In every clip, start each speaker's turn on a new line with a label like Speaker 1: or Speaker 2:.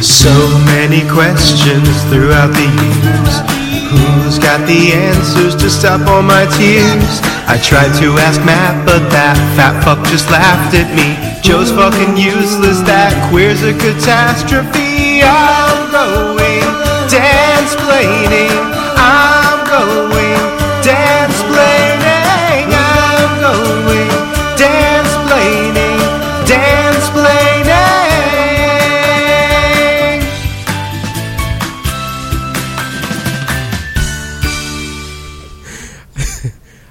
Speaker 1: So many questions throughout the years. Who's got the answers to stop all my tears? I tried to ask Matt, but that fat fuck just laughed at me. Joe's fucking useless, that queer's a catastrophe. I'm going dance planing. I'm going dance planing. I'm going dance planing. Dance planing.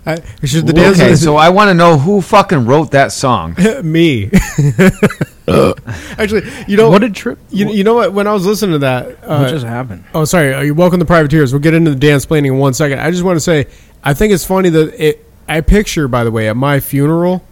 Speaker 2: I, should the dance
Speaker 3: okay, so I want to know who fucking wrote that song.
Speaker 2: me. Actually, you know
Speaker 4: What a trip.
Speaker 2: You, you know what? When I was listening to that,
Speaker 4: What
Speaker 2: uh,
Speaker 4: just happened?
Speaker 2: Oh, sorry. Uh, you welcome the privateers. We'll get into the dance planning in one second. I just want to say, I think it's funny that it. I picture, by the way, at my funeral,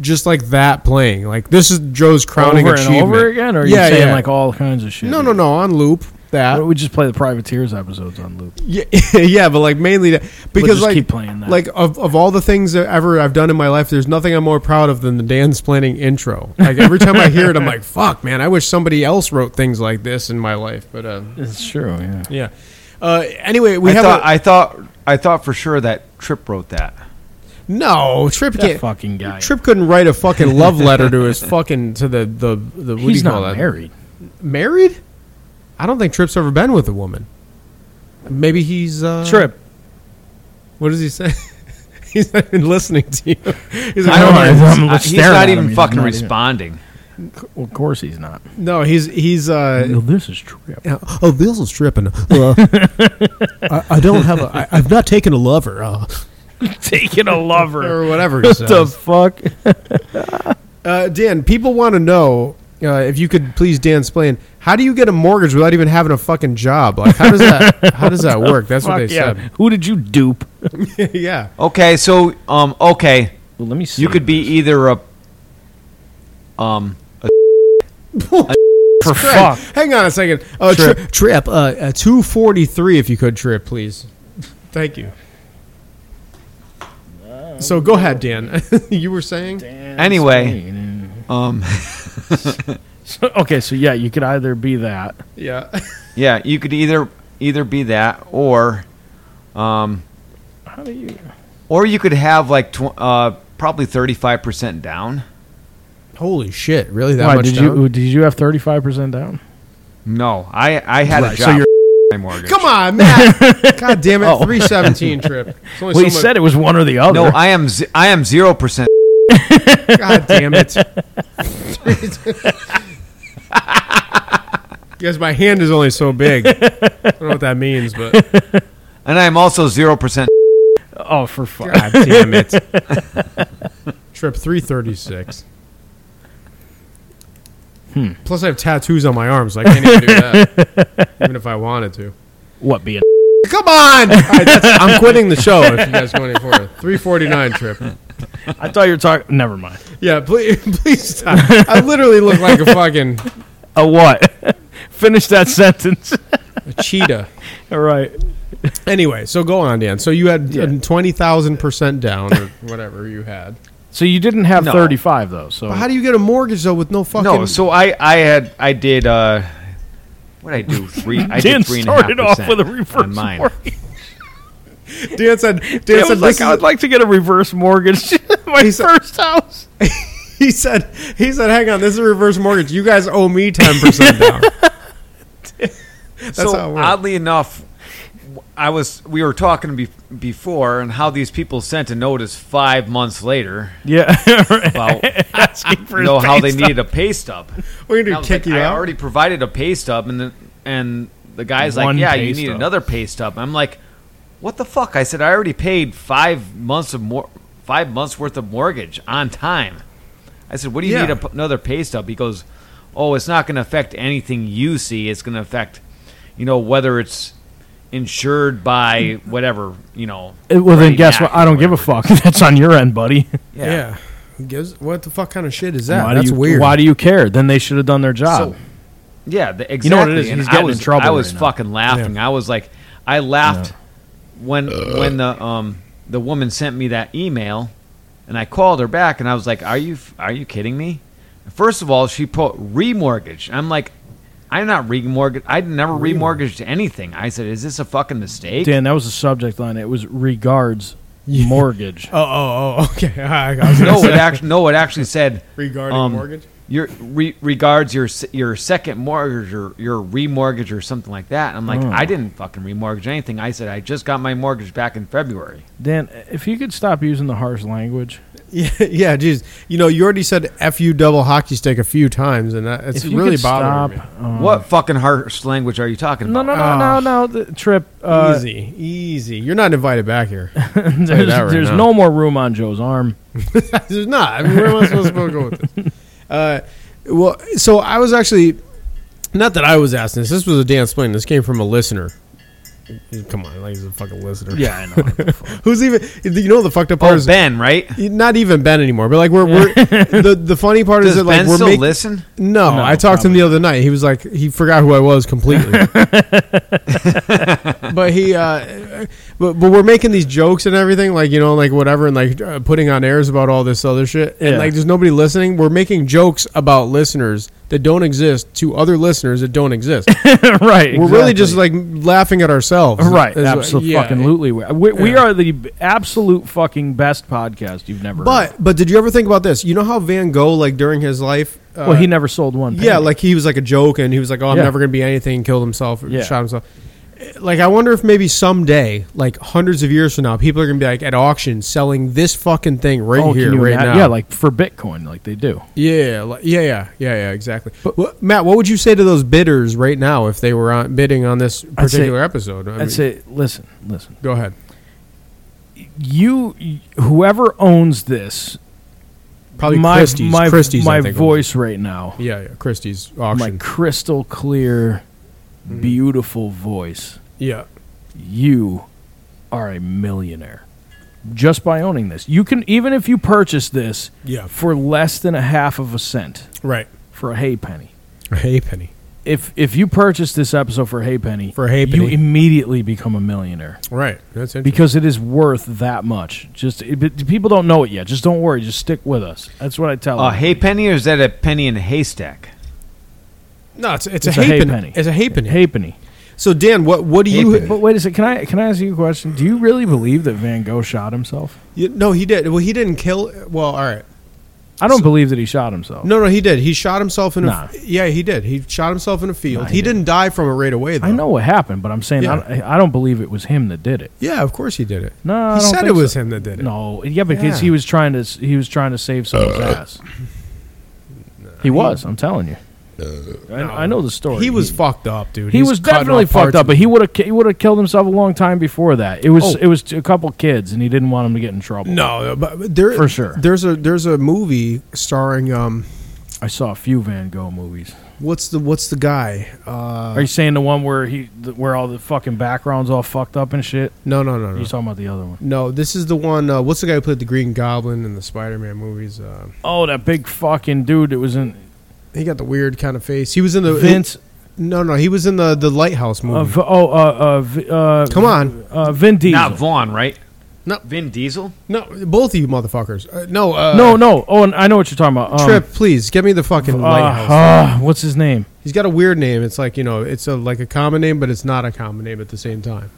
Speaker 2: just like that playing. Like this is Joe's crowning
Speaker 4: over
Speaker 2: achievement.
Speaker 4: and over again, or are you
Speaker 2: Yeah,
Speaker 4: saying
Speaker 2: yeah.
Speaker 4: like all kinds of shit?
Speaker 2: No, no, no. On loop.
Speaker 4: Why
Speaker 2: That.
Speaker 4: don't we just play the Privateers episodes on loop?
Speaker 2: Yeah, yeah, but like mainly that because
Speaker 4: just
Speaker 2: like
Speaker 4: keep playing that.
Speaker 2: Like of, of all the things that ever I've done in my life, there's nothing I'm more proud of than the dance planning intro. Like every time I hear it, I'm like, "Fuck, man! I wish somebody else wrote things like this in my life." But uh,
Speaker 4: It's true. Yeah.
Speaker 2: yeah. Uh, anyway, we
Speaker 3: I
Speaker 2: have
Speaker 3: thought,
Speaker 2: a-
Speaker 3: I thought, I thought for sure that Trip wrote that.
Speaker 2: no Trip
Speaker 4: That
Speaker 2: can't.
Speaker 4: fucking guy.
Speaker 2: Trip couldn't write a fucking love letter to his fucking to the the the. What
Speaker 4: He's
Speaker 2: do you call
Speaker 4: not
Speaker 2: that?
Speaker 4: married.
Speaker 2: Married? I don't think Trip's ever been with a woman. Maybe he's uh,
Speaker 4: Trip.
Speaker 2: What does he say? he's not even listening to you. He's
Speaker 4: I don't
Speaker 2: "No,
Speaker 4: know.
Speaker 2: he's-
Speaker 4: I'm
Speaker 3: Uh, he's
Speaker 4: staring at
Speaker 3: not
Speaker 4: him.
Speaker 3: even
Speaker 4: He's
Speaker 3: fucking
Speaker 4: not even-
Speaker 3: responding.
Speaker 4: Well, of course he's not.
Speaker 2: No, he's he's. Uh,
Speaker 4: No, this is Trip.
Speaker 2: oh, this is tripping. I, I don't have. A, I, I've not taken a lover uh,
Speaker 4: Taking a lover.
Speaker 2: or whatever. He
Speaker 4: What the
Speaker 2: says.
Speaker 4: fuck?
Speaker 2: Uh, Dan, people want to know uh, if you could please Dan explain how do you get a mortgage without even having a fucking job? Like how does that how does that work? That's what
Speaker 4: Fuck
Speaker 2: they
Speaker 4: yeah. Who did you dupe?
Speaker 2: said. yeah.
Speaker 3: Okay, so um, okay,
Speaker 4: Well, let me see.
Speaker 3: you could be either a um,
Speaker 4: for
Speaker 2: Right.
Speaker 4: fuck.
Speaker 2: Hang on a second. Uh, trip. trip. Uh, uh, two forty three. If you could, Trip, please. Thank you. So go ahead, Dan. you were saying
Speaker 3: Anyway. um,
Speaker 4: So- okay, so yeah, you could either be that.
Speaker 2: yeah.
Speaker 3: yeah, you could either either be that or um,
Speaker 4: How do you?
Speaker 3: or you could have like tw- uh, probably thirty five percent down.
Speaker 2: Holy shit! Really that
Speaker 4: Why,
Speaker 2: much?
Speaker 4: did
Speaker 2: down?
Speaker 4: you? Did you have thirty five percent down?
Speaker 3: No, I I had a
Speaker 4: Right, so
Speaker 3: job.
Speaker 4: you're-
Speaker 3: my mortgage.
Speaker 2: Come on, Matt. God damn it! Three seventeen, Trip. It's only
Speaker 4: Oh. Well, you
Speaker 2: so much-
Speaker 4: said it was one or the other.
Speaker 3: No, I am z- I am zero percent.
Speaker 2: God damn it. Guess my hand is only so big. I don't know what that means, but
Speaker 3: And I am also zero percent.
Speaker 4: oh, for fuck.
Speaker 2: God damn it. Trip 336. Plus, I have tattoos on my arms. So I can't even do that, even if I wanted to.
Speaker 4: What being?
Speaker 2: Come on! All right, that's, I'm quitting the show if you guys go any further. 349 trip.
Speaker 4: I thought you were talking. Never mind.
Speaker 2: Yeah, please, please stop. I literally look like a fucking
Speaker 4: A what? Finish that sentence.
Speaker 2: cheetah.
Speaker 4: All right.
Speaker 2: Anyway, so go on, Dan. So you had uh,
Speaker 4: Yeah.
Speaker 2: twenty thousand percent down, or whatever you had.
Speaker 4: So you didn't have
Speaker 3: No.
Speaker 4: thirty five though. So
Speaker 2: But how do you get a mortgage though with no fucking?
Speaker 3: No, so I I had I did uh, what I do three. I
Speaker 4: Dan
Speaker 3: did three and a half
Speaker 4: started off
Speaker 3: percent
Speaker 4: with a reverse
Speaker 3: on mine.
Speaker 4: mortgage.
Speaker 2: Dan said,
Speaker 4: I
Speaker 2: Dan
Speaker 4: was
Speaker 2: said, like,
Speaker 4: like, I would like to get a reverse mortgage. My
Speaker 2: He said-
Speaker 4: first house.
Speaker 2: he said, he said, hang on, this is a reverse mortgage. You guys owe me ten percent down. That's
Speaker 3: so
Speaker 2: how it works.
Speaker 3: oddly enough, I was we were talking be- before and how these people sent a notice five months later
Speaker 4: Yeah.
Speaker 3: about
Speaker 4: Asking for
Speaker 3: you
Speaker 4: his
Speaker 3: know how
Speaker 4: pay
Speaker 3: they
Speaker 4: stub.
Speaker 3: needed a pay stub.
Speaker 2: We're gonna
Speaker 3: And I was
Speaker 2: kick
Speaker 3: like,
Speaker 2: you
Speaker 3: I
Speaker 2: out.
Speaker 3: already provided a pay stub, and the and the guy's
Speaker 4: One
Speaker 3: like, "Yeah,
Speaker 4: pay
Speaker 3: you need
Speaker 4: stub.
Speaker 3: another pay stub." I'm like, "What the fuck?" I said, "I already paid five months of more, five months worth of mortgage on time." I said, "What do you
Speaker 2: Yeah.
Speaker 3: need a p another pay stub?" He goes, "Oh, it's not going to affect anything you see. It's going to affect, you know, whether it's." Insured by whatever you know.
Speaker 4: Uh, Well, then
Speaker 3: Freddie
Speaker 4: guess
Speaker 3: Mac
Speaker 4: what?
Speaker 3: or
Speaker 4: I don't give a
Speaker 3: whatever.
Speaker 4: fuck. That's on your end, buddy.
Speaker 2: yeah. Who gives- what the fuck kind of shit is that?
Speaker 4: why
Speaker 2: That's
Speaker 4: do you,
Speaker 2: weird.
Speaker 4: Why do you care? Then they should have done their
Speaker 3: So,
Speaker 4: job.
Speaker 3: yeah, the, exactly.
Speaker 4: know what it is?
Speaker 3: And
Speaker 4: He's
Speaker 3: I
Speaker 4: getting in
Speaker 3: was-
Speaker 4: trouble
Speaker 3: I was
Speaker 4: right now.
Speaker 3: fucking laughing. I was like, I laughed when when the um the woman sent me that email, and I called her back, and I was like, Are you f- are you kidding me? First of all, she put remortgage. I'm like, I'm not remortgage. I'd never remortgaged anything. I said, is this a fucking mistake?
Speaker 4: Dan, that was the subject line. It was regards
Speaker 2: Yeah.
Speaker 4: mortgage.
Speaker 2: Oh, oh, oh. Okay. I, I was
Speaker 3: No, it actually no, it actually said
Speaker 2: Regarding
Speaker 3: um,
Speaker 2: mortgage?
Speaker 3: Your re- regards your s- your second mortgage or your remortgage or something like that. And I'm
Speaker 2: Oh.
Speaker 3: like, I didn't fucking remortgage anything. I said I just got my mortgage back in February.
Speaker 4: Dan, if you could stop using the harsh language,
Speaker 2: Yeah, yeah, jeez. You know, you already said "fu double hockey stick" a few times, and that, it's
Speaker 4: if you
Speaker 2: really
Speaker 4: could stop,
Speaker 2: bothering me.
Speaker 4: um,
Speaker 3: What fucking harsh language are you talking
Speaker 4: No,
Speaker 3: about?
Speaker 4: no, no, no, no. The trip. Uh,
Speaker 2: Oh. easy, easy. You're not invited back here.
Speaker 4: there's
Speaker 2: that right
Speaker 4: there's
Speaker 2: now.
Speaker 4: no more room on Joe's arm.
Speaker 2: There's not. I mean, where am I supposed to go with this? Uh, well, so I was actually not that I was asking this. This was a dance plan. This came from a listener. Come on, like he's a fucking listener.
Speaker 4: Yeah, I know.
Speaker 2: Who's even? You know the fucked up part
Speaker 3: Oh,
Speaker 2: is
Speaker 3: Ben, right?
Speaker 2: not even Ben anymore. But like we're, we're the the funny part
Speaker 3: Does
Speaker 2: is that
Speaker 3: Ben
Speaker 2: like we're
Speaker 3: still
Speaker 2: making.
Speaker 3: listen?
Speaker 2: No,
Speaker 4: No,
Speaker 2: I talked to him the other night. He was like, he forgot who I was completely. but he, uh, but, but we're making these jokes and everything, like you know, like whatever, and like uh, putting on airs about all this other shit, and
Speaker 4: Yeah.
Speaker 2: like there's nobody listening. We're making jokes about listeners that don't exist to other listeners that don't exist.
Speaker 4: right.
Speaker 2: We're really
Speaker 4: exactly.
Speaker 2: just like laughing at ourselves, Is
Speaker 4: Right,
Speaker 2: what-
Speaker 4: absolutely,
Speaker 2: yeah.
Speaker 4: fucking lootly. We, we, we
Speaker 2: Yeah.
Speaker 4: are the absolute fucking best podcast you've never. heard.
Speaker 2: But but did you ever think about this? You know how Van Gogh, like during his life, uh,
Speaker 4: well, he never sold one.
Speaker 2: Yeah,
Speaker 4: penny.
Speaker 2: like he was like a joke, and he was like, "Oh, I'm
Speaker 4: Yeah.
Speaker 2: never gonna be anything." Killed himself, or
Speaker 4: Yeah.
Speaker 2: shot himself. Like, I wonder if maybe someday, like hundreds of years from now, people are gonna be like at auction selling this fucking thing right
Speaker 4: Oh, can
Speaker 2: here,
Speaker 4: you
Speaker 2: right
Speaker 4: imagine?
Speaker 2: now.
Speaker 4: Yeah, like for Bitcoin, like they do.
Speaker 2: yeah, like, yeah, yeah, yeah, yeah, exactly. But what, Matt, what would you say to those bidders right now if they were on, bidding on this
Speaker 4: I'd say-
Speaker 2: particular episode? I mean,
Speaker 4: I'd say, listen, listen.
Speaker 2: go ahead.
Speaker 4: You, whoever owns this,
Speaker 2: Probably
Speaker 4: my
Speaker 2: Christie's.
Speaker 4: my
Speaker 2: Christie's, I
Speaker 4: my
Speaker 2: think,
Speaker 4: voice right now,
Speaker 2: Yeah, yeah, Christie's
Speaker 4: my
Speaker 2: auction.
Speaker 4: crystal clear,
Speaker 2: Mm-hmm.
Speaker 4: beautiful voice.
Speaker 2: yeah,
Speaker 4: you are a millionaire just by owning this. You can even if you purchase this
Speaker 2: Yeah.
Speaker 4: for less than a half of a cent
Speaker 2: right.
Speaker 4: for a hay penny.
Speaker 2: Hey, penny.
Speaker 4: If if you purchase this episode for a hay penny,
Speaker 2: For a halfpenny.
Speaker 4: you immediately become a millionaire
Speaker 2: Right. That's interesting.
Speaker 4: because it is worth that much. Just it, but people don't know it yet. Just don't worry. Just stick with us. That's what I
Speaker 2: Oh.
Speaker 4: tell
Speaker 3: A
Speaker 4: them.
Speaker 3: Uh, hey penny, or is that a penny in a haystack?
Speaker 2: no, it's, it's,
Speaker 4: It's
Speaker 2: a,
Speaker 4: a
Speaker 2: halfpenny.
Speaker 4: halfpenny.
Speaker 2: It's a halfpenny.
Speaker 4: Halfpenny.
Speaker 2: so, Dan, what what do you?
Speaker 3: Halfpenny.
Speaker 4: But wait a second. Can I can I ask you a question? Do you really believe that Van Gogh shot himself?
Speaker 2: You, no, he did. Well, he didn't kill. Well, all right.
Speaker 4: I don't believe that he shot himself.
Speaker 2: No, no, he did. He shot himself in a.
Speaker 4: Nah.
Speaker 2: Yeah, he did. He shot himself in a field.
Speaker 4: Nah,
Speaker 2: he
Speaker 4: he
Speaker 2: didn't die from it right away, though.
Speaker 4: I know what happened, but I'm saying
Speaker 2: Yeah.
Speaker 4: I, don't, I don't believe it was him that did it.
Speaker 2: Yeah, of course he did it.
Speaker 4: No, I
Speaker 2: he
Speaker 4: don't
Speaker 2: said
Speaker 4: think
Speaker 2: it was
Speaker 4: so.
Speaker 2: him that did it.
Speaker 4: No, yeah, because
Speaker 2: Yeah. Uh,
Speaker 4: he was trying to s- he was trying to save someone's ass. He was. I'm telling you. I, I know the story.
Speaker 2: Uh, he was fucked up, dude.
Speaker 4: He
Speaker 2: He's
Speaker 4: was
Speaker 2: cutting
Speaker 4: definitely
Speaker 2: off parts
Speaker 4: fucked up,
Speaker 2: of-
Speaker 4: but he would have he would have killed himself a long time before that. It was
Speaker 2: Oh.
Speaker 4: it was t- a couple kids, and he didn't want them to get in trouble.
Speaker 2: no, but but there
Speaker 4: For sure.
Speaker 2: There's a there's a movie starring um,
Speaker 4: I saw a few Van Gogh movies.
Speaker 2: what's the what's the guy? Uh,
Speaker 4: Are you saying the one where he th- where all the fucking backgrounds all fucked up and shit?
Speaker 2: no, no, no,
Speaker 4: Or
Speaker 2: no.
Speaker 4: you talking about the other one?
Speaker 2: no, this is the one. Uh, what's the guy who played the Green Goblin in the Spider-Man movies? Uh,
Speaker 4: Oh, that big fucking dude that was in
Speaker 2: he got the weird kind of face. He was in the
Speaker 4: Vince.
Speaker 2: no, no, he was in the the Lighthouse movie.
Speaker 4: Uh, v- oh, uh, uh, v- uh,
Speaker 2: Come on.
Speaker 4: uh, Vin Diesel.
Speaker 3: Not Vaughn, right?
Speaker 2: No.
Speaker 3: Vin Diesel.
Speaker 2: No, both of you motherfuckers. Uh, no, uh,
Speaker 4: no, no. Oh, and I know what you're talking about. Um,
Speaker 2: Trip, please get me the fucking
Speaker 4: Uh,
Speaker 2: lighthouse.
Speaker 4: uh, what's his name?
Speaker 2: He's got a weird name. It's like you know, it's a like a common name, but it's not a common name at the same time.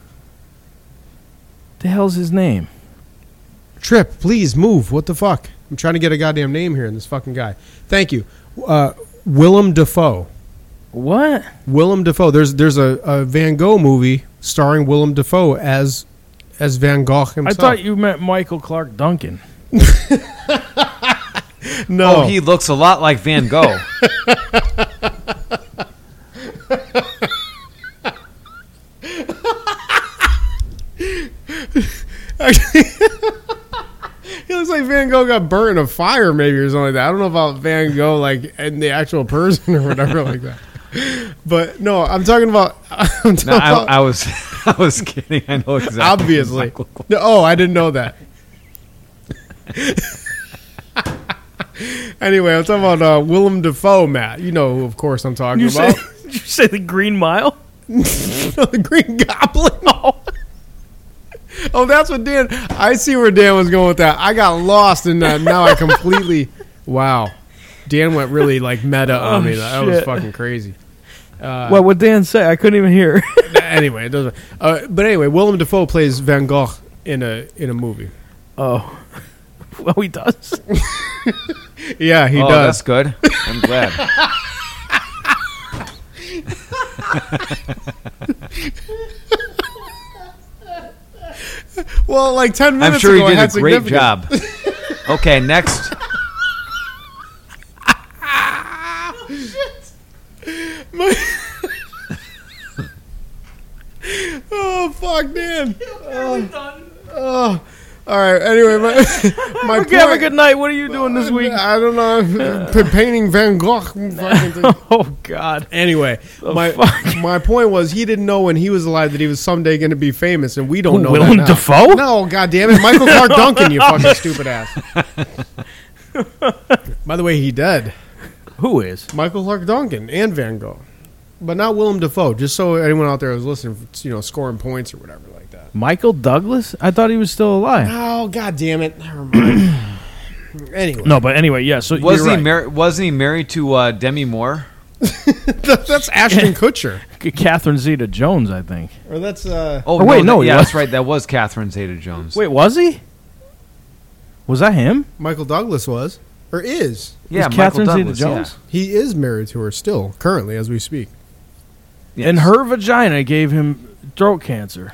Speaker 4: The hell's his name?
Speaker 2: Trip, please move. What the fuck? I'm trying to get a goddamn name here in this fucking guy. Thank you, uh, Willem Dafoe.
Speaker 4: What?
Speaker 2: Willem Dafoe. There's there's a, a Van Gogh movie starring Willem Dafoe as as Van Gogh himself.
Speaker 4: I thought you meant Michael Clark Duncan.
Speaker 2: no.
Speaker 3: Oh, he looks a lot like Van Gogh.
Speaker 2: It looks like Van Gogh got burnt in a fire, maybe or something like that. I don't know about Van Gogh, like and the actual person or whatever, like that. But no, I'm talking about. I'm talking
Speaker 3: No,
Speaker 2: about
Speaker 3: I, I was, I was kidding. I know exactly.
Speaker 2: obviously. No, oh, I didn't know that. anyway, I'm talking about uh, Willem Dafoe, Matt. You know, who, of course, I'm talking about
Speaker 4: you say the Green Mile?
Speaker 2: the Green Goblin. Oh. that's what Dan. I see where Dan was going with that. I got lost in that. Now I completely. wow, Dan went really like meta on
Speaker 4: Oh,
Speaker 2: me. That was
Speaker 4: shit.
Speaker 2: fucking crazy. Uh,
Speaker 4: what would Dan say? I couldn't even hear.
Speaker 2: anyway, it doesn't. Uh, but anyway, Willem Dafoe plays Van Gogh in a in a movie.
Speaker 4: oh, well, he does.
Speaker 2: Yeah, he
Speaker 3: oh, that's
Speaker 2: does.
Speaker 3: good. I'm glad.
Speaker 2: Well, like ten minutes.
Speaker 3: I'm sure he
Speaker 2: ago, I
Speaker 3: did
Speaker 2: had
Speaker 3: a great
Speaker 2: significance.
Speaker 3: job. Okay, next.
Speaker 2: Oh fuck, man. Oh, all right. Anyway, my my
Speaker 4: Okay, have a good night. What are you doing this week?
Speaker 2: I don't know. p- Painting Van Gogh. fucking thing.
Speaker 4: Oh God.
Speaker 2: Anyway, my
Speaker 4: fuck?
Speaker 2: my point was he didn't know when he was alive that he was someday going to be famous, and we don't know.
Speaker 4: Willem
Speaker 2: that now.
Speaker 4: Dafoe?
Speaker 2: No, goddamn it, Michael Clark Duncan, you fucking stupid ass. By the way, he dead.
Speaker 4: Who is?
Speaker 2: Michael Clark Duncan and Van Gogh, but not Willem Dafoe. Just so anyone out there who's listening, you know, scoring points or whatever like that.
Speaker 4: Michael Douglas? I thought he was still alive.
Speaker 2: Oh goddamn it! Never mind. anyway,
Speaker 4: No, but anyway, yeah. So
Speaker 3: Wasn't
Speaker 4: you're
Speaker 3: he
Speaker 4: right.
Speaker 3: mar- wasn't he married to uh, Demi Moore?
Speaker 2: that's Ashton Kutcher,
Speaker 4: Catherine Zeta-Jones? I think.
Speaker 2: or that's uh,
Speaker 3: Oh,
Speaker 4: wait, no,
Speaker 3: that-
Speaker 4: he
Speaker 3: yeah,
Speaker 4: was-
Speaker 3: that's right. That was Catherine Zeta-Jones.
Speaker 4: Wait, was he? Was that him?
Speaker 2: Michael Douglas was or is.
Speaker 3: yeah,
Speaker 4: was
Speaker 3: Michael
Speaker 4: Catherine
Speaker 3: Douglas,
Speaker 4: Zeta-Jones?
Speaker 2: He is married to her still, currently as we speak.
Speaker 3: Yeah.
Speaker 4: And
Speaker 3: Yes.
Speaker 4: her vagina gave him throat cancer.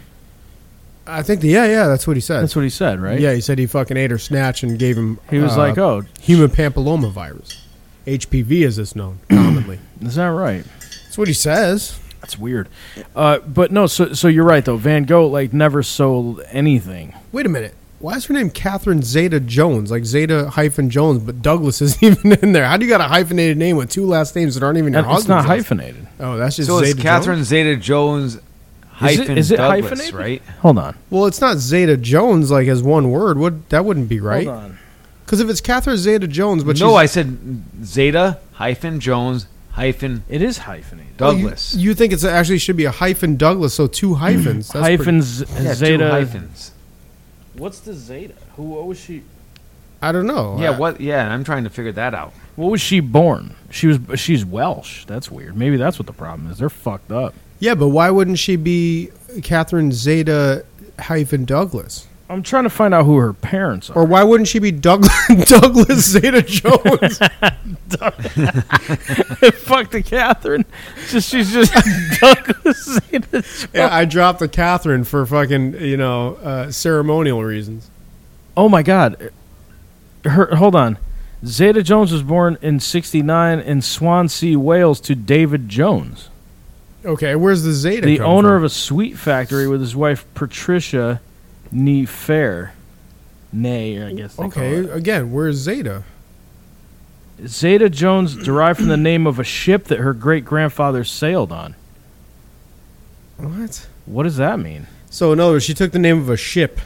Speaker 2: I think the yeah, yeah, that's what he said.
Speaker 4: That's what he said, right?
Speaker 2: Yeah, he said he fucking ate her snatch and gave him.
Speaker 4: He was
Speaker 2: uh,
Speaker 4: like, "Oh,
Speaker 2: human papilloma virus, HPV, as it's known commonly."
Speaker 4: is that right?"
Speaker 2: That's what he says.
Speaker 4: That's weird. Uh, but no, so so you're right though. Van Gogh like never sold anything.
Speaker 2: Wait a minute. Why is her name Catherine Zeta Jones? Like Zeta hyphen Jones, but Douglas isn't even in there. How do you got a hyphenated name with two last names that aren't even your
Speaker 4: And it's
Speaker 2: husband's?
Speaker 4: not
Speaker 2: last-
Speaker 4: hyphenated.
Speaker 2: Oh, that's just
Speaker 3: So
Speaker 2: Zeta
Speaker 3: it's Catherine
Speaker 2: Jones?
Speaker 3: Zeta-Jones
Speaker 4: Is
Speaker 3: hyphen
Speaker 4: it, is it
Speaker 3: Douglas,
Speaker 4: hyphenated?
Speaker 3: right?
Speaker 4: Hold on.
Speaker 2: Well, it's not Zeta Jones like as one word. Would that wouldn't be right?
Speaker 4: Hold on.
Speaker 2: Because if it's Catherine Zeta Jones, but
Speaker 3: no,
Speaker 2: she's-
Speaker 3: I said Zeta hyphen Jones hyphen
Speaker 4: It is hyphenated.
Speaker 2: Oh, you-
Speaker 3: Douglas.
Speaker 2: You, think it's actually should be a hyphen Douglas? So two hyphens. That's pretty-
Speaker 4: Hyphen z-
Speaker 3: Yeah, two
Speaker 4: Zeta.
Speaker 3: hyphens.
Speaker 4: What's the Zeta? Who? What was she?
Speaker 2: I don't know.
Speaker 3: Yeah,
Speaker 2: I-
Speaker 3: what? Yeah, I'm trying to figure that out.
Speaker 4: What was she born? She was. She's Welsh. That's weird. Maybe that's what the problem is. They're fucked up.
Speaker 2: Yeah, but why wouldn't she be Catherine Zeta hyphen Douglas?
Speaker 4: I'm trying to find out who her parents are.
Speaker 2: Or why wouldn't she be Doug- Douglas Zeta Jones?
Speaker 4: Fuck the Catherine. Just she's just Douglas Zeta.
Speaker 2: yeah, I dropped the Catherine for fucking, you know, uh, ceremonial reasons.
Speaker 4: Oh my God. Her. Hold on. Zeta Jones was born in '69 in Swansea, Wales, to David Jones,
Speaker 2: Okay, where's the Zeta?
Speaker 4: the owner of a sweet factory, with his wife Patricia Nee Fair. Nay, I guess. They call
Speaker 2: Okay,
Speaker 4: it.
Speaker 2: again, where's Zeta?
Speaker 4: Zeta Jones derived from the name of a ship that her great grandfather sailed on.
Speaker 2: What?
Speaker 4: What does that mean?
Speaker 2: So, in other words, she took the name of a ship.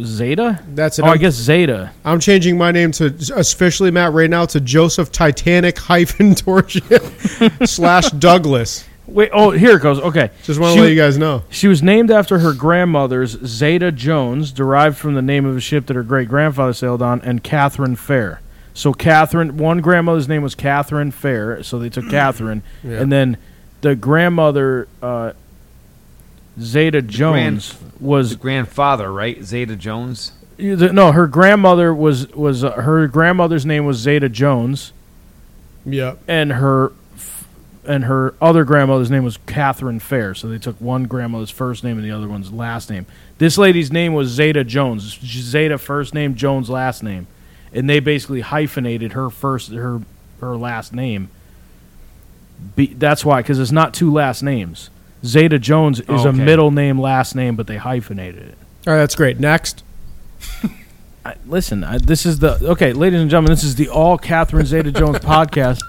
Speaker 4: Zeta?
Speaker 2: That's it.
Speaker 4: oh, I
Speaker 2: I'm-
Speaker 4: guess Zeta.
Speaker 2: I'm changing my name to officially Matt right now to Joseph Titanic hyphen Torsia slash Douglas.
Speaker 4: Wait, oh, here it goes. Okay.
Speaker 2: Just want
Speaker 4: she,
Speaker 2: to let you guys know.
Speaker 4: she was named after her grandmother's Zeta Jones, derived from the name of a ship that her great grandfather sailed on, and Catherine Fair. So Catherine, one grandmother's name was Catherine Fair, so they took Catherine,
Speaker 2: Yeah.
Speaker 4: and then the grandmother uh, Zeta Jones was
Speaker 3: The grandfather, right? Zeta Jones.
Speaker 4: You- the- No, her grandmother was was uh, her grandmother's name was Zeta Jones,
Speaker 2: Yep.
Speaker 4: and her f- and her other grandmother's name was Catherine Fair. So they took one grandmother's first name and the other one's last name. This lady's name was Zeta Jones. Zeta first name, Jones last name, and they basically hyphenated her first her her last name. Be, that's why, because it's not two last names. Zeta Jones is a
Speaker 3: Okay.
Speaker 4: middle name, last name, but they hyphenated it.
Speaker 2: All right, that's great. Next.
Speaker 4: I, listen, I, this is the okay, ladies and gentlemen. This is the all Catherine Zeta Jones podcast.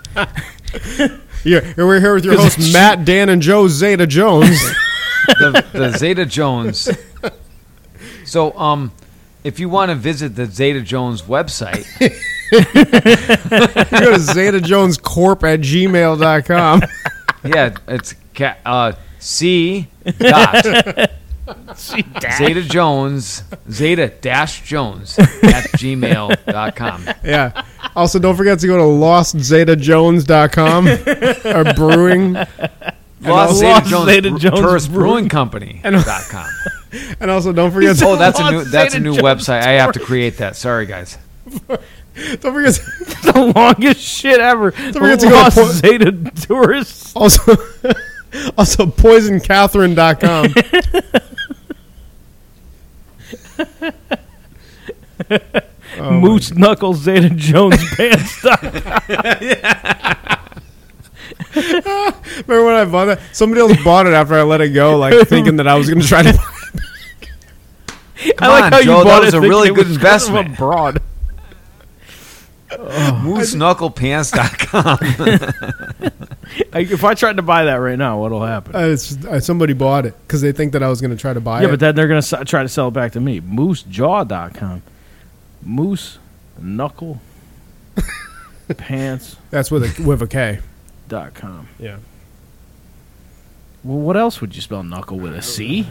Speaker 2: Yeah, and we're here with your
Speaker 4: 'Cause
Speaker 2: hosts,
Speaker 4: it's-
Speaker 2: Matt, Dan, and Joe Zeta Jones.
Speaker 3: the, the Zeta Jones. So, um, if you want to visit the Zeta Jones website,
Speaker 2: Go to zetajonescorp at gmail.com.
Speaker 3: yeah, it's ca- uh, C dot Zeta Jones Zeta dash Jones at gmail dot com.
Speaker 2: Yeah. Also, don't forget to go to lostzetajones.com or brewing.
Speaker 3: Lost
Speaker 4: Los
Speaker 3: Zeta Jones,
Speaker 4: Zeta
Speaker 3: Bre-
Speaker 4: Jones
Speaker 3: Tourist
Speaker 4: Brewing
Speaker 3: Brewing Company dot com.
Speaker 2: And also, don't forget
Speaker 3: Oh,
Speaker 2: to,
Speaker 3: that's a
Speaker 4: Los
Speaker 3: new that's a
Speaker 4: Zeta
Speaker 3: new
Speaker 4: Jones
Speaker 3: website. I have to create that. Sorry, guys.
Speaker 2: don't forget to,
Speaker 4: the longest shit ever. The
Speaker 2: we have to go to
Speaker 4: Lost
Speaker 2: Port-
Speaker 4: Zeta tourists.
Speaker 2: also also poisoncatherine.com.
Speaker 3: Oh,
Speaker 4: Moose Knuckles Zeta Jones pants.
Speaker 2: Remember when I bought that? Somebody else bought it after I let it go, like thinking that I was going to try to buy
Speaker 4: I
Speaker 3: Come
Speaker 4: like
Speaker 3: on,
Speaker 4: how
Speaker 3: Joe,
Speaker 4: you
Speaker 3: that
Speaker 4: bought
Speaker 3: was
Speaker 4: it
Speaker 3: a
Speaker 4: thinking
Speaker 3: really
Speaker 4: it
Speaker 3: good
Speaker 4: was 'cause of
Speaker 3: investment.
Speaker 4: A broad.
Speaker 3: MooseKnucklePants.com.
Speaker 4: Like, if I tried to buy that right now, what'll happen?
Speaker 2: Uh, it's, uh, somebody bought it because they think that I was going to try to buy
Speaker 4: yeah,
Speaker 2: it.
Speaker 4: but then they're gonna s- try to sell it back to me. MooseJaw.com. Moose Knuckle Pants.
Speaker 2: that's with a with a K.
Speaker 4: Dot com.
Speaker 2: Yeah.
Speaker 4: Well, what else would you spell knuckle with a C?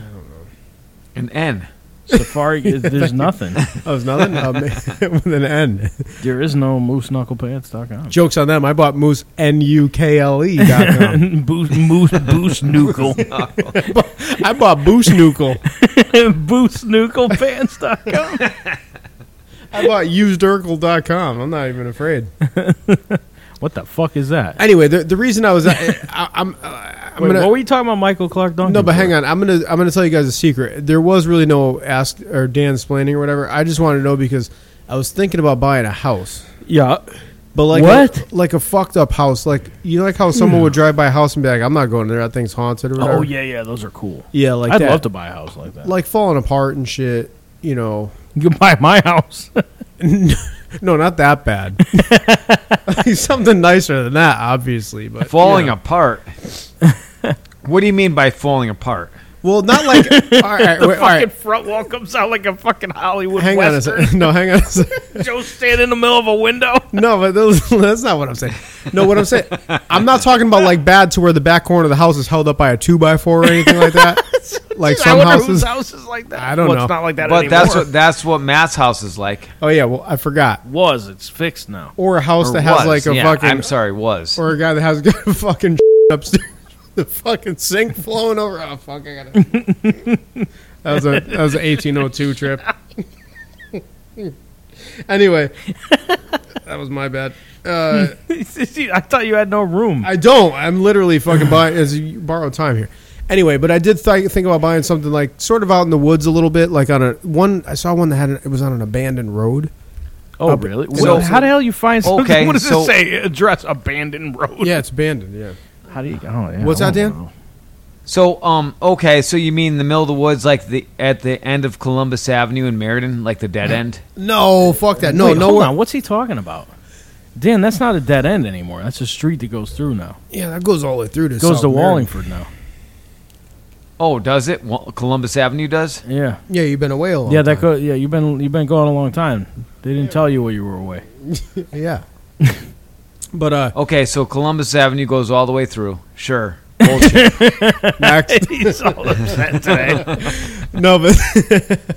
Speaker 3: An N.
Speaker 4: Safari. There's nothing.
Speaker 2: That was nothing um, with an N.
Speaker 4: There is no moose knucklepants.com.
Speaker 2: Jokes on them. I bought moose n u k l e dot com.
Speaker 4: Boost, moose, boost, nuckle,
Speaker 2: I bought Boost Nucle.
Speaker 4: boost, nuckle pants. dot com.
Speaker 2: I bought usedurkle dot com. I'm not even afraid.
Speaker 4: What the fuck is that?
Speaker 2: Anyway, the, the reason I was I, I, I'm I, I'm
Speaker 4: Wait,
Speaker 2: gonna
Speaker 4: what were you talking about, Michael Clark Duncan?
Speaker 2: no, but hang on. I'm gonna I'm gonna tell you guys a secret. There was really no ask or Dan explaining or whatever. I just wanted to know because I was thinking about buying a house.
Speaker 4: Yeah,
Speaker 2: But like
Speaker 4: What?
Speaker 2: A, like a fucked up house. Like you know, like how someone would drive by a house and be like, "I'm not going there. That thing's haunted." Or whatever.
Speaker 4: Oh yeah, yeah, those are cool.
Speaker 2: yeah. Like
Speaker 4: I'd
Speaker 2: that.
Speaker 4: love to buy a house like that.
Speaker 2: like falling apart and shit. You know,
Speaker 4: You can buy my house.
Speaker 2: no, not that bad. Like, Something nicer than that, obviously. But
Speaker 3: Falling
Speaker 2: yeah.
Speaker 3: apart. what do you mean by falling apart?
Speaker 2: Well, not like all right, wait, all right.
Speaker 4: front wall comes out like a fucking Hollywood
Speaker 2: Hang on a second. No, hang on a second.
Speaker 4: Joe standing in the middle of a window.
Speaker 2: No, but those, that's not what I'm saying. No, what I'm saying, I'm not talking about like bad to where the back corner of the house is held up by a two by four or anything like that. Like some houses.
Speaker 4: house is like that.
Speaker 2: I don't Well, it's know. not
Speaker 4: like that
Speaker 3: but that's what that's what Matt's house is like.
Speaker 2: Oh yeah, well I forgot.
Speaker 4: was. It's fixed now.
Speaker 2: Or a house
Speaker 3: Or
Speaker 2: that
Speaker 3: was.
Speaker 2: has like a
Speaker 3: Yeah,
Speaker 2: fucking
Speaker 3: I'm sorry, was.
Speaker 2: or a guy that has got a fucking upstairs, the fucking sink flowing over. Oh fuck, I got it. that was a that was an eighteen oh two trip. anyway, that was my bad. Uh,
Speaker 4: I thought you had no room.
Speaker 2: I don't. I'm literally fucking buying as you borrow time here. Anyway, but I did th- think about buying something like sort of out in the woods a little bit, like on a one. I saw one that had an, it was on an abandoned road.
Speaker 4: oh,
Speaker 2: uh,
Speaker 4: really?
Speaker 2: so-
Speaker 4: Well, how the hell you find something?
Speaker 3: Okay,
Speaker 4: what does
Speaker 3: so-
Speaker 4: it say? Address abandoned road.
Speaker 2: Yeah, it's abandoned. Yeah.
Speaker 4: How do you? Oh, yeah.
Speaker 2: What's
Speaker 4: I
Speaker 2: that,
Speaker 4: don't
Speaker 2: Dan?
Speaker 4: know.
Speaker 3: So um okay, so you mean the middle of the woods like the at the end of Columbus Avenue in Meriden, like the dead end?
Speaker 2: No, fuck that. No,
Speaker 4: Wait,
Speaker 2: no.
Speaker 4: Hold
Speaker 2: one-
Speaker 4: on. What's he talking about? Dan, that's not a dead end anymore. That's a street that goes through now.
Speaker 2: Yeah, that goes all the way through to
Speaker 4: It goes
Speaker 2: South
Speaker 4: to
Speaker 2: Meriden.
Speaker 4: Wallingford now.
Speaker 3: Oh, does it? Well, Columbus Avenue does?
Speaker 4: Yeah.
Speaker 2: Yeah, you've been away a long.
Speaker 4: yeah, that
Speaker 2: time.
Speaker 4: go, yeah, you've been you've been gone a long time. They didn't tell you where you were away.
Speaker 2: Yeah. but uh,
Speaker 3: Okay, so Columbus Avenue goes all the way through. Sure.
Speaker 2: next,
Speaker 4: He's all upset today.
Speaker 2: no, but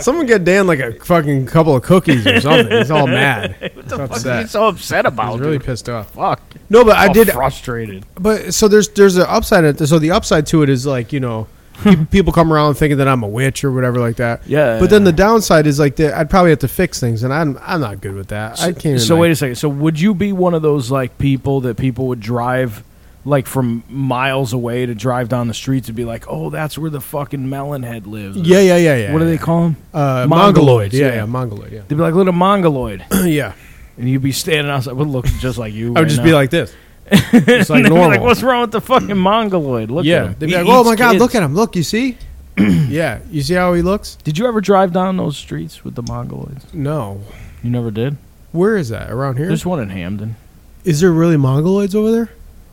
Speaker 2: someone get Dan like a fucking couple of cookies or something. He's all mad. He's upset.
Speaker 4: so upset about?
Speaker 2: He's really
Speaker 4: dude?
Speaker 2: pissed off.
Speaker 4: Fuck.
Speaker 2: No, but I
Speaker 4: All
Speaker 2: did.
Speaker 4: frustrated.
Speaker 2: But so there's there's an upside. at- So the upside to it is like you know, pe- people come around thinking that I'm a witch or whatever like that.
Speaker 4: Yeah.
Speaker 2: But then the downside is like that I'd probably have to fix things, and I'm I'm not good with that. I can't. Even
Speaker 4: so
Speaker 2: like-
Speaker 4: wait a second. So would you be one of those like people that people would drive like from miles away to drive down the streets and be like, "Oh, that's where the fucking melon head lives." or-
Speaker 2: Yeah, yeah, yeah, yeah.
Speaker 4: What do
Speaker 2: yeah.
Speaker 4: they call him?
Speaker 2: Uh,
Speaker 4: Mongoloids,
Speaker 2: Mongoloid. Yeah,
Speaker 4: yeah.
Speaker 2: yeah, Mongoloid. Yeah,
Speaker 4: They'd be like little mongoloid,
Speaker 2: yeah.
Speaker 4: and you'd be standing outside, would look just like
Speaker 2: I
Speaker 4: you.
Speaker 2: would
Speaker 4: right
Speaker 2: just
Speaker 4: now.
Speaker 2: be like this. It's like
Speaker 4: And they'd be
Speaker 2: normal.
Speaker 4: like, "What's wrong with the fucking mongoloid? Look
Speaker 2: yeah.
Speaker 4: at him.
Speaker 2: They'd be
Speaker 4: He
Speaker 2: like, oh
Speaker 4: eats
Speaker 2: my god,
Speaker 4: kids."
Speaker 2: look at him. Look, you see? yeah. You see how he looks?
Speaker 4: Did you ever drive down those streets with the mongoloids?
Speaker 2: No.
Speaker 4: You never did.
Speaker 2: Where is that? Around here? Is
Speaker 4: There's one in Hamden.
Speaker 2: there really mongoloids over there?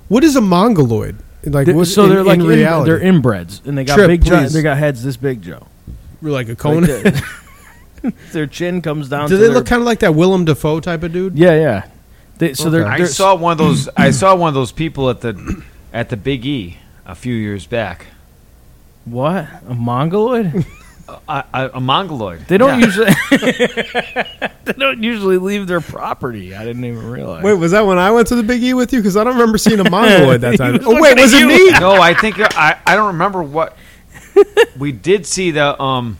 Speaker 2: What is a mongoloid? Like,
Speaker 4: They're-
Speaker 2: what's
Speaker 4: so
Speaker 2: in,
Speaker 4: they're like
Speaker 2: in
Speaker 4: in-
Speaker 2: reality?
Speaker 4: they're inbreds, and they got
Speaker 2: Trip,
Speaker 4: big. Joe,
Speaker 2: please.
Speaker 4: they got heads this big, Joe.
Speaker 2: like a
Speaker 4: Like
Speaker 2: cone.
Speaker 4: that. their chin comes down.
Speaker 2: Do
Speaker 4: to
Speaker 2: they
Speaker 4: their-
Speaker 2: look kind of like that Willem Dafoe type of dude?
Speaker 4: Yeah, yeah. They, so they're,
Speaker 3: I
Speaker 4: they're-
Speaker 3: saw one of those I saw one of those people at the at the Big E a few years back.
Speaker 4: what a mongoloid.
Speaker 3: a, a, a mongoloid.
Speaker 4: They don't
Speaker 3: Yeah.
Speaker 4: usually they don't usually leave their property. I didn't even realize.
Speaker 2: Wait, was that when I went to the Big E with you? Because I don't remember seeing a Milo at that
Speaker 4: He
Speaker 2: time.
Speaker 4: was
Speaker 2: Oh wait,
Speaker 4: looking at
Speaker 2: was it
Speaker 4: you.
Speaker 2: me?
Speaker 3: no, I think I, I don't remember what we did see the um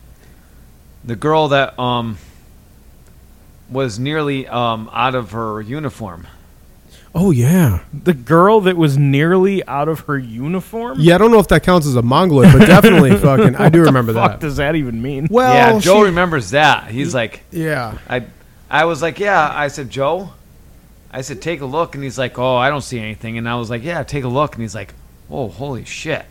Speaker 3: the girl that um was nearly um out of her uniform.
Speaker 2: Oh yeah,
Speaker 4: the girl that was nearly out of her uniform.
Speaker 2: yeah. I don't know if that counts as a mongoloid, but definitely fucking. I do remember
Speaker 4: Fuck
Speaker 2: that.
Speaker 4: does that even mean?
Speaker 2: Well,
Speaker 3: yeah, Joe
Speaker 2: she-
Speaker 3: remembers that. He's like
Speaker 2: yeah.
Speaker 3: I I was like, "Yeah." I said, "Joe." I said, "Take a look." And he's like, "Oh, I don't see anything." And I was like, "Yeah, take a look." And he's like, "Whoa, holy shit."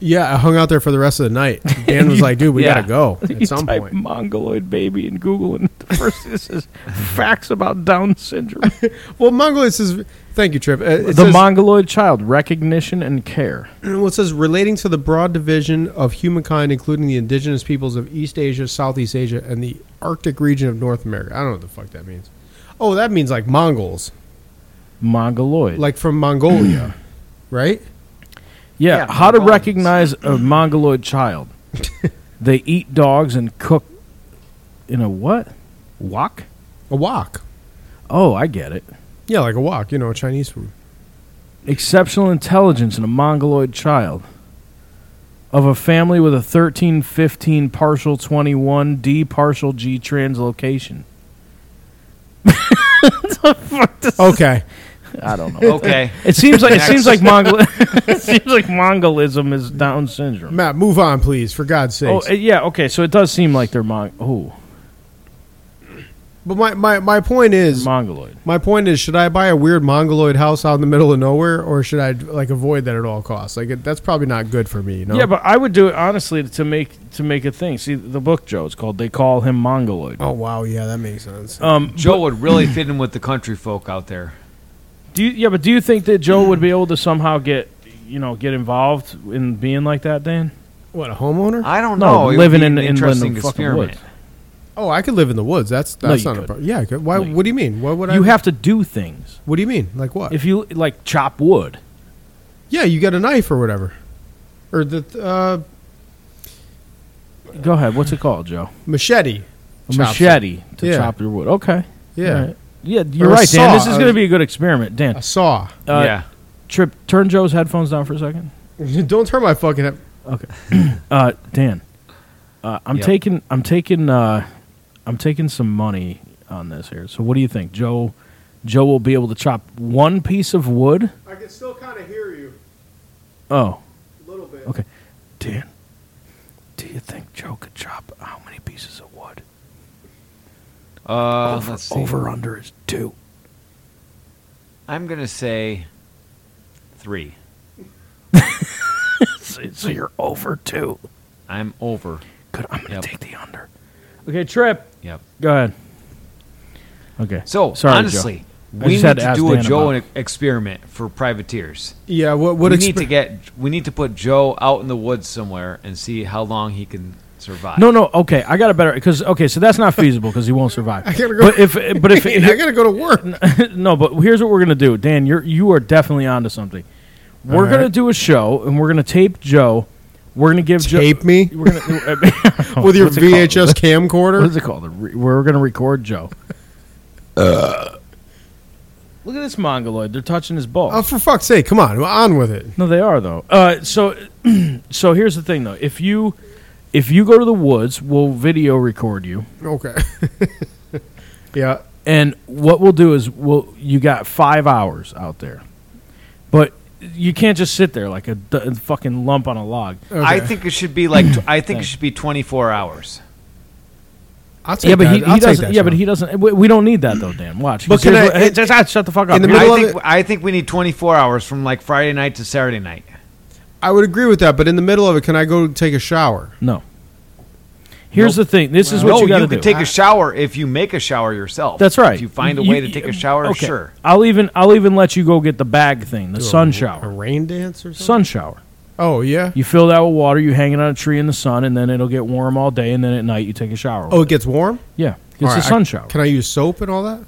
Speaker 2: Yeah, I hung out there for the rest of the night. Dan was like, "Dude, we
Speaker 3: Yeah.
Speaker 2: gotta go
Speaker 4: you
Speaker 2: at some
Speaker 4: type
Speaker 2: point."
Speaker 4: mongoloid baby in Google, and the first thing it says facts about Down syndrome.
Speaker 2: Well, mongoloid says, "Thank you, Trip." Uh, it
Speaker 4: the
Speaker 2: says,
Speaker 4: mongoloid child recognition and care.
Speaker 2: well, it says relating to the broad division of humankind, including the indigenous peoples of East Asia, Southeast Asia, and the Arctic region of North America. I don't know what the fuck that means. Oh, that means like Mongols,
Speaker 4: Mongoloid.
Speaker 2: like from Mongolia, right?
Speaker 4: yeah,
Speaker 3: Yeah,
Speaker 4: how to
Speaker 3: Mongolians.
Speaker 4: recognize a mongoloid child. they eat dogs and cook in a what? Wok?
Speaker 2: A wok.
Speaker 4: Oh, I get it.
Speaker 2: Yeah, like a wok. You know, Chinese food.
Speaker 4: exceptional intelligence in a mongoloid child of a family with a 13 15 partial 21 d partial g translocation
Speaker 2: Okay.
Speaker 4: i don't know
Speaker 3: Okay.
Speaker 4: it seems like it
Speaker 3: Next.
Speaker 4: seems like mongol it seems like mongolism is down syndrome
Speaker 2: Matt, move on, please, for God's
Speaker 4: oh
Speaker 2: sake.
Speaker 4: uh, yeah okay so it does seem like they're mon- oh
Speaker 2: but my, my, my point is,
Speaker 4: mongoloid
Speaker 2: my point is, should I buy a weird mongoloid house out in the middle of nowhere, or should I like avoid that at all costs? Like, it, that's probably not good for me. You know?
Speaker 4: yeah but i would do it honestly to make to make a thing see the book joe it's called they call him mongoloid
Speaker 2: oh wow, yeah, that makes sense.
Speaker 4: um
Speaker 3: Joe would really fit in with the country folk out there.
Speaker 4: Do you, yeah, but do you think that Joe would be able to somehow get you know get involved in being like that, Dan?
Speaker 2: what a homeowner?
Speaker 3: I don't
Speaker 4: No,
Speaker 3: know. It would
Speaker 4: living
Speaker 3: be
Speaker 4: in
Speaker 3: an
Speaker 4: in the
Speaker 3: interesting
Speaker 4: fucking
Speaker 3: experiment.
Speaker 4: woods.
Speaker 2: oh, I could live in the woods. That's
Speaker 4: No,
Speaker 2: that's
Speaker 4: you
Speaker 2: not a
Speaker 4: could.
Speaker 2: problem. Yeah, I could. Why?
Speaker 4: No, you
Speaker 2: what do you mean? What would I?
Speaker 4: You have to do things.
Speaker 2: What do you mean? Like what?
Speaker 4: If you like chop wood,
Speaker 2: yeah, you got a knife or whatever, or the uh,
Speaker 4: go ahead. What's it called, Joe?
Speaker 2: machete.
Speaker 4: A
Speaker 2: Chops
Speaker 4: machete to
Speaker 2: Yeah.
Speaker 4: chop your wood. Okay.
Speaker 2: Yeah,
Speaker 4: All right. Yeah, you're
Speaker 2: Or a
Speaker 4: right, Dan. This
Speaker 2: saw.
Speaker 4: is going to be a good experiment, Dan.
Speaker 2: a saw.
Speaker 4: Uh,
Speaker 3: yeah.
Speaker 4: Trip, turn Joe's headphones down for a second.
Speaker 2: Don't turn my fucking. Head.
Speaker 4: Uh, Dan, uh, I'm
Speaker 3: Yep.
Speaker 4: taking I'm taking uh, I'm taking some money on this here. So what do you think, Joe? Joe will be able to chop one piece of wood.
Speaker 2: I can still kind of hear you
Speaker 4: Oh,
Speaker 2: a little bit.
Speaker 4: Okay. Dan, do you think Joe could chop how many pieces of wood?
Speaker 3: Uh, let's see.
Speaker 4: Over under is two.
Speaker 3: I'm going to say three.
Speaker 4: So, so you're over two.
Speaker 3: I'm over.
Speaker 4: Good. I'm gonna
Speaker 3: Yep.
Speaker 4: take the under. Okay, Trip.
Speaker 3: Yep.
Speaker 4: Go ahead. Okay.
Speaker 3: So,
Speaker 4: Sorry, Joe.
Speaker 3: honestly,
Speaker 4: I
Speaker 3: we
Speaker 4: just
Speaker 3: need
Speaker 4: had
Speaker 3: to,
Speaker 4: to ask
Speaker 3: do a
Speaker 4: Dan
Speaker 3: Joe
Speaker 4: about
Speaker 3: e- experiment for privateers.
Speaker 2: Yeah. What? What?
Speaker 3: we
Speaker 2: expe-
Speaker 3: need to get we need to put Joe out in the woods somewhere and see how long he can survive.
Speaker 4: No, no. Okay, I got a better because okay, so that's not feasible because he won't survive. I
Speaker 2: gotta go-
Speaker 4: But if but if
Speaker 2: Man, I gotta go to work.
Speaker 4: no, but here's what we're gonna do, Dan. You're you are definitely onto something.
Speaker 2: All
Speaker 4: We're gonna
Speaker 2: right.
Speaker 4: do a show and we're gonna tape Joe. We're gonna give
Speaker 2: Tape
Speaker 4: Joe.
Speaker 2: me
Speaker 4: We're gonna
Speaker 2: with your
Speaker 4: Oh, What's it called?
Speaker 2: VHS camcorder.
Speaker 4: What is it called? A re- We're going to record Joe. Look at this mongoloid. They're touching his balls.
Speaker 2: Oh, for fuck's sake! Come on, on with it.
Speaker 4: no, they are though. Uh, so, so here's the thing though. If you if you go to the woods, we'll video record you.
Speaker 2: Okay. yeah.
Speaker 4: And what we'll do is we'll you got five hours out there, but you can't just sit there like a, d- fucking lump on a log.
Speaker 2: Okay.
Speaker 3: I think it should be like tw- I think it should be 24 hours.
Speaker 2: I'll take
Speaker 4: Yeah, but
Speaker 2: that.
Speaker 4: he,
Speaker 2: I'll
Speaker 4: he
Speaker 2: take
Speaker 4: doesn't.
Speaker 2: that
Speaker 4: Yeah, but
Speaker 2: challenge.
Speaker 4: he doesn't. We, we don't need that though, Dan. Watch.
Speaker 2: But
Speaker 4: 'Cause
Speaker 2: can
Speaker 4: here's
Speaker 2: I-
Speaker 4: what-
Speaker 2: it-
Speaker 4: just- ah, shut the fuck up.
Speaker 2: in the
Speaker 4: Here's
Speaker 3: I
Speaker 2: middle
Speaker 4: what-
Speaker 2: of
Speaker 3: think I think we need 24 hours from like Friday night to Saturday night.
Speaker 2: I would agree with that. But in the middle of it, can I go take a shower?
Speaker 4: No. Here's the thing. This is what
Speaker 3: no,
Speaker 4: you got to
Speaker 3: you
Speaker 4: do.
Speaker 3: could take a shower if you make a shower yourself.
Speaker 4: That's right.
Speaker 3: If you find a
Speaker 4: You-
Speaker 3: way to take a shower,
Speaker 4: okay.
Speaker 3: sure.
Speaker 4: I'll even I'll even let you go get the bag thing, the sun
Speaker 2: A
Speaker 4: shower.
Speaker 2: rain dance or something?
Speaker 4: Sun shower.
Speaker 2: Oh yeah.
Speaker 4: You fill that with water. You hang it on a tree in the sun, and then it'll get warm all day. And then at night you take a shower.
Speaker 2: Oh, it gets warm.
Speaker 4: yeah, it's
Speaker 2: All right,
Speaker 4: a
Speaker 2: I-
Speaker 4: sun shower.
Speaker 2: Can I use soap and all that?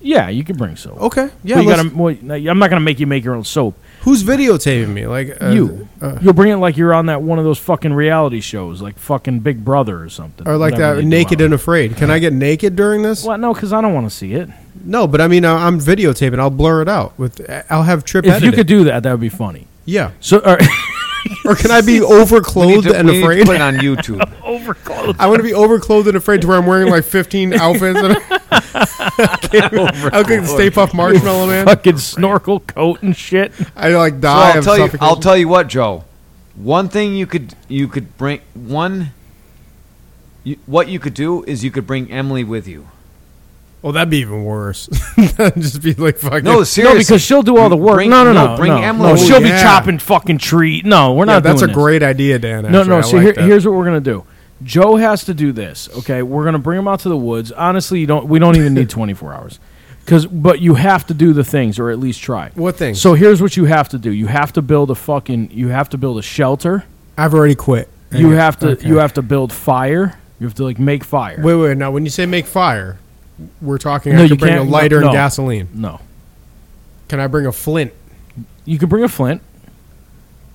Speaker 4: Yeah, you can bring soap.
Speaker 2: Okay. Yeah.
Speaker 4: But you
Speaker 2: let's-
Speaker 4: gotta, well, no, I'm not gonna make you make your own soap.
Speaker 2: who's videotaping me? Like uh,
Speaker 4: you,
Speaker 2: uh,
Speaker 4: you'll bring it like you're on that one of those fucking reality shows, like fucking Big Brother or something,
Speaker 2: or like
Speaker 4: whatever
Speaker 2: that?
Speaker 4: they do
Speaker 2: Naked
Speaker 4: out
Speaker 2: and afraid. Can I get naked during this?
Speaker 4: there. well, no, because I don't want to see it.
Speaker 2: No, but I mean, I- I'm videotaping. I'll blur it out with. I'll have trip.
Speaker 4: If
Speaker 2: edit
Speaker 4: you
Speaker 2: it.
Speaker 4: could do that, that would be funny.
Speaker 2: yeah.
Speaker 4: So, uh, or,
Speaker 2: Or can I be overclothed
Speaker 3: to,
Speaker 2: and
Speaker 3: we need to
Speaker 2: afraid?
Speaker 3: put it on YouTube.
Speaker 2: I want to be overclothed and afraid to where I'm wearing like 15 outfits. And I look like the Stay Puft Marshmallow Man.
Speaker 4: fucking snorkel coat and shit.
Speaker 2: I like
Speaker 3: So
Speaker 2: die
Speaker 3: I'll
Speaker 2: of
Speaker 3: tell you.
Speaker 2: suffocation.
Speaker 3: I'll tell you what, Joe. One thing you could you could bring one. You, what you could do is you could bring Emily with you.
Speaker 2: well, Oh, that'd be even worse. Just be like fucking.
Speaker 3: No, seriously.
Speaker 4: No, because she'll do all the work.
Speaker 3: Bring-
Speaker 4: no, no, no,
Speaker 3: no, bring
Speaker 4: no,
Speaker 3: Emily.
Speaker 4: No, she'll
Speaker 2: Oh,
Speaker 4: be
Speaker 2: yeah.
Speaker 4: chopping fucking tree. No, we're
Speaker 2: Yeah,
Speaker 4: not.
Speaker 2: that's a
Speaker 4: doing this.
Speaker 2: great idea, Dan.
Speaker 4: No,
Speaker 2: actually.
Speaker 4: no.
Speaker 2: I
Speaker 4: So
Speaker 2: like
Speaker 4: here,
Speaker 2: that.
Speaker 4: here's what we're gonna do. Joe has to do this. Okay, we're gonna bring him out to the woods. Honestly, you don't. We don't even need 24 hours, because but you have to do the things, or at least try.
Speaker 2: What things?
Speaker 4: So here's what you have to do. You have to build a fucking. You have to build a shelter.
Speaker 2: I've already quit.
Speaker 4: You have to.
Speaker 2: Okay.
Speaker 4: You have to build fire. You have to like make fire.
Speaker 2: Wait, wait. Now, when you say make fire, we're talking.
Speaker 4: No,
Speaker 2: I
Speaker 4: you
Speaker 2: can bring a
Speaker 4: can't-
Speaker 2: lighter
Speaker 4: no.
Speaker 2: and gasoline.
Speaker 4: No,
Speaker 2: Can I bring a flint?
Speaker 4: you can bring a flint.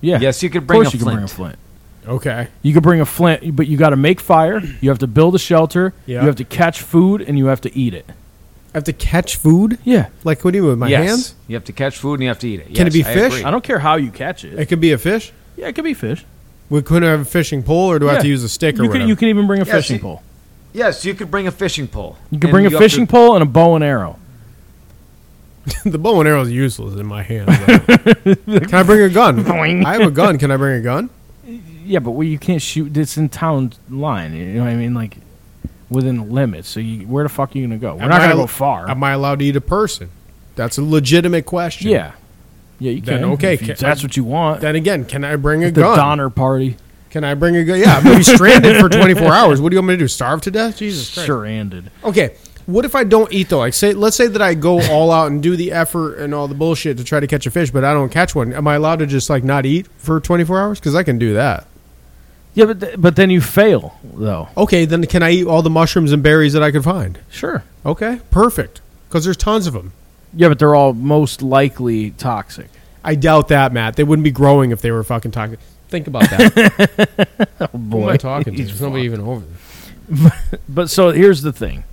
Speaker 4: Yeah.
Speaker 3: Yes, you could
Speaker 4: Of
Speaker 3: bring
Speaker 4: course
Speaker 3: a
Speaker 4: you can bring a
Speaker 3: flint.
Speaker 4: flint.
Speaker 2: Okay.
Speaker 4: You could bring a flint, but you got to make fire. You have to build a shelter.
Speaker 2: Yeah.
Speaker 4: You have to catch food, and you have to eat it.
Speaker 2: I have to catch food.
Speaker 4: Yeah.
Speaker 2: Like what do you do with my
Speaker 3: yes,
Speaker 2: hands?
Speaker 3: you have to catch food and you have to eat it.
Speaker 2: Can it
Speaker 3: Yes,
Speaker 2: be
Speaker 3: I
Speaker 2: fish?
Speaker 3: agree.
Speaker 4: I don't care how you catch
Speaker 2: It
Speaker 4: it.
Speaker 2: could be a fish.
Speaker 4: Yeah, it could be fish.
Speaker 2: We couldn't have a fishing pole, or do I have
Speaker 4: Yeah.
Speaker 2: to use a stick or
Speaker 4: You
Speaker 2: whatever?
Speaker 4: can, you can even bring a
Speaker 3: Yeah,
Speaker 4: fishing
Speaker 3: see-
Speaker 4: pole.
Speaker 3: Yes, you could bring a fishing pole.
Speaker 4: You could bring a fishing pole and a bow and arrow.
Speaker 2: The bow and arrow is useless in my hand. though. Can I bring a gun?
Speaker 4: Boing.
Speaker 2: I have a gun. Can I bring a gun?
Speaker 4: Yeah, but where you can't shoot. It's in town line. You know what I mean? Like within limits. So you, where the fuck are you gonna go? We're
Speaker 2: Am
Speaker 4: not
Speaker 2: I
Speaker 4: gonna
Speaker 2: al-
Speaker 4: go far.
Speaker 2: Am I allowed to eat a person? That's a legitimate question.
Speaker 4: yeah. Yeah, you
Speaker 2: Then
Speaker 4: can.
Speaker 2: okay,
Speaker 4: if you-
Speaker 2: ca-
Speaker 4: if that's what you want.
Speaker 2: Then again, can I bring a
Speaker 4: the
Speaker 2: gun?
Speaker 4: Donner Party.
Speaker 2: Can I bring a gun? Yeah, I'm gonna be stranded for 24 hours. What do you want me to do? Starve to death? Jesus Christ.
Speaker 4: Surrounded.
Speaker 2: Okay. What if I don't eat though? Like say, let's say that I go all out and do the effort and all the bullshit to try to catch a fish, but I don't catch one. Am I allowed to just like not eat for 24 hours? Because I can do that.
Speaker 4: Yeah, but th- but then you fail though.
Speaker 2: Okay, then can I eat all the mushrooms and berries that I could find?
Speaker 4: Sure.
Speaker 2: Okay, perfect. Because there's tons of them.
Speaker 4: Yeah, but they're all most likely toxic.
Speaker 2: I doubt that, Matt. They wouldn't be growing if they were fucking toxic. Think about that. Who am I talking to? There's nobody even over there.
Speaker 4: But so here's the thing.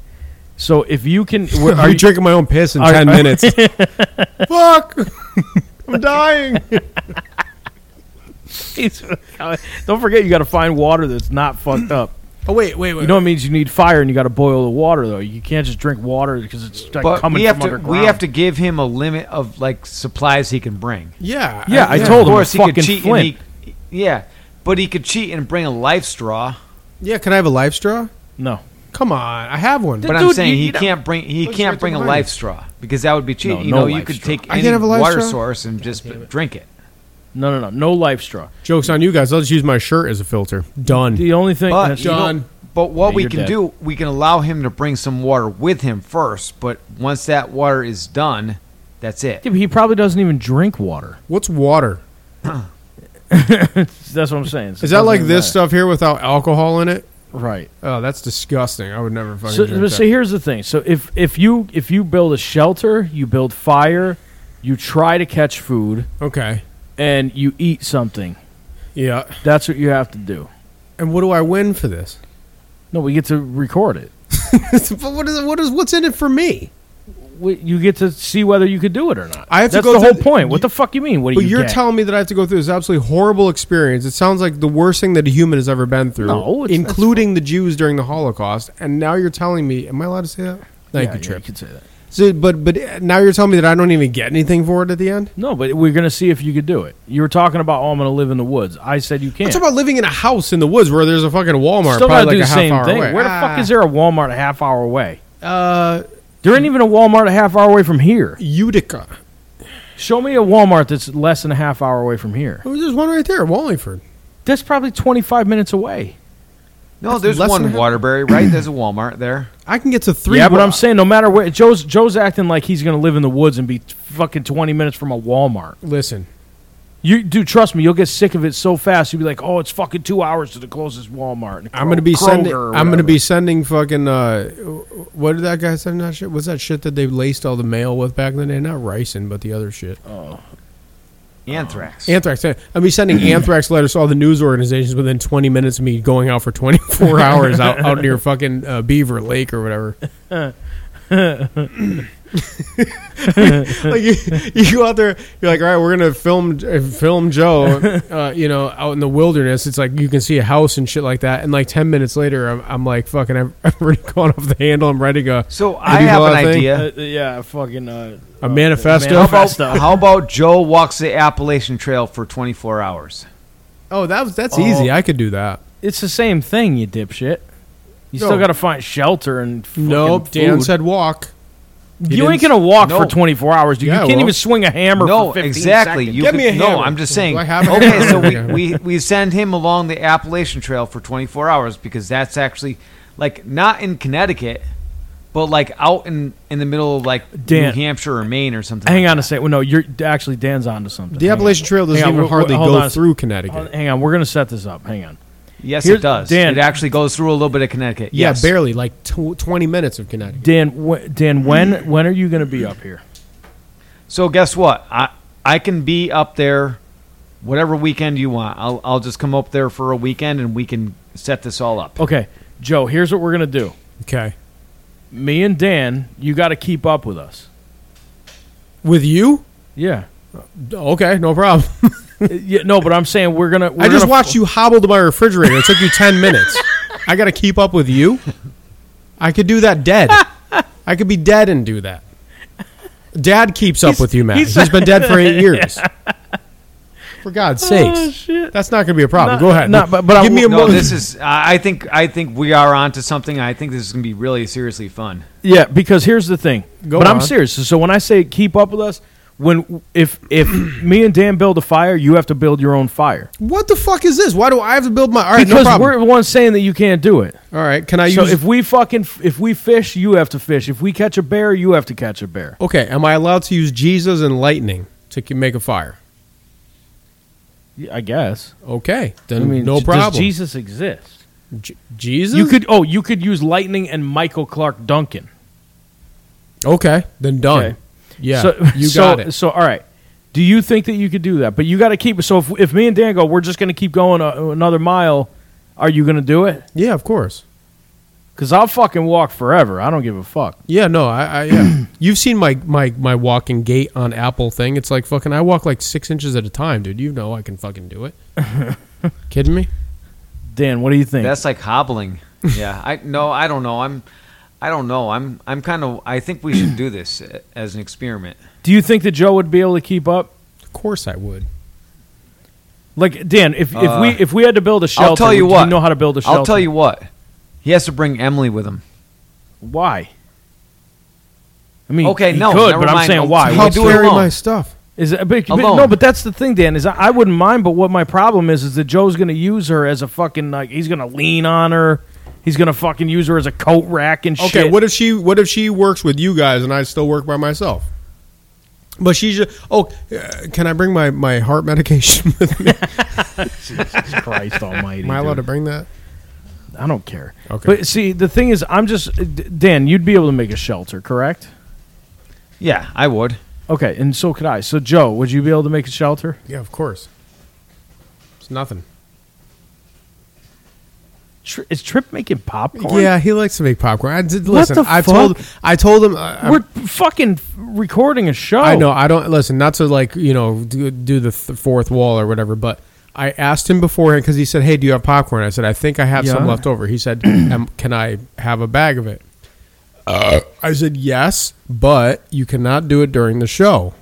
Speaker 4: So if you can, wh-
Speaker 2: Are
Speaker 4: are
Speaker 2: you
Speaker 4: you,
Speaker 2: drinking my own piss in
Speaker 4: Are-
Speaker 2: 10 minutes? Fuck! I'm dying.
Speaker 4: don't forget you got to find water that's not fucked up.
Speaker 2: Oh, wait, wait, wait.
Speaker 4: You know it means you need fire and you got to boil the water though. You can't just drink water because it's like
Speaker 3: But
Speaker 4: coming
Speaker 3: we have
Speaker 4: from
Speaker 3: to
Speaker 4: underground.
Speaker 3: we have to give him a limit of like supplies he can bring.
Speaker 2: yeah.
Speaker 4: Yeah, I told
Speaker 3: of
Speaker 4: him a
Speaker 3: course, he could
Speaker 4: fucking
Speaker 3: cheat.
Speaker 4: flint.
Speaker 3: And he, yeah, but he could cheat and bring a life straw.
Speaker 2: Yeah, can I have a life straw?
Speaker 4: No,
Speaker 2: Come on. I have one.
Speaker 3: But
Speaker 2: But
Speaker 3: I'm
Speaker 4: Dude,
Speaker 3: saying
Speaker 4: you-
Speaker 3: he
Speaker 4: you don't-
Speaker 3: can't bring he
Speaker 2: Let's
Speaker 3: can't
Speaker 2: get
Speaker 3: bring a
Speaker 2: the money.
Speaker 3: life straw because that would be cheating.
Speaker 4: No,
Speaker 3: you
Speaker 4: no
Speaker 3: know, you
Speaker 4: life
Speaker 3: could
Speaker 4: straw.
Speaker 3: take
Speaker 2: I
Speaker 3: any
Speaker 2: can't have a life
Speaker 3: water
Speaker 2: straw?
Speaker 3: source and just drink it.
Speaker 4: no, no, no, no life straw.
Speaker 2: Joke's on you guys. I'll just use my shirt as a filter. Done.
Speaker 4: The only thing,
Speaker 3: But
Speaker 4: that's
Speaker 3: you know-
Speaker 2: Done.
Speaker 3: but what
Speaker 4: Yeah,
Speaker 3: we
Speaker 4: you're
Speaker 3: can
Speaker 4: dead.
Speaker 3: do, we can allow him to bring some water with him first. But once that water is done, that's it.
Speaker 4: Yeah, but he probably doesn't even drink water.
Speaker 2: What's water?
Speaker 4: That's what I'm saying. So
Speaker 2: Is
Speaker 4: it
Speaker 2: that
Speaker 4: doesn't
Speaker 2: like
Speaker 4: even
Speaker 2: this
Speaker 4: matter.
Speaker 2: stuff here without alcohol in it?
Speaker 4: Right.
Speaker 2: Oh, that's disgusting. I would never fucking
Speaker 4: So,
Speaker 2: drink
Speaker 4: but
Speaker 2: that.
Speaker 4: so here's the thing. So if if you if you build a shelter, you build fire, you try to catch food,
Speaker 2: Okay.
Speaker 4: and you eat something.
Speaker 2: Yeah.
Speaker 4: That's what you have to do.
Speaker 2: And what do I win for this?
Speaker 4: No, we get to record it.
Speaker 2: but what is what is what's in it for me?
Speaker 4: We, you get to see whether you could do it or not.
Speaker 2: I have to
Speaker 4: That's
Speaker 2: go
Speaker 4: the
Speaker 2: through
Speaker 4: whole
Speaker 2: the-
Speaker 4: point. What the fuck you mean? What do
Speaker 2: But
Speaker 4: you
Speaker 2: you're
Speaker 4: get?
Speaker 2: telling me that I have to go through this absolutely horrible experience. It sounds like the worst thing that a human has ever been through,
Speaker 4: No, it's- that's
Speaker 2: including the Jews during the Holocaust. And now you're telling me, am I allowed to say that? Thank
Speaker 4: Yeah,
Speaker 2: you,
Speaker 4: yeah,
Speaker 2: Trip.
Speaker 4: could say that.
Speaker 2: So, but but now you're telling me that I don't even get anything for it at the end.
Speaker 4: No, but we're gonna see if you could do it. You were talking about, oh, I'm gonna live in the woods. I said you can't.
Speaker 2: What's about living in a house in the woods where there's a fucking Walmart,
Speaker 4: Still
Speaker 2: probably
Speaker 4: gotta
Speaker 2: like
Speaker 4: do
Speaker 2: a
Speaker 4: the
Speaker 2: half
Speaker 4: same
Speaker 2: hour
Speaker 4: thing.
Speaker 2: away? Ah.
Speaker 4: Where the fuck is there a Walmart a half hour away?
Speaker 2: Uh,
Speaker 4: There ain't even a Walmart a half hour away from here.
Speaker 2: Utica.
Speaker 4: Show me a Walmart that's less than a half hour away from here.
Speaker 2: Oh, There's one right there, Wallingford.
Speaker 4: That's probably 25 minutes away.
Speaker 3: No, there's
Speaker 2: less
Speaker 3: one
Speaker 2: than half-
Speaker 3: Waterbury, right? There's a Walmart there.
Speaker 2: I can get to three.
Speaker 4: yeah, but
Speaker 2: wa-
Speaker 4: I'm saying no matter where Joe's Joe's acting like he's going to live in the woods and be fucking 20 minutes from a Walmart.
Speaker 2: listen.
Speaker 4: You dude, trust me, you'll get sick of it so fast. You'll be like, "Oh, it's fucking two hours to the closest Walmart." and
Speaker 2: I'm gonna be
Speaker 4: Kroger
Speaker 2: sending.
Speaker 4: or
Speaker 2: I'm gonna
Speaker 4: whatever."
Speaker 2: be sending fucking. Uh, what did that guy send? That shit. What's that shit that they laced all the mail with back in the day? Not ricin, but the other shit.
Speaker 3: Anthrax.
Speaker 2: Anthrax. yeah. I'll be sending anthrax letters to all the news organizations within 20 minutes of me going out for 24 hours out, out near fucking uh, Beaver Lake or whatever. like you, you go out there, you're like, all right, we're gonna film uh, film Joe, uh, you know, out in the wilderness. It's like you can see a house and shit like that, and like 10 minutes later, I'm, I'm like, fucking, I've, I've already gone off the handle. I'm ready to go.
Speaker 3: so
Speaker 2: do
Speaker 3: I
Speaker 2: you
Speaker 3: have
Speaker 2: know
Speaker 3: an
Speaker 2: that thing?
Speaker 3: idea.
Speaker 4: Uh, yeah, fucking uh,
Speaker 2: A manifesto?
Speaker 3: How
Speaker 2: How
Speaker 3: about, how about Joe walks the Appalachian Trail for 24 hours?
Speaker 2: Oh, that was that's
Speaker 4: Oh.
Speaker 2: easy. I could do that.
Speaker 4: it's the same thing, you dipshit. You
Speaker 2: No.
Speaker 4: still got to find shelter and fucking
Speaker 2: Nope. Dan
Speaker 4: food.
Speaker 2: said walk. he
Speaker 4: you ain't
Speaker 2: didn't-
Speaker 4: gonna walk
Speaker 3: No.
Speaker 4: for 24 hours, dude.
Speaker 2: Yeah,
Speaker 4: you can't
Speaker 2: well.
Speaker 4: even swing a hammer.
Speaker 3: No,
Speaker 4: for 15
Speaker 3: exactly.
Speaker 4: seconds.
Speaker 3: You
Speaker 2: Give
Speaker 3: could-
Speaker 2: me a
Speaker 3: No,
Speaker 2: hammer.
Speaker 3: I'm just
Speaker 2: Do
Speaker 3: saying.
Speaker 2: I have a
Speaker 3: okay,
Speaker 2: hammer?
Speaker 3: so we,
Speaker 2: Okay.
Speaker 3: we, we send him along the Appalachian Trail for 24 hours because that's actually like not in Connecticut, but like out in in the middle of like
Speaker 4: Dan.
Speaker 3: New Hampshire or Maine or something.
Speaker 4: Hang
Speaker 3: like
Speaker 4: on a second. Well, no, you're actually Dan's onto something.
Speaker 2: The
Speaker 4: Hang on.
Speaker 2: Appalachian Trail doesn't
Speaker 4: Hang on,
Speaker 2: even
Speaker 4: wh- wh-
Speaker 2: hardly
Speaker 4: hold
Speaker 2: go
Speaker 4: on a sec-
Speaker 2: through Connecticut.
Speaker 4: Hold- Hang on, we're gonna set this up. Hang on.
Speaker 3: that. Yes,
Speaker 4: Here's-
Speaker 3: it does.
Speaker 4: Dan.
Speaker 3: It actually goes through a little bit of Connecticut.
Speaker 2: Yeah,
Speaker 3: yes.
Speaker 2: barely like tw- 20 minutes of Connecticut.
Speaker 4: Dan, wh- Dan, when when are you gonna be up here?
Speaker 3: So guess what? I I can be up there whatever weekend you want. I'll I'll just come up there for a weekend and we can set this all up.
Speaker 4: Okay, Joe. Here's what we're gonna do.
Speaker 2: Okay.
Speaker 4: Me and Dan, you got to keep up with us.
Speaker 2: With you?
Speaker 4: Yeah.
Speaker 2: Okay, no problem.
Speaker 4: Uh, yeah no, but I'm saying we're gonna. We're
Speaker 2: I just
Speaker 4: gonna-
Speaker 2: watched you hobble to my refrigerator. It took you 10 minutes. I got to keep up with you. I could do that dead. I could be dead and do that. Dad keeps up with you, Matt. he's been dead for eight years. For God's sakes.
Speaker 4: Oh, shit.
Speaker 2: That's not going to be a problem.
Speaker 4: Not-
Speaker 2: Go ahead.
Speaker 4: not- but- but I
Speaker 2: Give me a
Speaker 4: w-
Speaker 3: No,
Speaker 2: moment.
Speaker 3: this is. I I think. I think we are onto something. I think this is going to be really seriously fun.
Speaker 4: Yeah, because here's the thing.
Speaker 2: Go
Speaker 4: but I'm
Speaker 2: on.
Speaker 4: serious. So when I say keep up with us, when if if me and Dan build a fire, you have to build your own fire
Speaker 2: What the fuck is this? Why do I have to build my. All right, no
Speaker 4: because
Speaker 2: problem.
Speaker 4: we're the ones saying that you can't do it.
Speaker 2: All right, can I
Speaker 4: so
Speaker 2: use.
Speaker 4: if we fucking if we fish, you have to fish. If we catch a bear, you have to catch a bear.
Speaker 2: okay, am I allowed to use Jesus and lightning to c- make a fire?
Speaker 4: Yeah, I guess.
Speaker 2: Okay, then
Speaker 4: I mean,
Speaker 2: no
Speaker 4: j-
Speaker 2: problem.
Speaker 4: Does Jesus exist?
Speaker 2: J- Jesus,
Speaker 4: You could oh, you could use lightning and Michael Clark Duncan.
Speaker 2: okay, then done.
Speaker 4: Okay.
Speaker 2: Yeah,
Speaker 4: so,
Speaker 2: you
Speaker 4: so-
Speaker 2: got it.
Speaker 4: So, all right. Do you think that you could do that? But you got to keep it. So, if, if me and Dan go, we're just going to keep going uh, another mile. Are you going to do it?
Speaker 2: Yeah, of course.
Speaker 4: Because I'll fucking walk forever. I don't give a fuck.
Speaker 2: Yeah, no, I, I yeah. You've seen my my my walking gait on Apple thing. It's like fucking. I walk like six inches at a time, dude. You know I can fucking do it. Kidding me?
Speaker 4: Dan, what do you think?
Speaker 3: That's like hobbling. Yeah. I no. I don't know. I'm. I don't know. I'm. I'm kind of. I think we should do this uh, as an experiment.
Speaker 4: do you think that Joe would be able to keep up?
Speaker 2: Of course I would.
Speaker 4: Like Dan, if, if we if we had to build a shelter,
Speaker 3: Uh, I'll tell you
Speaker 4: do
Speaker 3: what.
Speaker 4: know how to build a shelter.
Speaker 3: I'll tell you what. He has to bring Emily with him.
Speaker 4: why. I mean,
Speaker 3: Okay,
Speaker 4: he
Speaker 3: no,
Speaker 4: could,
Speaker 3: never
Speaker 4: but I'm
Speaker 3: mind.
Speaker 4: saying why.
Speaker 3: I
Speaker 2: Help
Speaker 3: would do it
Speaker 2: carry
Speaker 3: alone.
Speaker 2: my stuff.
Speaker 4: Is it, but, but-
Speaker 3: Alone.
Speaker 4: no, but that's the thing, Dan. Is I, I wouldn't mind, but what my problem is is that Joe's going to use her as a fucking like he's going to lean on her. He's going to fucking use her as a coat rack and shit.
Speaker 2: Okay, what if she what if she works with you guys and I still work by myself? But she's just oh, uh, can I bring my my heart medication with me?
Speaker 4: Jesus Christ Almighty!
Speaker 2: Am I allowed to
Speaker 4: dude.
Speaker 2: bring that?
Speaker 4: I don't care.
Speaker 2: Okay.
Speaker 4: but see, the thing is, I'm just D- Dan. You'd be able to make a shelter, correct?
Speaker 3: Yeah, I would.
Speaker 4: Okay, and so could I. So Joe, would you be able to make a shelter?
Speaker 2: Yeah, of course. It's nothing.
Speaker 4: Tri- is Trip making popcorn?
Speaker 2: Yeah, he likes to make popcorn. I did,
Speaker 4: What
Speaker 2: listen,
Speaker 4: the
Speaker 2: I've
Speaker 4: fuck?
Speaker 2: told I told him I,
Speaker 4: we're fucking recording a show.
Speaker 2: I know I don't listen not to like you know do, do the th- fourth wall or whatever, but I asked him beforehand because he said, "Hey, do you have popcorn?" I said, "I think I have some
Speaker 4: Yeah.
Speaker 2: left over." He said, um, "Can I have a bag of it?"
Speaker 4: Uh.
Speaker 2: I said, "Yes, but you cannot do it during the show."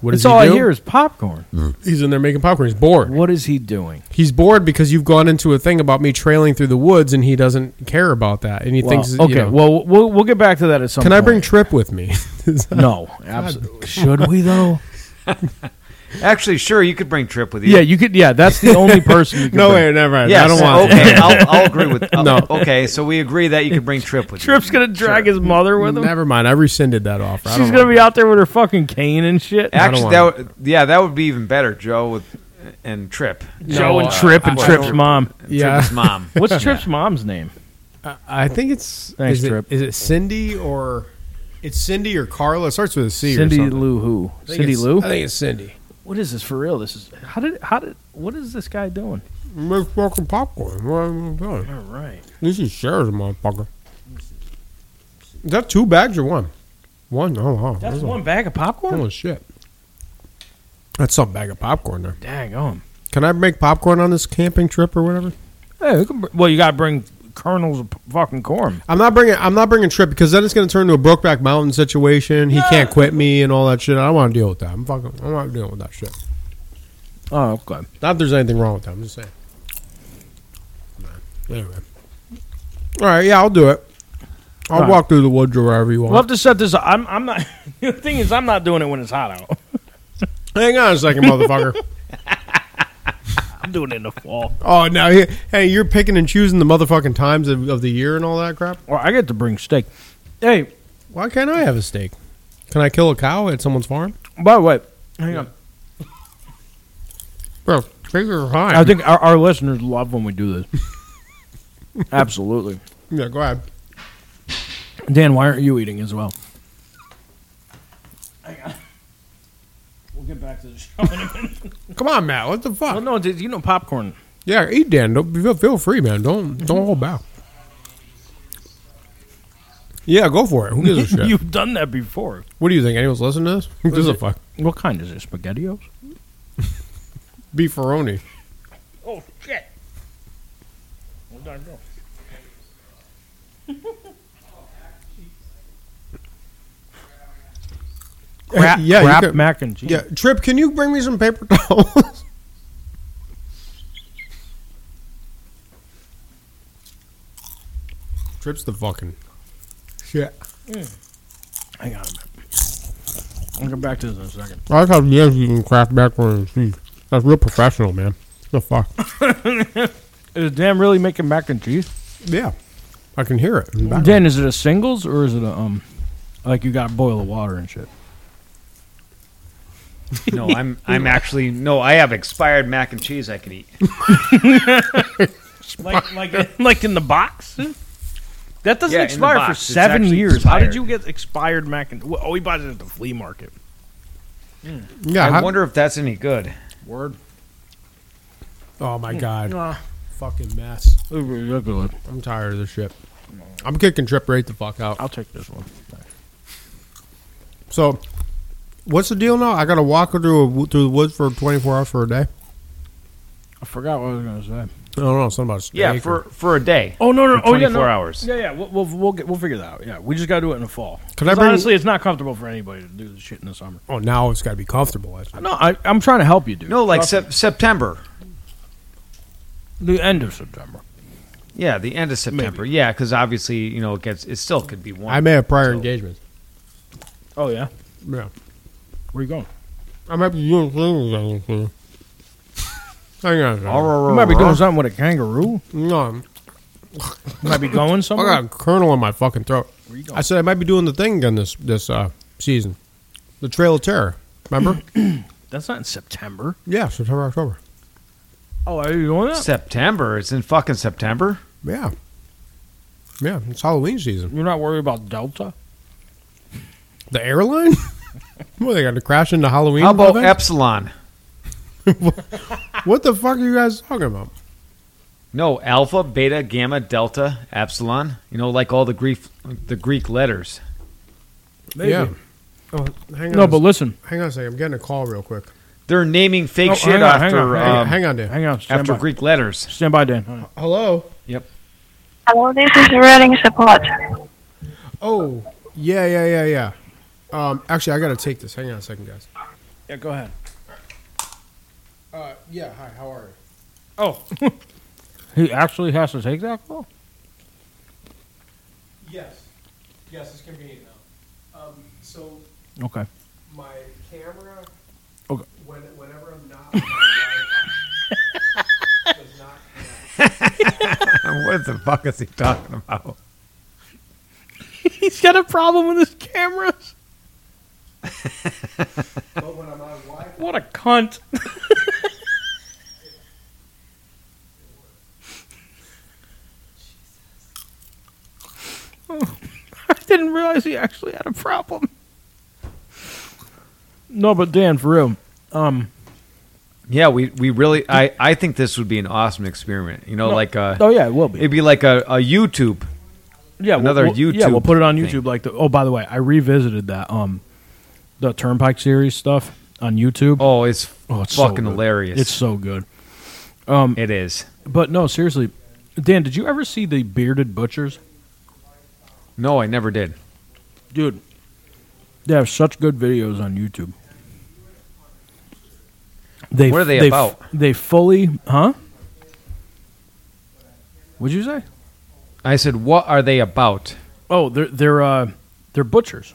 Speaker 2: What does
Speaker 4: That's
Speaker 2: he
Speaker 4: all I
Speaker 2: do?
Speaker 4: hear is popcorn.
Speaker 2: He's in there making popcorn. He's bored.
Speaker 4: What is he doing?
Speaker 2: He's bored because you've gone into a thing about me trailing through the woods, and he doesn't care about that. And he thinks, you
Speaker 4: okay,
Speaker 2: know,
Speaker 4: well, we'll we'll get back to that at some.
Speaker 2: can I
Speaker 4: point.
Speaker 2: bring Trip with me?
Speaker 4: No, absolutely. Should we though?
Speaker 3: Actually, sure, you could bring Trip with you.
Speaker 4: Yeah, you could. Yeah, that's the only person. You could
Speaker 2: No
Speaker 4: bring.
Speaker 2: way, never. mind.
Speaker 3: Yes,
Speaker 2: I don't want.
Speaker 3: Okay,
Speaker 2: it.
Speaker 3: I'll, I'll agree with.
Speaker 2: No.
Speaker 3: no. Okay, so we agree that you could bring Trip with
Speaker 4: Trip's
Speaker 3: you.
Speaker 4: gonna drag his mother with him.
Speaker 2: Never mind. I rescinded that offer. I
Speaker 4: She's
Speaker 2: don't
Speaker 4: gonna
Speaker 2: want
Speaker 4: be out there with her fucking cane and shit.
Speaker 3: Actually,
Speaker 2: want
Speaker 3: that would, yeah, that would be even better, Joe with and Trip. uh,
Speaker 4: Joe uh, and
Speaker 2: No,
Speaker 4: Trip and
Speaker 3: I- I
Speaker 4: Trip's
Speaker 3: don't-
Speaker 4: mom.
Speaker 2: it. Yeah,
Speaker 3: Trip's mom.
Speaker 4: What's Trip's mom's name?
Speaker 2: I- I think it's.
Speaker 4: Thanks,
Speaker 2: is, it,
Speaker 4: Trip.
Speaker 2: is it Cindy or? It's Cindy or Carla. It starts with a C.
Speaker 4: Cindy
Speaker 2: or something.
Speaker 4: Lou who?
Speaker 2: I think
Speaker 4: Cindy
Speaker 2: it's-
Speaker 4: Lou.
Speaker 2: I think it's Cindy.
Speaker 4: What is this for real? This is how did how did what is this guy doing?
Speaker 2: We're smoking popcorn. What am I doing?
Speaker 4: All right.
Speaker 2: This is shares, motherfucker. Is that two bags or one? One. Oh wow,
Speaker 4: That's
Speaker 2: That's
Speaker 4: one bag of popcorn?
Speaker 2: Holy shit. That's some bag of popcorn there.
Speaker 4: Dang oh, um. on.
Speaker 2: Can I make popcorn on this camping trip or whatever?
Speaker 4: Hey, well, you got to bring kernels of p- fucking corn.
Speaker 2: I'm not bringing. I'm not bringing trip because then it's going to turn into a Brokeback Mountain situation. He can't quit me and all that shit. I don't want to deal with that. I'm fucking. I'm not dealing with that shit.
Speaker 4: Oh, okay.
Speaker 2: Not that there's anything wrong with that. I'm just saying. Anyway. All right. Yeah, I'll do it. I'll
Speaker 4: Right.
Speaker 2: walk through the woods or wherever you want.
Speaker 4: We'll have to set this up. I'm, I'm not. the thing is, I'm not doing it when it's hot out.
Speaker 2: Hang on a second, motherfucker.
Speaker 4: I'm doing it in the fall.
Speaker 2: oh, now he- hey, you're picking and choosing the motherfucking times of, of the year and all that crap.
Speaker 4: Or I get to bring steak. Hey,
Speaker 2: Why can't I have a steak? Can I kill a cow at someone's farm?
Speaker 4: by the way, hang on.
Speaker 2: Bro, steaks are high.
Speaker 4: I think our, our listeners love when we do this. Absolutely.
Speaker 2: yeah, go ahead.
Speaker 4: Dan, why aren't you eating as well? We'll get back to the show.
Speaker 2: Come on, Matt. What the fuck?
Speaker 4: well, no, did you know popcorn?
Speaker 2: Yeah, eat, Dan. Don't, feel, feel free, man. Don't don't hold back. Yeah, go for it. Who gives a shit?
Speaker 4: You've done that before.
Speaker 2: what do you think? Anyone's listening to this? Who gives a
Speaker 4: it?
Speaker 2: fuck?
Speaker 4: What kind is it? SpaghettiOs?
Speaker 2: Beefaroni.
Speaker 4: Oh shit! Where did I go? Crap,
Speaker 2: yeah, you
Speaker 4: crap
Speaker 2: could-
Speaker 4: mac and cheese.
Speaker 2: Yeah, Trip, can you bring me some paper towels? Trip's the fucking shit.
Speaker 4: Hang on a minute. I'll get back to this in a second.
Speaker 2: I like how Dan's eating craft macaroni and cheese. That's real professional, man. The fuck.
Speaker 4: Is Dan really making mac and cheese?
Speaker 2: Yeah, I can hear it. in the background.
Speaker 4: Dan, is it a singles or is it a um, like you got to boil the water and shit?
Speaker 3: No, I'm I'm actually no. I have expired mac and cheese I can eat.
Speaker 4: Like like like in the box? That doesn't
Speaker 3: Yeah, in the
Speaker 4: expire for
Speaker 3: box. It's
Speaker 4: seven
Speaker 3: actually
Speaker 4: years. How did
Speaker 3: expired.
Speaker 4: you get expired mac and? Oh, he buys it at the flea market.
Speaker 2: Yeah,
Speaker 3: I
Speaker 2: how-
Speaker 3: wonder if that's any good.
Speaker 4: Word.
Speaker 2: Oh
Speaker 3: Hmm.
Speaker 2: my god,
Speaker 4: Ah,
Speaker 2: fucking mess.
Speaker 4: this is ridiculous.
Speaker 2: I'm tired of this shit. I'm kicking Trip right the fuck out.
Speaker 4: I'll take this one.
Speaker 2: So, what's the deal now? I gotta walk through a, through the woods for 24 hours for a day.
Speaker 4: I forgot what I was going to say.
Speaker 2: I don't know something about steak
Speaker 3: Yeah,
Speaker 2: or-
Speaker 3: for for a day.
Speaker 4: Oh no, no,
Speaker 3: For
Speaker 4: oh yeah,
Speaker 3: 24
Speaker 4: no.
Speaker 3: hours.
Speaker 4: Yeah, yeah, we'll we'll we'll, get, we'll figure that out. Yeah, we just got to do it in the fall.
Speaker 2: Can I
Speaker 4: 'Cause
Speaker 2: bring-
Speaker 4: honestly, it's not comfortable for anybody to do this shit in the summer.
Speaker 2: oh now it's gotta be comfortable. I think.
Speaker 4: No, I, I'm trying to help you, dude.
Speaker 3: No, like
Speaker 4: Trust me.
Speaker 3: sep- September.
Speaker 4: the end of September.
Speaker 3: Yeah, the end of September. Yeah, because obviously you know it gets it still could be warm.
Speaker 2: I may have prior
Speaker 3: So-
Speaker 2: engagements.
Speaker 4: Oh yeah,
Speaker 2: Yeah,
Speaker 4: where you going?
Speaker 2: I might be doing things. I think, too. Hang on. a second.
Speaker 3: Oh,
Speaker 4: You might be doing something with a kangaroo.
Speaker 2: No, I'm-
Speaker 4: You might be going
Speaker 2: I
Speaker 4: somewhere.
Speaker 2: got a kernel in my fucking throat.
Speaker 4: Where you going?
Speaker 2: I said I might be doing the thing again this this uh, season, the Trail of Terror. Remember?
Speaker 4: That's not in September.
Speaker 2: yeah, September, October.
Speaker 4: Oh, are you doing that?
Speaker 3: September. It's in fucking September.
Speaker 2: Yeah, yeah, it's Halloween season.
Speaker 4: You're not worried about Delta?
Speaker 2: The airline? what they got to crash into Halloween?
Speaker 3: How about
Speaker 2: event?
Speaker 3: Epsilon?
Speaker 2: what the fuck are you guys talking about?
Speaker 3: No, Alpha, Beta, Gamma, Delta, Epsilon. You know, like all the Greek the Greek letters.
Speaker 2: Yeah. Oh, hang on.
Speaker 4: No,
Speaker 2: a-
Speaker 4: but listen.
Speaker 2: hang on a second. I'm getting a call real quick.
Speaker 3: They're naming fake
Speaker 4: Oh,
Speaker 3: shit
Speaker 4: hang on, hang
Speaker 3: after
Speaker 4: on,
Speaker 2: Hang,
Speaker 3: um,
Speaker 2: hang on, Dan.
Speaker 4: Hang on. Stand
Speaker 3: after
Speaker 4: by.
Speaker 3: Greek letters.
Speaker 4: Stand by, Dan. Hang on.
Speaker 2: Hello.
Speaker 3: Yep.
Speaker 5: Hello, this is Reading Support.
Speaker 2: Oh, yeah, yeah, yeah, yeah. Um, actually, I gotta take this. Hang on a second, guys.
Speaker 4: Yeah, go ahead.
Speaker 2: Uh, yeah. Hi. How are you?
Speaker 4: Oh. he actually has to take that call?
Speaker 2: Yes. Yes, it's convenient now. Um, so
Speaker 4: Okay.
Speaker 2: my camera.
Speaker 4: Okay.
Speaker 2: When when
Speaker 6: what the fuck is he talking about?
Speaker 4: He's got a problem with his cameras. what a cunt. Oh, I didn't realize he actually had a problem. No, but Dan, for real. Um,
Speaker 3: Yeah, we, we really I, I think this would be an awesome experiment. You know, like uh
Speaker 4: oh yeah, it will be.
Speaker 3: it'd be like a, a YouTube.
Speaker 4: yeah, we'll-
Speaker 3: another
Speaker 4: we'll, Yeah, we'll
Speaker 3: YouTube
Speaker 4: put it on
Speaker 3: thing.
Speaker 4: YouTube. Like the oh, by the way, I revisited that um, the Turnpike series stuff on YouTube.
Speaker 3: Oh, it's,
Speaker 4: Oh, it's so
Speaker 3: fucking
Speaker 4: good.
Speaker 3: hilarious.
Speaker 4: It's um, so good.
Speaker 3: it is.
Speaker 4: But no, seriously, Dan, did you ever see the bearded butchers?
Speaker 3: No, I never did.
Speaker 4: Dude, they have such good videos on YouTube. They
Speaker 3: What are they
Speaker 4: f-
Speaker 3: about?
Speaker 4: They fully, huh? What'd you say?
Speaker 3: I said, what are they about?
Speaker 4: Oh, they're they're uh, they're butchers,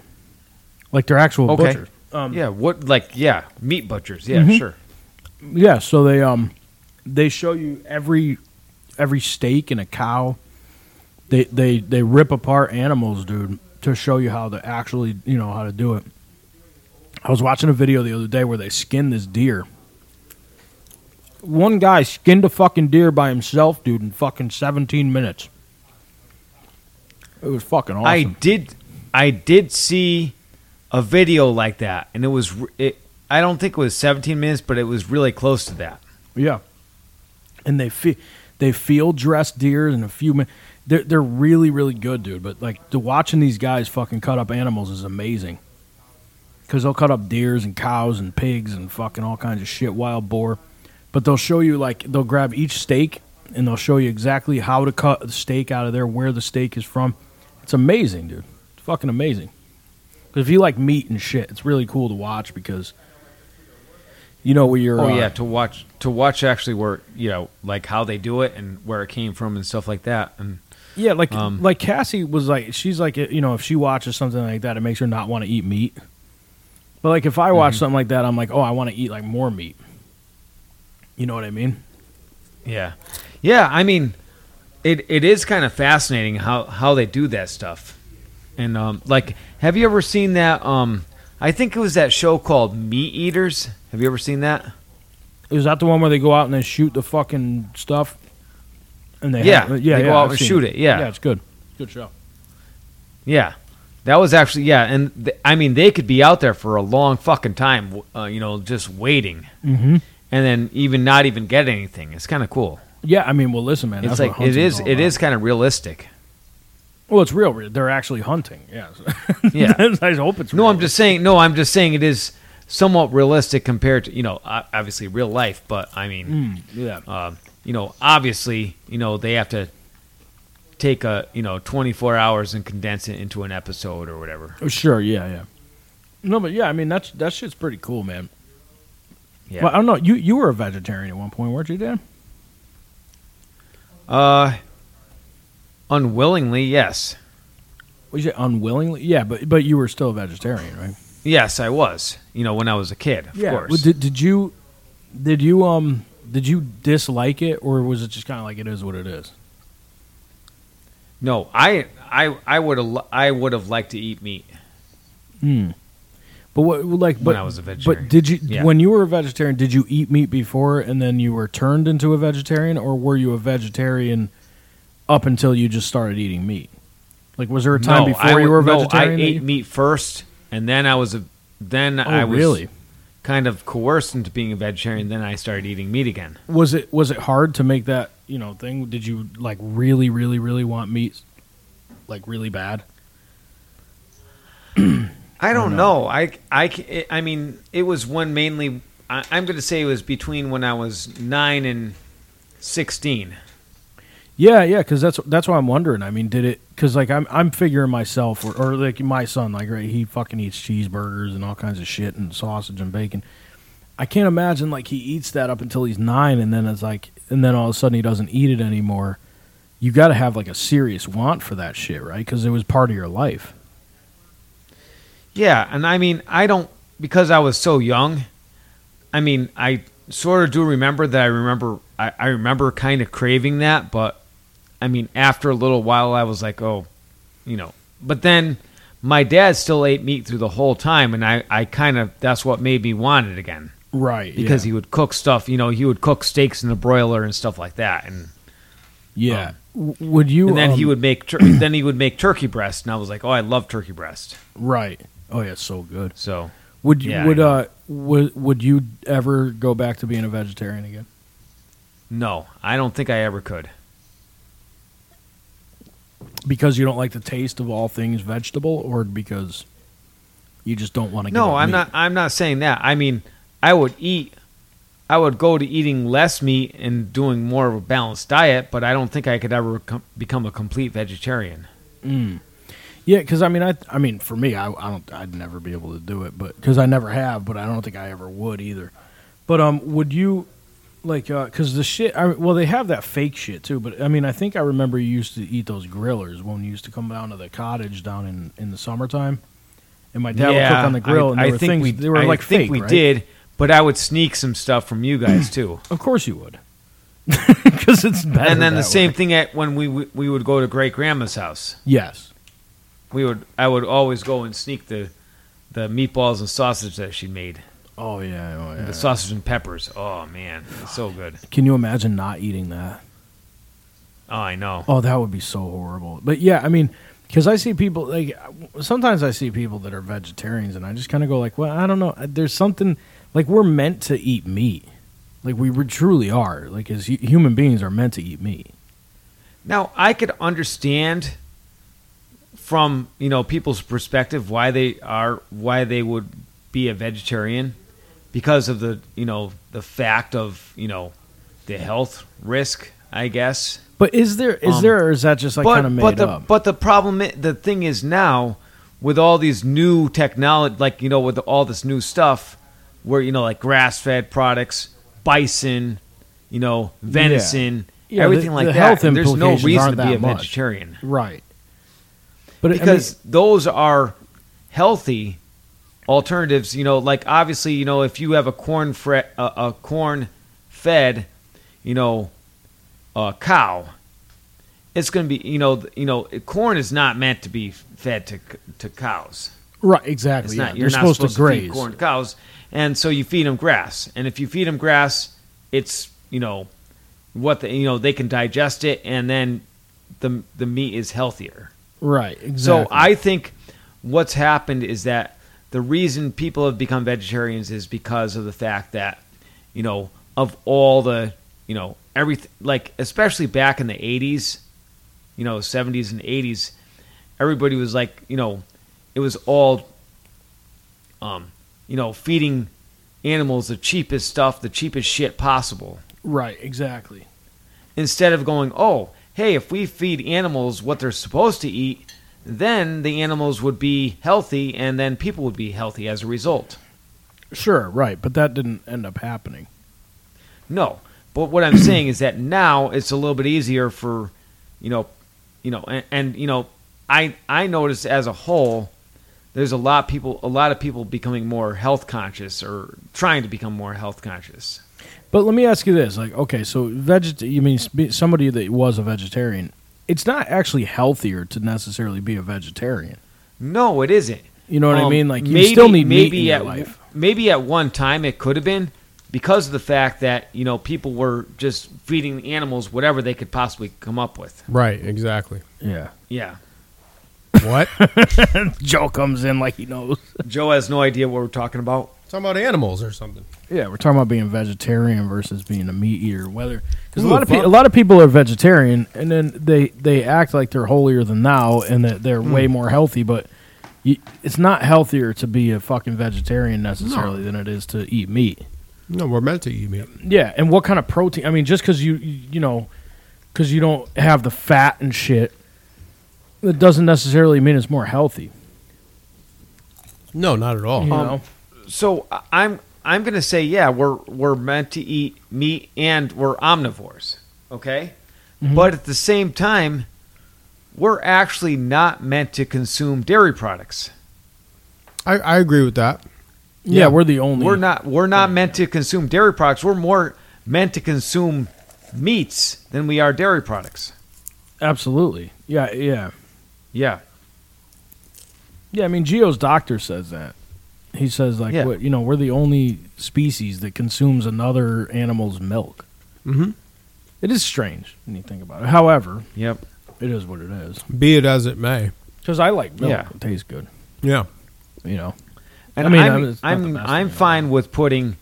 Speaker 4: like they're actual
Speaker 3: Okay.
Speaker 4: butchers. Um, Mm-hmm.
Speaker 3: Yeah, what like yeah, meat butchers. Yeah, sure.
Speaker 4: Yeah, so they um they show you every every steak in a cow. They they they rip apart animals, dude, to show you how to actually, you know, how to do it. I was watching a video the other day where they skinned this deer. One guy skinned a fucking deer by himself, dude, in fucking 17 minutes. It was fucking awesome.
Speaker 3: I did I did see a video like that and it was r- it I don't think it was 17 minutes, but it was really close to that.
Speaker 4: Yeah, and they fe- they field dress deer and a few men. They're they're really really good, dude. But like to watching these guys fucking cut up animals is amazing. Because they'll cut up deers and cows and pigs and fucking all kinds of shit, wild boar. But they'll show you like they'll grab each steak and they'll show you exactly how to cut the steak out of there, where the steak is from. It's amazing, dude. It's fucking amazing. 'Cause if you like meat and shit, it's really cool to watch because you know where you're.
Speaker 3: Oh
Speaker 4: uh,
Speaker 3: yeah, to watch to watch actually where, you know, like how they do it and where it came from and stuff like that. And
Speaker 4: Yeah, like
Speaker 3: Um,
Speaker 4: like Cassie was like she's like you know if she watches something like that it makes her not want to eat meat. But like if I
Speaker 3: Mm-hmm.
Speaker 4: watch something like that I'm like, "Oh, I want to eat like more meat." You know what I mean?
Speaker 3: yeah. Yeah, I mean it it is kind of fascinating how how they do that stuff. And um like have you ever seen that um I think it was that show called Meat Eaters. Have you ever seen that?
Speaker 4: Is that the one where they go out and they shoot the fucking stuff? And they
Speaker 3: Yeah,
Speaker 4: have- yeah,
Speaker 3: they go
Speaker 4: yeah,
Speaker 3: out
Speaker 4: I've
Speaker 3: and
Speaker 4: seen
Speaker 3: shoot it, yeah.
Speaker 4: yeah, it's good. Good show.
Speaker 3: Yeah, that was actually yeah, and th- I mean they could be out there for a long fucking time, w- uh, you know, just waiting,
Speaker 4: Mm-hmm.
Speaker 3: and then even not even get anything. It's kind of cool.
Speaker 4: Yeah, I mean, well, listen, man,
Speaker 3: it's
Speaker 4: that's what
Speaker 3: like it
Speaker 4: hunting's
Speaker 3: is
Speaker 4: all
Speaker 3: it
Speaker 4: about.
Speaker 3: is kind of realistic.
Speaker 4: Well, it's real. They're actually hunting. Yeah.
Speaker 3: Yeah.
Speaker 4: I hope it's.
Speaker 3: No,
Speaker 4: real.
Speaker 3: I'm just saying. No, I'm just saying it is somewhat realistic compared to you know o- obviously real life, but I mean.
Speaker 4: Mm. Yeah.
Speaker 3: um, you know, obviously, you know, they have to take a, you know, 24 hours and condense it into an episode or whatever.
Speaker 4: Oh, Sure, yeah, yeah. No, but yeah, I mean that's that shit's pretty cool, man.
Speaker 3: Yeah.
Speaker 4: Well, I don't know. You you were a vegetarian at one point, weren't you, Dan?
Speaker 3: Uh, unwillingly, yes.
Speaker 4: Was it unwillingly? Yeah, but but you were still a vegetarian, right?
Speaker 3: Yes, I was. You know, when I was a kid, of course.
Speaker 4: Well, did did you did you um did you dislike it or was it just kind of like it is what it is?
Speaker 3: no, I, I, I would have, I would have liked to eat meat.
Speaker 4: But what like
Speaker 3: When
Speaker 4: but,
Speaker 3: I was a vegetarian.
Speaker 4: But did you
Speaker 3: Yeah.
Speaker 4: when you were a vegetarian? Did you eat meat before and then you were turned into a vegetarian, or were you a vegetarian up until you just started eating meat? Like, was there a time
Speaker 3: no,
Speaker 4: before
Speaker 3: I
Speaker 4: you
Speaker 3: would-
Speaker 4: were a
Speaker 3: no,
Speaker 4: vegetarian? that
Speaker 3: I
Speaker 4: you-
Speaker 3: ate meat first, and then I was a, then
Speaker 4: Oh,
Speaker 3: I was
Speaker 4: really?
Speaker 3: kind of coerced into being a vegetarian. Then I started eating meat again.
Speaker 4: was it was it hard to make that you know thing did you like really really really want meat like really bad
Speaker 3: I don't know. I, I, c- it- I mean, it was one mainly. I, I'm going to say it was between when I was nine and sixteen.
Speaker 4: yeah yeah because that's that's why i'm wondering i mean did it because like i'm i'm figuring myself or, or like my son like right he fucking eats cheeseburgers and all kinds of shit and sausage and bacon i can't imagine like he eats that up until he's nine and then it's like and then all of a sudden he doesn't eat it anymore you got to have like a serious want for that shit right because it was part of your life
Speaker 3: Yeah, and I mean, I don't because I was so young. I mean, I sort of do remember that I remember I, I remember kind of craving that, but I mean after a little while I was like, oh, you know. But then my dad still ate meat through the whole time, and I I kind of that's what made me want it again
Speaker 4: Right.
Speaker 3: because he would cook stuff. You know, he would cook steaks in the broiler and stuff like that, and
Speaker 4: yeah. W- would you?
Speaker 3: and then he
Speaker 4: um,
Speaker 3: would make tur- then he would make turkey breast, and I was like, oh, I love turkey breast.
Speaker 4: Right. Oh yeah, it's so good.
Speaker 3: So
Speaker 4: Would you?
Speaker 3: Yeah, I
Speaker 4: would
Speaker 3: know.
Speaker 4: uh? Would Would you ever go back to being a vegetarian again?
Speaker 3: no, I don't think I ever could.
Speaker 4: Because you don't like the taste of all things vegetable, or because you just don't want to?
Speaker 3: No, I'm not. I'm not saying that. I mean, I would eat. I would go to eating less meat and doing more of a balanced diet, but I don't think I could ever com- become a complete vegetarian.
Speaker 4: Yeah, because I mean, I I mean, for me, I, I don't, I'd never be able to do it, but because I never have, but I don't think I ever would either. But um, would you like? Because the shit, I, well, they have that fake shit too. But I mean, I think I remember you used to eat those grillers when you used to come down to the cottage down in in the summertime, and my dad would cook on the grill,
Speaker 3: I,
Speaker 4: and there
Speaker 3: I
Speaker 4: were
Speaker 3: think
Speaker 4: things
Speaker 3: we
Speaker 4: they were
Speaker 3: I
Speaker 4: like
Speaker 3: think
Speaker 4: fake,
Speaker 3: we
Speaker 4: right?
Speaker 3: did, but I would sneak some stuff from you guys too.
Speaker 4: Of course you would, because it's better.
Speaker 3: and then the
Speaker 4: that
Speaker 3: same
Speaker 4: way.
Speaker 3: thing at when we w- we would go to great grandma's house.
Speaker 4: Yes.
Speaker 3: We would I would always go and sneak the the meatballs and sausage that she made,
Speaker 4: Oh yeah. Oh yeah.
Speaker 3: the sausage and peppers. Oh man, it's so good.
Speaker 4: Can you imagine not eating that?
Speaker 3: Oh, I know.
Speaker 4: Oh, that would be so horrible. But yeah, I mean, because I see people like sometimes I see people that are vegetarians, and I just kind of go like, well, I don't know. There's something like we're meant to eat meat. Like we re- truly are. Like as hu- human beings are meant to eat meat.
Speaker 3: Now, I could understand from you know people's perspective why they are why they would be a vegetarian because of the you know the fact of you know the health risk, I guess.
Speaker 4: But is there is
Speaker 3: Um,
Speaker 4: there or is that just like
Speaker 3: but
Speaker 4: kind of made
Speaker 3: but the
Speaker 4: up?
Speaker 3: but the problem i- the thing is now with all these new technology, like you know with all this new stuff, where you know like grass fed products, bison, you know venison,
Speaker 4: Yeah, the-
Speaker 3: everything like
Speaker 4: the
Speaker 3: that.
Speaker 4: health
Speaker 3: and there's no
Speaker 4: implications
Speaker 3: reason
Speaker 4: aren't
Speaker 3: to be
Speaker 4: that
Speaker 3: a
Speaker 4: much.
Speaker 3: vegetarian
Speaker 4: right. But I mean,
Speaker 3: because those are healthy alternatives. You know, like obviously, you know, if you have a corn fre- a, a corn fed, you know, uh, cow, it's going to be you know th- you know corn is not meant to be fed to c- to cows.
Speaker 4: right,
Speaker 3: It's
Speaker 4: exactly. yeah.
Speaker 3: not.
Speaker 4: They're
Speaker 3: You're not
Speaker 4: supposed, to graze.
Speaker 3: feed corn to cows, and so you feed them grass. And if you feed them grass, it's you know what the, you know they can digest it, and then the the meat is healthier.
Speaker 4: Right. Exactly.
Speaker 3: So I think what's happened is that the reason people have become vegetarians is because of the fact that, you know, of all the, you know, everything, like, especially back in the 80s, you know, 70s and 80s, everybody was like, you know, it was all, um, you know, feeding animals the cheapest stuff, the cheapest shit possible
Speaker 4: right. Exactly.
Speaker 3: instead of going, oh, hey, if we feed animals what they're supposed to eat, then the animals would be healthy and then people would be healthy as a result.
Speaker 4: Sure. Right. But that didn't end up happening.
Speaker 3: No. But what I'm saying is that now it's a little bit easier for, you know, you know, and, and you know, I I notice as a whole, there's a lot people, a lot of people becoming more health conscious or trying to become more health conscious.
Speaker 4: But let me ask you this: like, okay, so veget you mean sp- somebody that was a vegetarian? It's not actually healthier to necessarily be a vegetarian.
Speaker 3: No, it isn't.
Speaker 4: You know what I
Speaker 3: Um,
Speaker 4: mean? Like, you still need meat in your
Speaker 3: at,
Speaker 4: life.
Speaker 3: Maybe at one time it could have been because of the fact that you know people were just feeding the animals whatever they could possibly come up with.
Speaker 2: Right, exactly.
Speaker 4: Yeah.
Speaker 3: Yeah,
Speaker 2: What?
Speaker 4: Joe comes in like he knows.
Speaker 3: Joe has no idea what we're talking about.
Speaker 2: Talking about animals or something.
Speaker 4: Yeah, we're talking about being vegetarian versus being a meat eater. Whether because
Speaker 2: Who
Speaker 4: a lot
Speaker 2: the
Speaker 4: of pe-
Speaker 2: fuck-
Speaker 4: a lot of people are vegetarian and then they they act like they're holier than thou and that they're way more healthy, but. You, it's not healthier to be a fucking vegetarian necessarily than it is to eat meat.
Speaker 2: No, we're meant to eat meat.
Speaker 4: Yeah, and what kind of protein? I mean, just because you you know, because you don't have the fat and shit, that doesn't necessarily mean it's more healthy.
Speaker 2: No, not at all.
Speaker 4: You
Speaker 3: Um,
Speaker 4: know,
Speaker 3: So I- I'm I'm gonna say yeah we're we're meant to eat meat and we're omnivores, okay?
Speaker 4: Mm-hmm.
Speaker 3: But at the same time, we're actually not meant to consume dairy products.
Speaker 2: I, I agree with that.
Speaker 4: Yeah, we're the only.
Speaker 3: We're not we're not meant to consume dairy products. We're more meant to consume meats than we are dairy products.
Speaker 4: absolutely. Yeah, yeah,
Speaker 3: Yeah.
Speaker 4: yeah. I mean, Geo's doctor says that. He says like,
Speaker 3: Yeah.
Speaker 4: what, you know, we're the only species that consumes another animal's milk.
Speaker 3: Mm-hmm.
Speaker 2: Mhm.
Speaker 4: It is strange when you think about it. However,
Speaker 3: Yep.
Speaker 4: it is what it is.
Speaker 2: Be it as it may.
Speaker 4: Because I like milk;
Speaker 3: Yeah.
Speaker 4: it tastes good.
Speaker 2: Yeah.
Speaker 4: You know,
Speaker 3: And
Speaker 4: I mean, I'm-
Speaker 3: I'm
Speaker 4: it's not the
Speaker 3: I'm,
Speaker 4: best
Speaker 3: I'm
Speaker 4: thing.
Speaker 3: fine with putting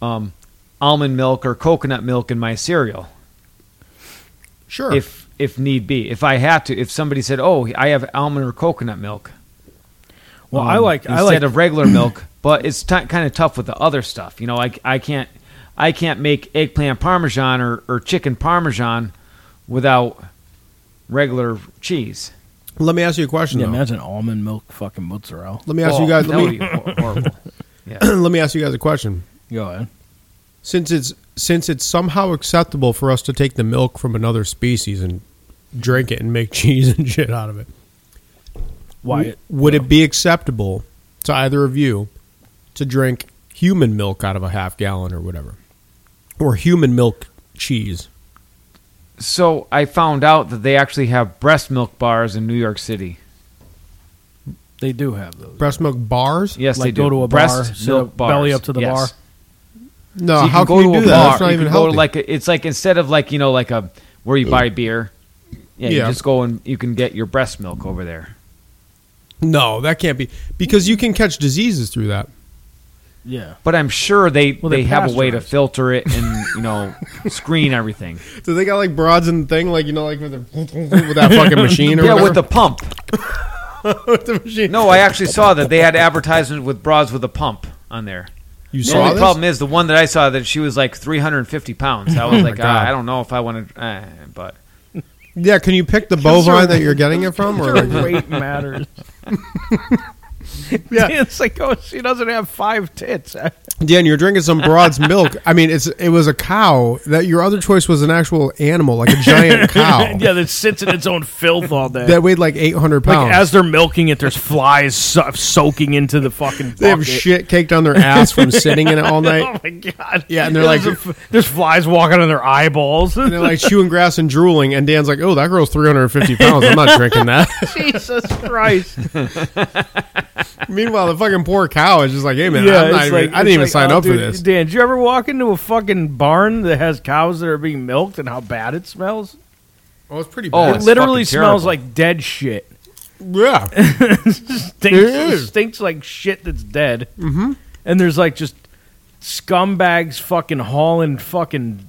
Speaker 3: um, almond milk or coconut milk in my cereal
Speaker 2: Sure.
Speaker 3: if if need be. If I have to, if somebody said, "Oh, I have almond or coconut milk."
Speaker 4: Well,
Speaker 3: um,
Speaker 4: I like
Speaker 3: instead
Speaker 4: I like
Speaker 3: of regular milk, but it's t- kind of tough with the other stuff. You know, I I can't I can't make eggplant parmesan or, or chicken parmesan without regular cheese.
Speaker 2: let me ask you a question
Speaker 4: Yeah,
Speaker 2: though.
Speaker 4: imagine almond milk fucking mozzarella.
Speaker 2: Let me ask
Speaker 3: Oh,
Speaker 2: you guys.
Speaker 3: that
Speaker 2: Let
Speaker 3: would
Speaker 2: me,
Speaker 3: be hor- horrible.
Speaker 2: let me ask you guys a question.
Speaker 4: Go ahead.
Speaker 2: Since it's since it's somehow acceptable for us to take the milk from another species and drink it and make cheese and shit out of it,
Speaker 4: Wyatt.
Speaker 2: would it be acceptable to either of you to drink human milk out of a half gallon or whatever, or human milk cheese?
Speaker 3: So I found out that they actually have breast milk bars in New York City.
Speaker 4: They do have those.
Speaker 2: Breast milk bars?
Speaker 3: Yes,
Speaker 4: Like
Speaker 3: they do.
Speaker 4: go to a bar,
Speaker 3: breast
Speaker 4: sit
Speaker 3: milk
Speaker 4: up,
Speaker 3: bars.
Speaker 4: belly up to the
Speaker 3: yes.
Speaker 4: bar.
Speaker 2: No,
Speaker 3: So
Speaker 2: Uh, how can, you do that? That's not
Speaker 3: you
Speaker 2: even
Speaker 3: can go
Speaker 2: healthy.
Speaker 3: to like a, it's like instead of like you know like a where you buy beer, yeah,
Speaker 2: Yeah.
Speaker 3: you just go and you can get your breast milk over there.
Speaker 2: no, that can't be because you can catch diseases through that.
Speaker 4: Yeah.
Speaker 3: But I'm sure they
Speaker 4: Well,
Speaker 3: they,
Speaker 4: they're
Speaker 3: have a way to
Speaker 4: pasteurized.
Speaker 3: filter it and you know screen everything.
Speaker 2: So they got like broads and thing, like you know, like with, the, with that fucking machine or
Speaker 3: yeah,
Speaker 2: whatever?
Speaker 3: with the pump.
Speaker 2: with the machine.
Speaker 3: No, I actually saw that they had advertisements with bras with a pump on there.
Speaker 2: you
Speaker 3: The
Speaker 2: saw
Speaker 3: only
Speaker 2: this?
Speaker 3: problem is the one that I saw that she was like 350 pounds. I
Speaker 4: Oh
Speaker 3: was like, ah,
Speaker 2: God.
Speaker 3: I don't know if I want to, uh, but
Speaker 2: Yeah, can you pick the bovine that you're getting it from? Or like,
Speaker 4: weight matters.
Speaker 2: Yeah.
Speaker 4: It's like, oh, she doesn't have five tits.
Speaker 2: Oh. Dan, you're drinking some broad's milk. I mean, it's it was a cow. That your other choice was an actual animal, like a giant cow
Speaker 4: yeah, that sits in its own filth all day.
Speaker 2: that weighed like 800
Speaker 4: like
Speaker 2: pounds.
Speaker 4: as they're milking it, there's flies so- soaking into the fucking.
Speaker 2: they have
Speaker 4: bucket.
Speaker 2: shit caked on their ass from sitting in it all
Speaker 4: Oh
Speaker 2: night.
Speaker 4: my god!
Speaker 2: Yeah, and they're
Speaker 4: There's
Speaker 2: like-
Speaker 4: a f- there's flies walking on their eyeballs.
Speaker 2: And they're like chewing grass and drooling. And Dan's like, "Oh, that girl's 350 pounds. I'm not drinking that."
Speaker 4: Jesus Christ!
Speaker 2: Meanwhile, the fucking poor cow is just like, "Hey man, I'm not
Speaker 4: it's
Speaker 2: even,
Speaker 4: like-
Speaker 2: I didn't
Speaker 4: it's
Speaker 2: even
Speaker 4: like,
Speaker 2: sign
Speaker 4: oh,
Speaker 2: up for
Speaker 4: dude,
Speaker 2: this."
Speaker 4: Dan, did you ever walk into a fucking barn that has cows that are being milked and how bad it smells?
Speaker 2: Oh, it's pretty
Speaker 3: Oh,
Speaker 2: bad.
Speaker 4: it
Speaker 3: it's
Speaker 4: literally
Speaker 3: fucking
Speaker 4: smells
Speaker 3: terrible.
Speaker 4: like dead shit.
Speaker 2: yeah.
Speaker 4: Stinks,
Speaker 2: It is.
Speaker 4: stinks like shit that's dead. Mm-hmm. And there's like just scumbags fucking hauling fucking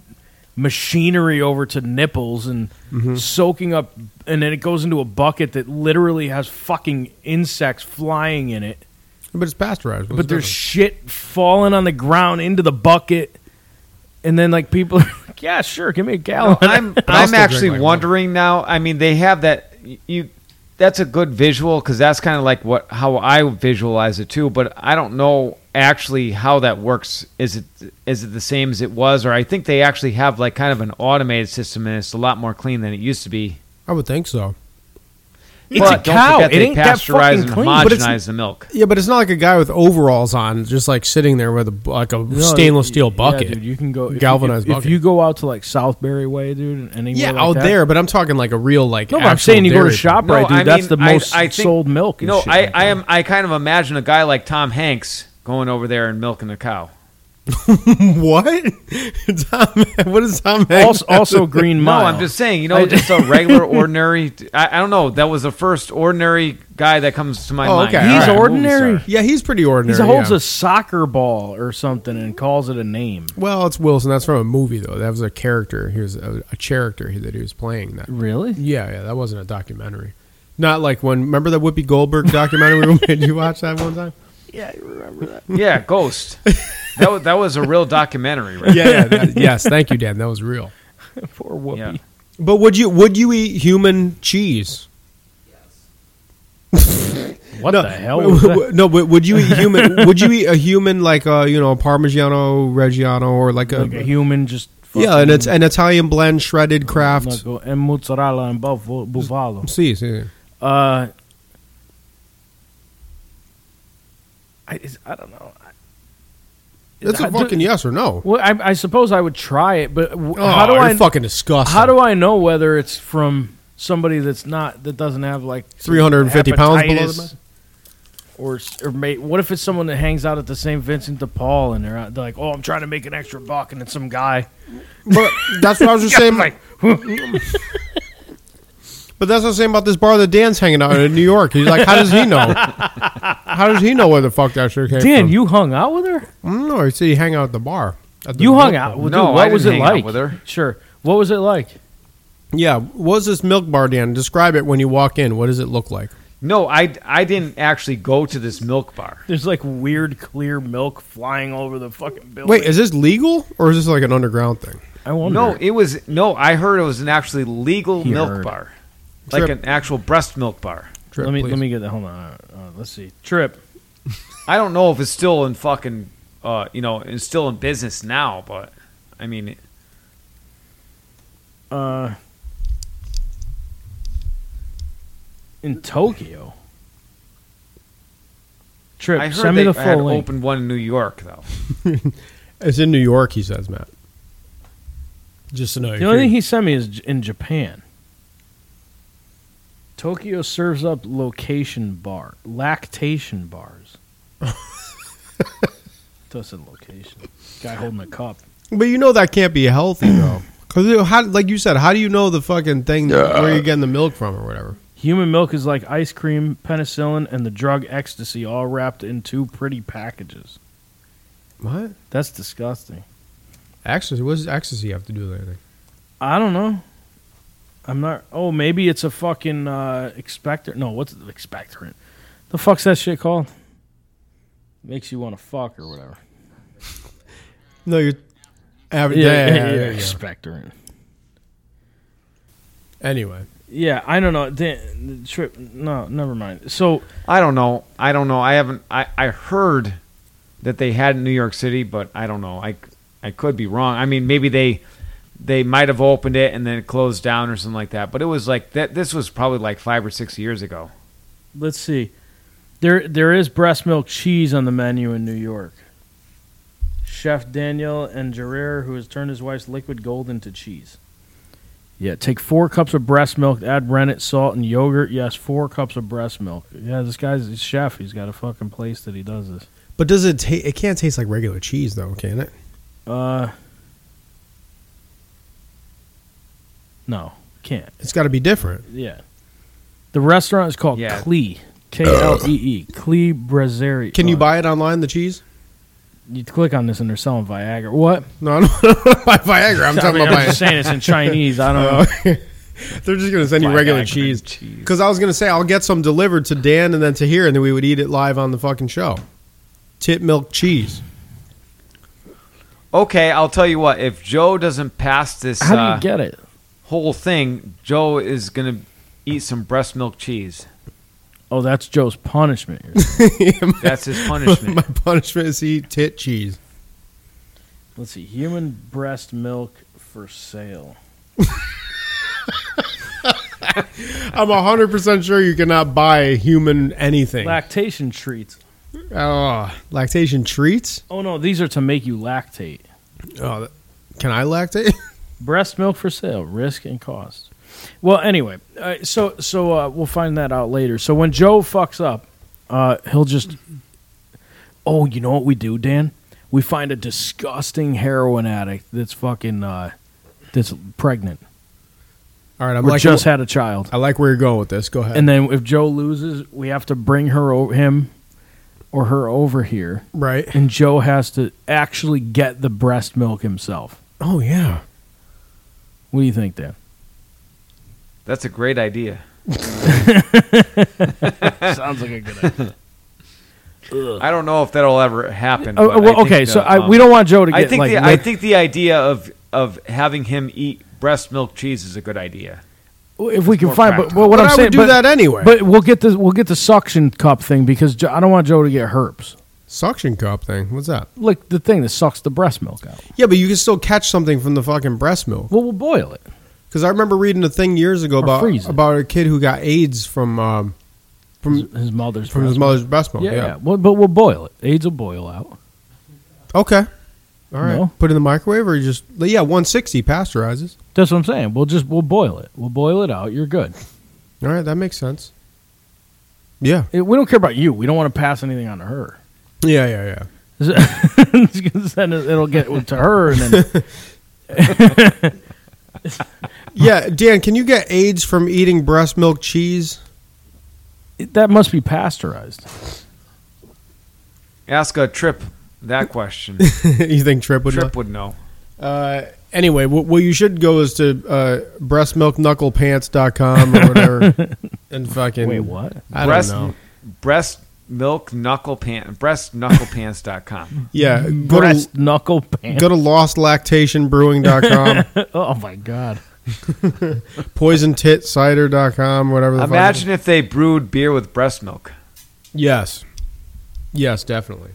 Speaker 4: machinery over to nipples and
Speaker 3: Mm-hmm.
Speaker 4: soaking up, and then it goes into a bucket that literally has fucking insects flying in it.
Speaker 2: But it's pasteurized.
Speaker 4: but there's shit falling on the ground into the bucket, and then like people, are like, yeah, sure, give me a gallon.
Speaker 3: I'm
Speaker 2: I'll still
Speaker 3: I'm
Speaker 2: drink
Speaker 3: actually
Speaker 2: like milk.
Speaker 3: wondering now. I mean, they have that you. That's a good visual because that's kind of like what how I visualize it too. But I don't know actually how that works. Is it is it the same as it was, or I think they actually have like kind of an automated system and it's a lot more clean than it used to be.
Speaker 2: I would think so.
Speaker 4: It's
Speaker 3: but
Speaker 4: a
Speaker 3: don't
Speaker 4: cow.
Speaker 3: forget
Speaker 4: It
Speaker 3: they
Speaker 4: ain't that
Speaker 3: pasteurize
Speaker 4: fucking
Speaker 3: and
Speaker 4: clean.
Speaker 2: But it's-
Speaker 3: homogenize the milk.
Speaker 2: Yeah, but it's not like a guy with overalls on, just like sitting there with a like a stainless
Speaker 4: No,
Speaker 2: steel
Speaker 4: yeah,
Speaker 2: bucket.
Speaker 4: dude, you can go if you-
Speaker 2: Galvanized
Speaker 4: if- if,
Speaker 2: bucket.
Speaker 4: you go out to like Southbury Way, dude, and anywhere
Speaker 2: yeah,
Speaker 4: like
Speaker 2: out
Speaker 4: that-
Speaker 2: there, but I'm talking like a real like.
Speaker 4: No, but I'm
Speaker 2: actual
Speaker 4: saying you go to
Speaker 2: dairy farm.
Speaker 4: shop right, dude.
Speaker 3: I
Speaker 4: that's
Speaker 3: mean,
Speaker 4: the most
Speaker 3: I, I think,
Speaker 4: sold milk.
Speaker 3: You
Speaker 4: And
Speaker 3: know,
Speaker 4: shit
Speaker 3: I,
Speaker 4: like
Speaker 3: I
Speaker 4: that.
Speaker 3: am. I kind of imagine a guy like Tom Hanks going over there and milking a cow.
Speaker 2: What? Tom, what is Tom Hanks?
Speaker 4: also, also Green Mile.
Speaker 3: No, I'm just saying, you know, just a regular, ordinary. I, I don't know. That was the first ordinary guy that comes to my
Speaker 2: Oh,
Speaker 3: mind.
Speaker 2: okay,
Speaker 4: He's
Speaker 2: all right.
Speaker 4: ordinary.
Speaker 3: Movie
Speaker 2: yeah, he's pretty
Speaker 4: He
Speaker 2: ordinary.
Speaker 4: holds
Speaker 2: yeah.
Speaker 4: a soccer ball or something and calls it a name.
Speaker 2: well, it's Wilson. That's from a movie though. That was a character. He was a, a character that he was playing. That
Speaker 4: Really?
Speaker 2: yeah, yeah. That wasn't a documentary. Not like when remember that Whoopi Goldberg documentary we made you watch that one time.
Speaker 3: star. yeah, Ghost. That was, that was a real documentary, right?
Speaker 2: Yeah, yeah that, yes. Thank you, Dan. That was real.
Speaker 4: Poor Whoopi.
Speaker 3: Yeah.
Speaker 2: But would you would you eat human cheese?
Speaker 4: What
Speaker 2: no,
Speaker 4: the hell?
Speaker 2: w-
Speaker 4: was that?
Speaker 2: w- no, but would you eat human? would you eat a human like uh you know Parmigiano Reggiano or like a,
Speaker 4: like a human just.
Speaker 2: yeah, and it's an Italian blend shredded
Speaker 4: fucking-
Speaker 2: craft
Speaker 4: like, and mozzarella and buffalo. buffalo.
Speaker 2: cheese. yeah.
Speaker 4: Uh, I, it's- I don't know. I-
Speaker 2: That's a
Speaker 4: I do-
Speaker 2: fucking yes or no.
Speaker 4: Well, I, I suppose I would try it, but w-
Speaker 2: Oh,
Speaker 4: how do
Speaker 2: you're
Speaker 4: I
Speaker 2: fucking disgusting.
Speaker 4: how do I know whether it's from somebody that's not that doesn't have like
Speaker 2: 350 pounds below
Speaker 4: hepatitis
Speaker 2: the bed?
Speaker 4: or s- or mate? What if it's someone that hangs out at the St. Vincent de Paul and they're, out, they're like, oh, I'm trying to make an extra buck, and it's some guy.
Speaker 2: But that's what I was just saying. but that's what I was saying about this bar that Dan's hanging out in New York. He's like, how does he know? How does he know where the fuck that shit came
Speaker 4: Dan,
Speaker 2: from? Mm,
Speaker 4: you hung out with her?
Speaker 2: no, he said he hang out at the bar. At the
Speaker 4: You hung
Speaker 2: milk
Speaker 4: out
Speaker 2: bar.
Speaker 4: with
Speaker 3: No,
Speaker 4: dude, What
Speaker 3: I
Speaker 4: was it
Speaker 3: didn't hang out
Speaker 4: like
Speaker 3: with her.
Speaker 4: Sure. What was it like?
Speaker 2: Yeah, what is this milk bar, Dan? Describe it when you walk in. What does it look like?
Speaker 3: No, I, I didn't actually go to this milk bar.
Speaker 4: There's like weird clear milk flying over the fucking building.
Speaker 2: Wait, is this legal or is this like an underground thing?
Speaker 4: I wonder.
Speaker 3: No, it was no. I heard it was an actually legal milk
Speaker 4: heard.
Speaker 3: bar,
Speaker 2: Trip.
Speaker 3: like an actual breast milk bar.
Speaker 2: Trip,
Speaker 4: let me
Speaker 2: please.
Speaker 4: let me get that. Hold on. Uh, let's see. Trip.
Speaker 3: I don't know if it's still in fucking, uh, you know, it's still in business now. But I mean,
Speaker 4: Uh, in Tokyo. Trip.
Speaker 3: I heard
Speaker 4: send me
Speaker 3: they
Speaker 4: the
Speaker 3: had
Speaker 4: full link.
Speaker 3: opened one in New York though.
Speaker 2: It's in New York, he says, Matt. Just to know.
Speaker 4: The only thing he sent me is J- in Japan. Tokyo serves up location bar, lactation bars. Doesn't location. Guy holding a cup.
Speaker 2: but you know that can't be healthy, though. Because, how, like you said, how do you know the fucking thing where you're getting the milk from or whatever?
Speaker 4: Human milk is like ice cream, penicillin, and the drug ecstasy, all wrapped in two pretty packages.
Speaker 2: What?
Speaker 4: That's disgusting.
Speaker 2: Ecstasy? What does ecstasy have to do with anything?
Speaker 4: I don't know. I'm not. Oh, maybe it's a fucking uh, expector. No, what's the expectorant? The fuck's that shit called? Makes you want to fuck or whatever.
Speaker 2: No, you're. Aver-
Speaker 4: Yeah, yeah,
Speaker 2: yeah, there you go.
Speaker 4: expectorant.
Speaker 2: Anyway.
Speaker 4: Yeah, I don't know. The, the trip. No, never mind. So
Speaker 3: I don't know. I don't know. I haven't. I, I heard that they had in New York City, but I don't know. I I could be wrong. I mean, maybe they they might have opened it and then it closed down or something like that. But it was like that. This was probably like five or six years ago.
Speaker 4: let's see. There, there is breast milk cheese on the menu in New York. Chef Daniel and Gerard, who has turned his wife's liquid gold into cheese. Yeah, take four cups of breast milk, add rennet, salt, and yogurt. Yes, four cups of breast milk. Yeah, this guy's a chef. He's got a fucking place that he does this.
Speaker 2: But does it taste. It can't taste like regular cheese, though, can it?
Speaker 4: Uh, no, can't.
Speaker 2: It's got to be different.
Speaker 4: Yeah. The restaurant is called
Speaker 3: Yeah.
Speaker 4: Klee. K L E E. Klee Brasserie.
Speaker 2: Can you
Speaker 4: Uh,
Speaker 2: buy it online, the cheese?
Speaker 4: You click on this and they're selling Viagra. What?
Speaker 2: No, I don't want to buy Viagra. I'm
Speaker 4: I
Speaker 2: talking
Speaker 4: mean,
Speaker 2: about
Speaker 4: I'm just
Speaker 2: buying.
Speaker 4: saying it's in Chinese. I don't know.
Speaker 2: They're just going to send you regular cheese. Because I was going to say, I'll get some delivered to Dan and then to here, and then we would eat it live on the fucking show. Tit milk cheese.
Speaker 3: Okay, I'll tell you what. If Joe doesn't pass this
Speaker 4: How do
Speaker 3: uh,
Speaker 4: you get it?
Speaker 3: whole thing, Joe is gonna eat some breast milk cheese.
Speaker 4: Oh, that's Joe's punishment.
Speaker 3: That's his
Speaker 2: My
Speaker 3: punishment.
Speaker 2: punishment is to eat tit cheese.
Speaker 4: Let's see. Human breast milk for sale.
Speaker 2: I'm 100% sure you cannot buy human anything.
Speaker 4: Lactation treats.
Speaker 2: oh, lactation treats?
Speaker 4: Oh, no. These are to make you lactate.
Speaker 2: Oh, that- can I lactate?
Speaker 4: Breast milk for sale. Risk and cost. Well, anyway. Uh, so so uh, we'll find that out later. So when Joe fucks up, uh, he'll just Oh, you know what we do, Dan? We find a disgusting heroin addict that's fucking uh, that's pregnant
Speaker 2: All right, I'm
Speaker 4: or
Speaker 2: like,
Speaker 4: just had a child.
Speaker 2: I like where you're going with this. Go ahead.
Speaker 4: And then if Joe loses, we have to bring her o- him or her over here,
Speaker 2: right.
Speaker 4: and Joe has to actually get the breast milk himself.
Speaker 2: Oh, yeah.
Speaker 4: What do you think, Dan?
Speaker 3: That's a great idea.
Speaker 4: Sounds like a good idea.
Speaker 3: I don't know if that'll ever happen. but I
Speaker 4: Oh, well,
Speaker 3: think
Speaker 4: okay,
Speaker 3: the,
Speaker 4: so I,
Speaker 3: um,
Speaker 4: we don't want Joe to get
Speaker 3: I think
Speaker 4: like.
Speaker 3: the, I
Speaker 4: licked.
Speaker 3: think the idea of of having him eat breast milk cheese is a good idea.
Speaker 4: if we can
Speaker 3: more
Speaker 4: find, but,
Speaker 3: practical.
Speaker 4: but what
Speaker 2: But
Speaker 4: I'm
Speaker 2: I would
Speaker 4: saying,
Speaker 2: do
Speaker 4: but-
Speaker 2: that anyway.
Speaker 4: But we'll get the we'll get the suction cup thing because Jo- I don't want Joe to get herpes.
Speaker 2: Suction cup thing. What's that?
Speaker 4: Like the thing that sucks the breast milk out.
Speaker 2: Yeah, but you can still catch something from the fucking breast milk.
Speaker 4: Well, we'll boil it.
Speaker 2: Because I remember reading a thing years ago about
Speaker 4: freeze it.
Speaker 2: about a kid who got AIDS from um, from
Speaker 4: His mother's
Speaker 2: from his
Speaker 4: breast
Speaker 2: mother's breast milk.
Speaker 4: milk.
Speaker 2: Yeah,
Speaker 4: Yeah, yeah. Well, but we'll boil it. AIDS will boil out.
Speaker 2: Okay. All right.
Speaker 4: No.
Speaker 2: Put it in the microwave or you just yeah, 160 pasteurizes.
Speaker 4: That's what I'm saying. We'll just we'll boil it. We'll boil it out. You're good.
Speaker 2: All right, that makes sense. Yeah.
Speaker 4: It- Eh, we don't care about you. We don't want to pass anything on to her.
Speaker 2: Yeah, yeah, yeah.
Speaker 4: then it'll get to her, and then
Speaker 2: Yeah, Dan, can you get AIDS from eating breast milk cheese?
Speaker 4: that must be pasteurized.
Speaker 3: Ask a trip that question.
Speaker 2: you think Trip would
Speaker 3: trip would know.
Speaker 2: Uh, anyway, what, what you should go is to uh, breastmilkknucklepants.com or whatever and fucking.
Speaker 4: Wait, what?
Speaker 2: I
Speaker 3: breast,
Speaker 2: don't know.
Speaker 3: Breast milk knuckle pant breast knucklepants.com.
Speaker 2: Yeah, go to,
Speaker 4: Breast knuckle pants.
Speaker 2: go to lostlactationbrewing.com,
Speaker 4: Oh my god!
Speaker 2: poisontitcider.com, whatever the fuck.
Speaker 3: Imagine if they brewed beer with breast milk.
Speaker 2: Yes. Yes, definitely.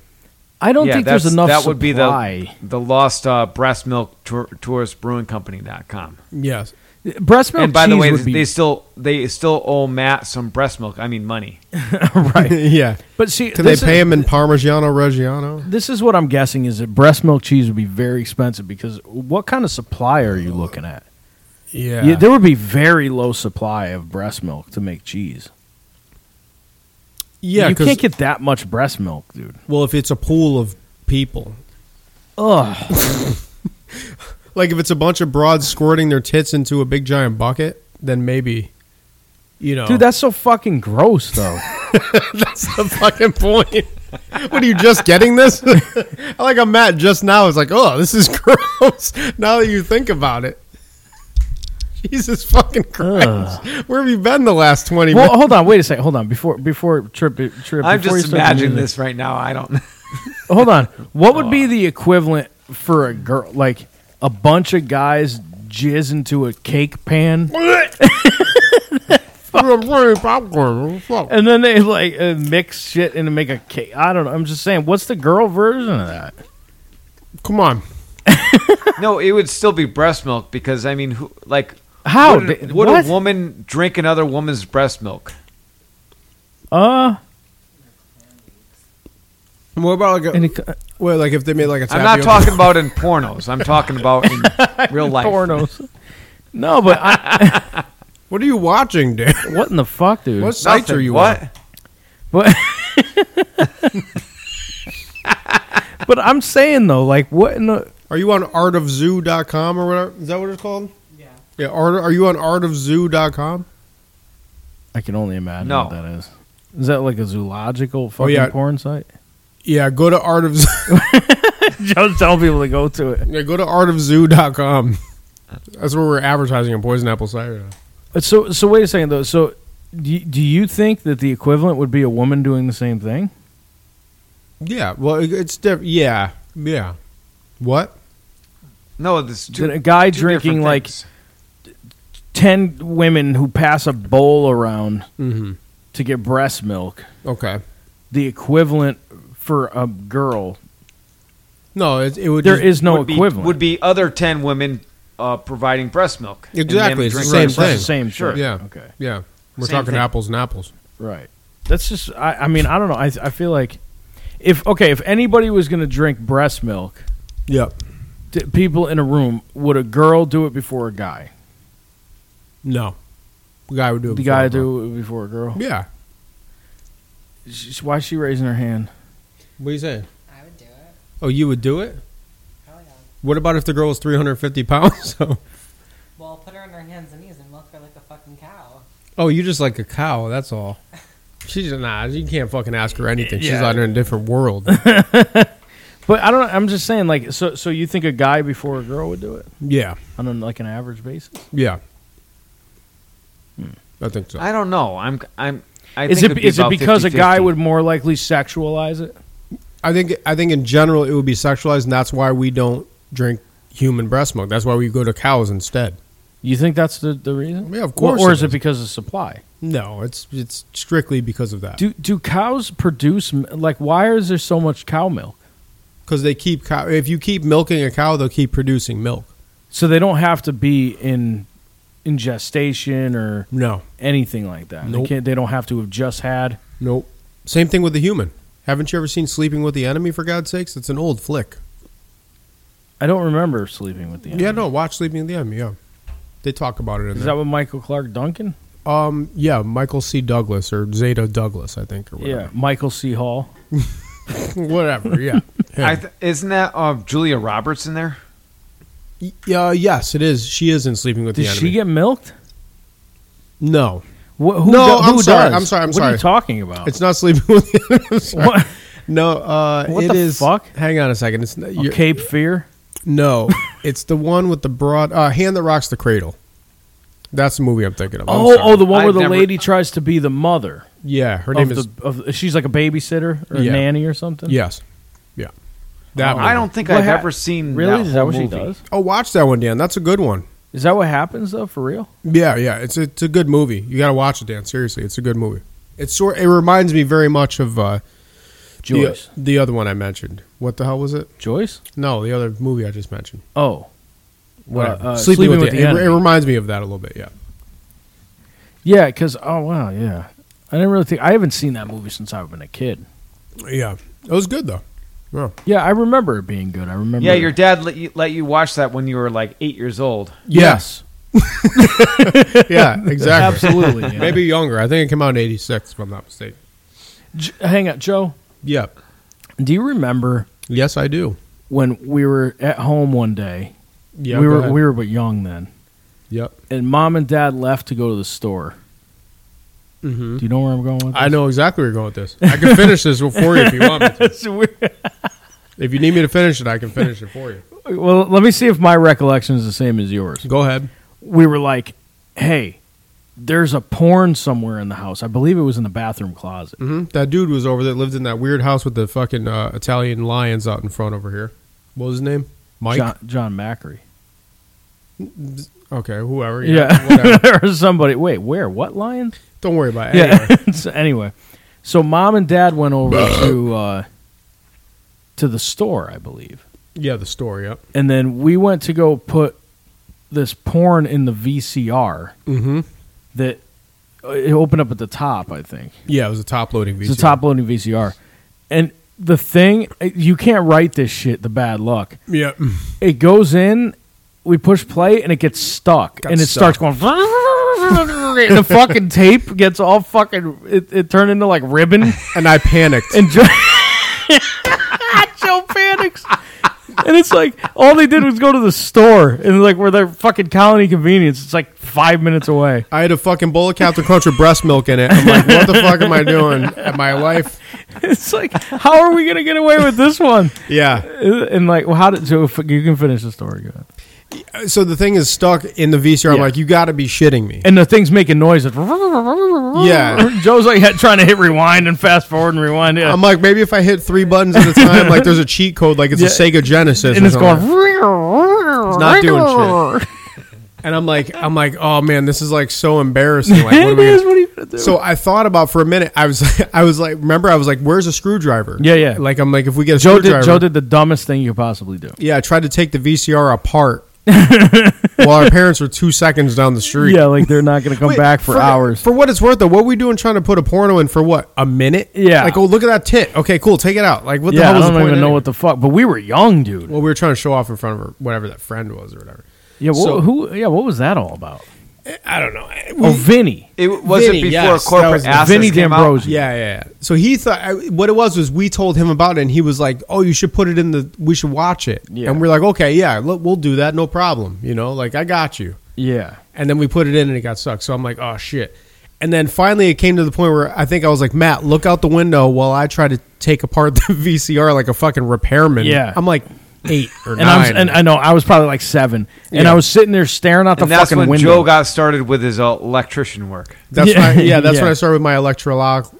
Speaker 4: I don't think there's
Speaker 3: that's-
Speaker 4: enough.
Speaker 3: That would be the
Speaker 4: supply.
Speaker 3: the lost uh, breast milk tour, tourist brewing company.com.
Speaker 2: Yes.
Speaker 4: breast milk.
Speaker 3: And by the
Speaker 4: cheese
Speaker 3: way,
Speaker 4: would
Speaker 3: they,
Speaker 4: be,
Speaker 3: still they still owe Matt some breast milk. I mean money.
Speaker 4: right.
Speaker 2: yeah.
Speaker 4: But see,
Speaker 2: Can they
Speaker 4: this is-
Speaker 2: pay him in Parmigiano Reggiano?
Speaker 4: This is what I'm guessing is that breast milk cheese would be very expensive because what kind of supply are you looking at?
Speaker 2: Yeah.
Speaker 4: Yeah, there would be very low supply of breast milk to make cheese.
Speaker 2: yeah,
Speaker 4: you
Speaker 2: 'cause-
Speaker 4: can't get that much breast milk, dude.
Speaker 2: well, if it's a pool of people.
Speaker 4: Ugh,
Speaker 2: Like if it's a bunch of broads squirting their tits into a big giant bucket, then maybe, you know.
Speaker 4: dude, that's so fucking gross, though.
Speaker 2: That's the fucking point. What are you just getting this? I like I'm Matt just now. It's like, oh, this is gross. Now that you think about it, Jesus fucking Christ, where have you been the last twenty
Speaker 4: well,
Speaker 2: minutes?
Speaker 4: hold on, wait a second, hold on. Before before trip trip,
Speaker 3: I'm
Speaker 4: before
Speaker 3: just
Speaker 4: you start the
Speaker 3: imagining
Speaker 4: music-
Speaker 3: this right now. I don't.
Speaker 4: Hold on, what would be the equivalent for a girl like a bunch of guys jizz into a cake pan? and then they like uh, mix shit and make a cake. I don't know. I'm just saying, what's the girl version of that?
Speaker 2: Come on,
Speaker 3: No, it would still be breast milk because I mean, who, like
Speaker 4: How?
Speaker 3: would,
Speaker 4: They-
Speaker 3: would
Speaker 4: what?
Speaker 3: a woman drink another woman's breast milk?
Speaker 4: Uh,
Speaker 2: what about like,
Speaker 4: and
Speaker 2: a,
Speaker 4: it,
Speaker 2: well, like if they made like a
Speaker 3: I'm not
Speaker 2: tapioca-
Speaker 3: talking about in pornos. I'm talking about in real life.
Speaker 4: pornos. No, but I,
Speaker 2: What are you watching, dude?
Speaker 4: what in the fuck, dude?
Speaker 2: What
Speaker 3: Nothing.
Speaker 2: sites are you
Speaker 3: what?
Speaker 2: on?
Speaker 4: But, but I'm saying though, like, what in the?
Speaker 2: Are you on artofzoo.com or whatever? Is that what it's called? Yeah, art, are you on artofzoo.com?
Speaker 4: I can only imagine
Speaker 3: No. Oh,
Speaker 4: what that is. Is that like a zoological fucking
Speaker 2: yeah.
Speaker 4: porn site?
Speaker 2: Yeah, go to art of
Speaker 4: Just tell people to go to it.
Speaker 2: Yeah, go to artofzoo.com. That's where we're advertising on poison apple cider.
Speaker 4: So, so wait a second though. So, do you, do you think that the equivalent would be a woman doing the same thing?
Speaker 2: Yeah, well, it- it's different. Yeah, yeah. What?
Speaker 3: No, this two,
Speaker 4: Did a guy
Speaker 3: two
Speaker 4: drinking
Speaker 3: different
Speaker 4: like
Speaker 3: things.
Speaker 4: ten women who pass a bowl around
Speaker 2: Mm-hmm.
Speaker 4: to get breast milk,
Speaker 2: Okay.
Speaker 4: the equivalent for a girl.
Speaker 2: No, it, it would.
Speaker 4: There
Speaker 2: just-
Speaker 4: is no
Speaker 3: would be,
Speaker 4: equivalent.
Speaker 3: would be other ten women uh, providing breast milk. and them
Speaker 2: Exactly, it's the
Speaker 3: drinking
Speaker 2: same
Speaker 4: It's the
Speaker 2: thing.
Speaker 4: Same
Speaker 3: Sure.
Speaker 4: thing.
Speaker 2: Yeah.
Speaker 4: Okay.
Speaker 2: Yeah, we're
Speaker 3: Same
Speaker 2: talking
Speaker 3: thing.
Speaker 2: apples and apples.
Speaker 4: Right. That's just. I, I mean, I don't know. I, I feel like if okay, if anybody was going to drink breast milk,
Speaker 2: Yep.
Speaker 4: d people in a room, would a girl do it before a guy?
Speaker 2: No, the guy would do it.
Speaker 4: The
Speaker 2: before
Speaker 4: guy
Speaker 2: the girl.
Speaker 4: do it before a girl.
Speaker 2: Yeah.
Speaker 4: She's- Why is she raising her hand?
Speaker 2: What are you saying?
Speaker 7: I would do it.
Speaker 2: Oh, you would do it.
Speaker 7: Hell yeah.
Speaker 2: What about if the girl was 350 pounds? So,
Speaker 7: Well, put her on her hands and knees and milk her like a fucking cow.
Speaker 2: oh, you just like a cow. That's all. She's nah. You can't fucking ask her anything. She's out in a different world.
Speaker 4: But I don't. I'm just saying. Like, so so you think a guy before a girl would do it
Speaker 2: yeah.
Speaker 4: on an, like an average basis?
Speaker 2: Yeah. Hmm. I think so.
Speaker 3: I don't know. I'm I'm. I
Speaker 4: Is
Speaker 3: think
Speaker 4: it
Speaker 3: it'd be
Speaker 4: is it
Speaker 3: about
Speaker 4: because a guy
Speaker 3: 50-50.
Speaker 4: would more likely sexualize it?
Speaker 2: I think I think in general it would be sexualized, and that's why we don't drink human breast milk. That's why we go to cows instead.
Speaker 4: You think that's the, the reason?
Speaker 2: Yeah, of
Speaker 4: Or-
Speaker 2: course
Speaker 4: Or,
Speaker 2: it
Speaker 4: is it
Speaker 2: is.
Speaker 4: because of supply?
Speaker 2: No, it's it's strictly because of that.
Speaker 4: Do do cows produce m- like why is there so much cow milk?
Speaker 2: Because they keep cow. If you keep milking a cow, they'll keep producing milk.
Speaker 4: So they don't have to be in in gestation or
Speaker 2: No,
Speaker 4: anything like that.
Speaker 2: Nope.
Speaker 4: They can't. They don't have to have just had.
Speaker 2: nope. Same thing with the human. Haven't you ever seen Sleeping with the Enemy? For God's sakes, it's an old flick.
Speaker 4: I don't remember sleeping with the enemy.
Speaker 2: Yeah, no, watch Sleeping in the Enemy. Yeah, they talk about it in there.
Speaker 4: Is that with Michael Clark Duncan?
Speaker 2: um, yeah, Michael C. Douglas or Zeta Douglas, I think, or
Speaker 4: Yeah.
Speaker 2: whatever.
Speaker 4: Michael C. Hall.
Speaker 2: whatever. Yeah.
Speaker 3: I th- isn't that uh, Julia Roberts in there?
Speaker 2: Yeah. uh, yes, it is. She is in Sleeping with
Speaker 4: Did
Speaker 2: the Enemy.
Speaker 4: she get milked?
Speaker 2: no,
Speaker 4: What, who
Speaker 2: No,
Speaker 4: do-
Speaker 2: I'm
Speaker 4: who
Speaker 2: sorry,
Speaker 4: does?
Speaker 2: I'm sorry, I'm
Speaker 4: what are
Speaker 2: sorry.
Speaker 4: you talking about?
Speaker 2: it's not Sleeping with the Enemy. I'm sorry.
Speaker 4: What?
Speaker 2: No, uh,
Speaker 4: What
Speaker 2: it
Speaker 4: the
Speaker 2: is-
Speaker 4: fuck?
Speaker 2: Hang on a second. It's n- you're-
Speaker 4: Cape Fear.
Speaker 2: no, it's the one with the broad uh, hand that rocks the cradle. That's the movie I'm thinking of. I'm
Speaker 4: Oh,
Speaker 2: sorry.
Speaker 4: oh, the one where
Speaker 3: I've
Speaker 4: the
Speaker 3: never-
Speaker 4: lady tries to be the mother.
Speaker 2: yeah, her
Speaker 4: Of
Speaker 2: name is
Speaker 4: the, of, she's like a babysitter or
Speaker 2: Yeah.
Speaker 4: a nanny or something.
Speaker 2: yes, yeah. That
Speaker 3: I
Speaker 4: Oh,
Speaker 2: movie.
Speaker 3: don't think
Speaker 4: What
Speaker 3: I've
Speaker 4: hap-
Speaker 3: ever seen
Speaker 4: Really?
Speaker 3: That
Speaker 4: Is that
Speaker 3: whole
Speaker 4: what she
Speaker 3: movie.
Speaker 4: does?
Speaker 2: Oh, watch that one, Dan. That's a good one.
Speaker 4: Is that what happens though? For real?
Speaker 2: Yeah, yeah. It's it's a good movie. You got to watch it, Dan. Seriously, it's a good movie. It's sort. It reminds me very much of uh, the,
Speaker 4: Joyce.
Speaker 2: the other one I mentioned. What the hell was it?
Speaker 4: Joyce?
Speaker 2: No, the other movie I just mentioned.
Speaker 4: Oh,
Speaker 2: Whatever.
Speaker 4: Uh, uh, Sleeping with the
Speaker 2: it,
Speaker 4: Enemy.
Speaker 2: it reminds me of that a little bit. Yeah.
Speaker 4: yeah. Because oh wow, yeah. I didn't really think I haven't seen that movie since I've been a kid.
Speaker 2: Yeah. It was good though.
Speaker 4: Yeah, I remember it being good. I remember.
Speaker 3: Yeah, your dad let you, let you watch that when you were like eight years old.
Speaker 4: yes,
Speaker 2: Yeah. Exactly.
Speaker 4: absolutely. yeah.
Speaker 2: Maybe younger. I think it came out in '86, if I'm not mistaken.
Speaker 4: J- hang on, Joe.
Speaker 2: Yeah.
Speaker 4: Do you remember
Speaker 2: Yes, I do.
Speaker 4: when we were at home one day?
Speaker 2: Yeah.
Speaker 4: we
Speaker 2: go
Speaker 4: were
Speaker 2: ahead.
Speaker 4: we were but young then,
Speaker 2: Yep.
Speaker 4: and mom and dad left to go to the store.
Speaker 2: Mm-hmm.
Speaker 4: Do you know where I'm going with this?
Speaker 2: I know exactly where you're going with this. I can finish this for you if you want me. To.
Speaker 4: It's weird.
Speaker 2: If you need me to finish it, I can finish it for you.
Speaker 4: Well, let me see if my recollection is the same as yours.
Speaker 2: Go ahead.
Speaker 4: we were like, hey, there's a porn somewhere in the house. I believe it was in the bathroom closet.
Speaker 2: hmm That dude was over there, lived in that weird house with the fucking uh, Italian lions out in front over here. What was his name? Mike.
Speaker 4: John, John Macri.
Speaker 2: Okay, whoever. Yeah.
Speaker 4: Yeah.
Speaker 2: whatever.
Speaker 4: or somebody. Wait, where? What lion?
Speaker 2: Don't worry about it. Anyway.
Speaker 4: Yeah. so anyway, so mom and dad went over to uh, to the store, I believe.
Speaker 2: Yeah, the story. Yep.
Speaker 4: And then we went to go put this porn in the VCR
Speaker 2: Mm-hmm.
Speaker 4: that uh, it opened up at the top, I think.
Speaker 2: Yeah, it was a top loading VCR.
Speaker 4: It's a top loading VCR. And the thing, uh, you can't write this shit, the bad luck.
Speaker 2: Yeah.
Speaker 4: it goes in, we push play, and it gets stuck,
Speaker 2: Got
Speaker 4: and it
Speaker 2: stuck.
Speaker 4: starts going. and the fucking tape gets all fucking. It, it turned into like ribbon,
Speaker 2: And I panicked.
Speaker 4: and Joe, Joe panics. And it's like all they did was go to the store, and like where their fucking colony convenience, it's like five minutes away.
Speaker 2: I had a fucking bowl of Captain Crunch with breast milk in it. I'm like, what the fuck am I doing at my life?
Speaker 4: It's like, how are we gonna get away with this one?
Speaker 2: Yeah.
Speaker 4: And like, well, how did Joe? f- You can finish the story. Go ahead.
Speaker 2: So the thing is stuck in the VCR. I'm
Speaker 4: Yeah.
Speaker 2: like, you got to be shitting me.
Speaker 4: and the thing's making noises.
Speaker 2: Yeah.
Speaker 4: Joe's like trying to hit rewind and fast forward and rewind. Yeah.
Speaker 2: I'm like, maybe if I hit three buttons at a time, like there's a cheat code, like it's a
Speaker 4: Yeah.
Speaker 2: Sega Genesis,
Speaker 4: and
Speaker 2: or
Speaker 4: it's
Speaker 2: something.
Speaker 4: going.
Speaker 2: It's not doing shit. And I'm like, I'm like, oh man, this is like so embarrassing. Like, what am I gonna-
Speaker 4: It is. What are you gonna do?
Speaker 2: So I thought about for a minute. I was, I was like, remember, I was like, where's a screwdriver?
Speaker 4: Yeah, yeah.
Speaker 2: Like I'm like, if we get a
Speaker 4: Joe
Speaker 2: screwdriver,
Speaker 4: did. Joe did the dumbest thing you could possibly do.
Speaker 2: Yeah, I tried to take the VCR apart while our parents were two seconds down the street.
Speaker 4: Yeah, like they're not gonna come
Speaker 2: Wait,
Speaker 4: back for, hours.
Speaker 2: For what it's worth, though, what we doing trying to put a porno in for what a minute?
Speaker 4: Yeah.
Speaker 2: Like, oh, look at that tit. Okay, cool. Take it out. Like, what the
Speaker 4: yeah,
Speaker 2: hell
Speaker 4: I
Speaker 2: was
Speaker 4: don't
Speaker 2: the point
Speaker 4: even know
Speaker 2: anyway?
Speaker 4: what the fuck. But we were young, dude.
Speaker 2: Well, we were trying to show off in front of her, whatever that friend was or whatever.
Speaker 4: yeah. What,
Speaker 2: so-
Speaker 4: who? Yeah. What was that all about?
Speaker 2: I don't know.
Speaker 4: Oh, Vinny.
Speaker 3: It was
Speaker 2: Vinny,
Speaker 3: it before
Speaker 2: yes, that was
Speaker 3: corporate
Speaker 2: the-
Speaker 3: assets
Speaker 4: Vinny
Speaker 3: came
Speaker 4: D'Ambrosio.
Speaker 2: Yeah, yeah, yeah. So he thought I, what it was was we told him about it, and he was like, "Oh, you should put it in the. We should watch it."
Speaker 4: Yeah.
Speaker 2: And we're like, "Okay, yeah, look, we'll do that. No problem. You know, like I got you."
Speaker 4: Yeah.
Speaker 2: And then we put it in, and it got stuck. So I'm like, "Oh shit!" And then finally, it came to the point where I think I was like, "Matt, look out the window while I try to take apart the VCR like a fucking repairman."
Speaker 4: Yeah.
Speaker 2: I'm like eight or
Speaker 4: And I was,
Speaker 2: nine.
Speaker 4: and I know I was probably like seven, and
Speaker 2: Yeah.
Speaker 4: I was sitting there staring out the
Speaker 3: And that's
Speaker 4: fucking
Speaker 3: when
Speaker 4: window.
Speaker 3: Joe got started with his uh, electrician work.
Speaker 2: that's
Speaker 4: Yeah.
Speaker 2: yeah, yeah that's
Speaker 4: Yeah.
Speaker 2: when I started with my electrology,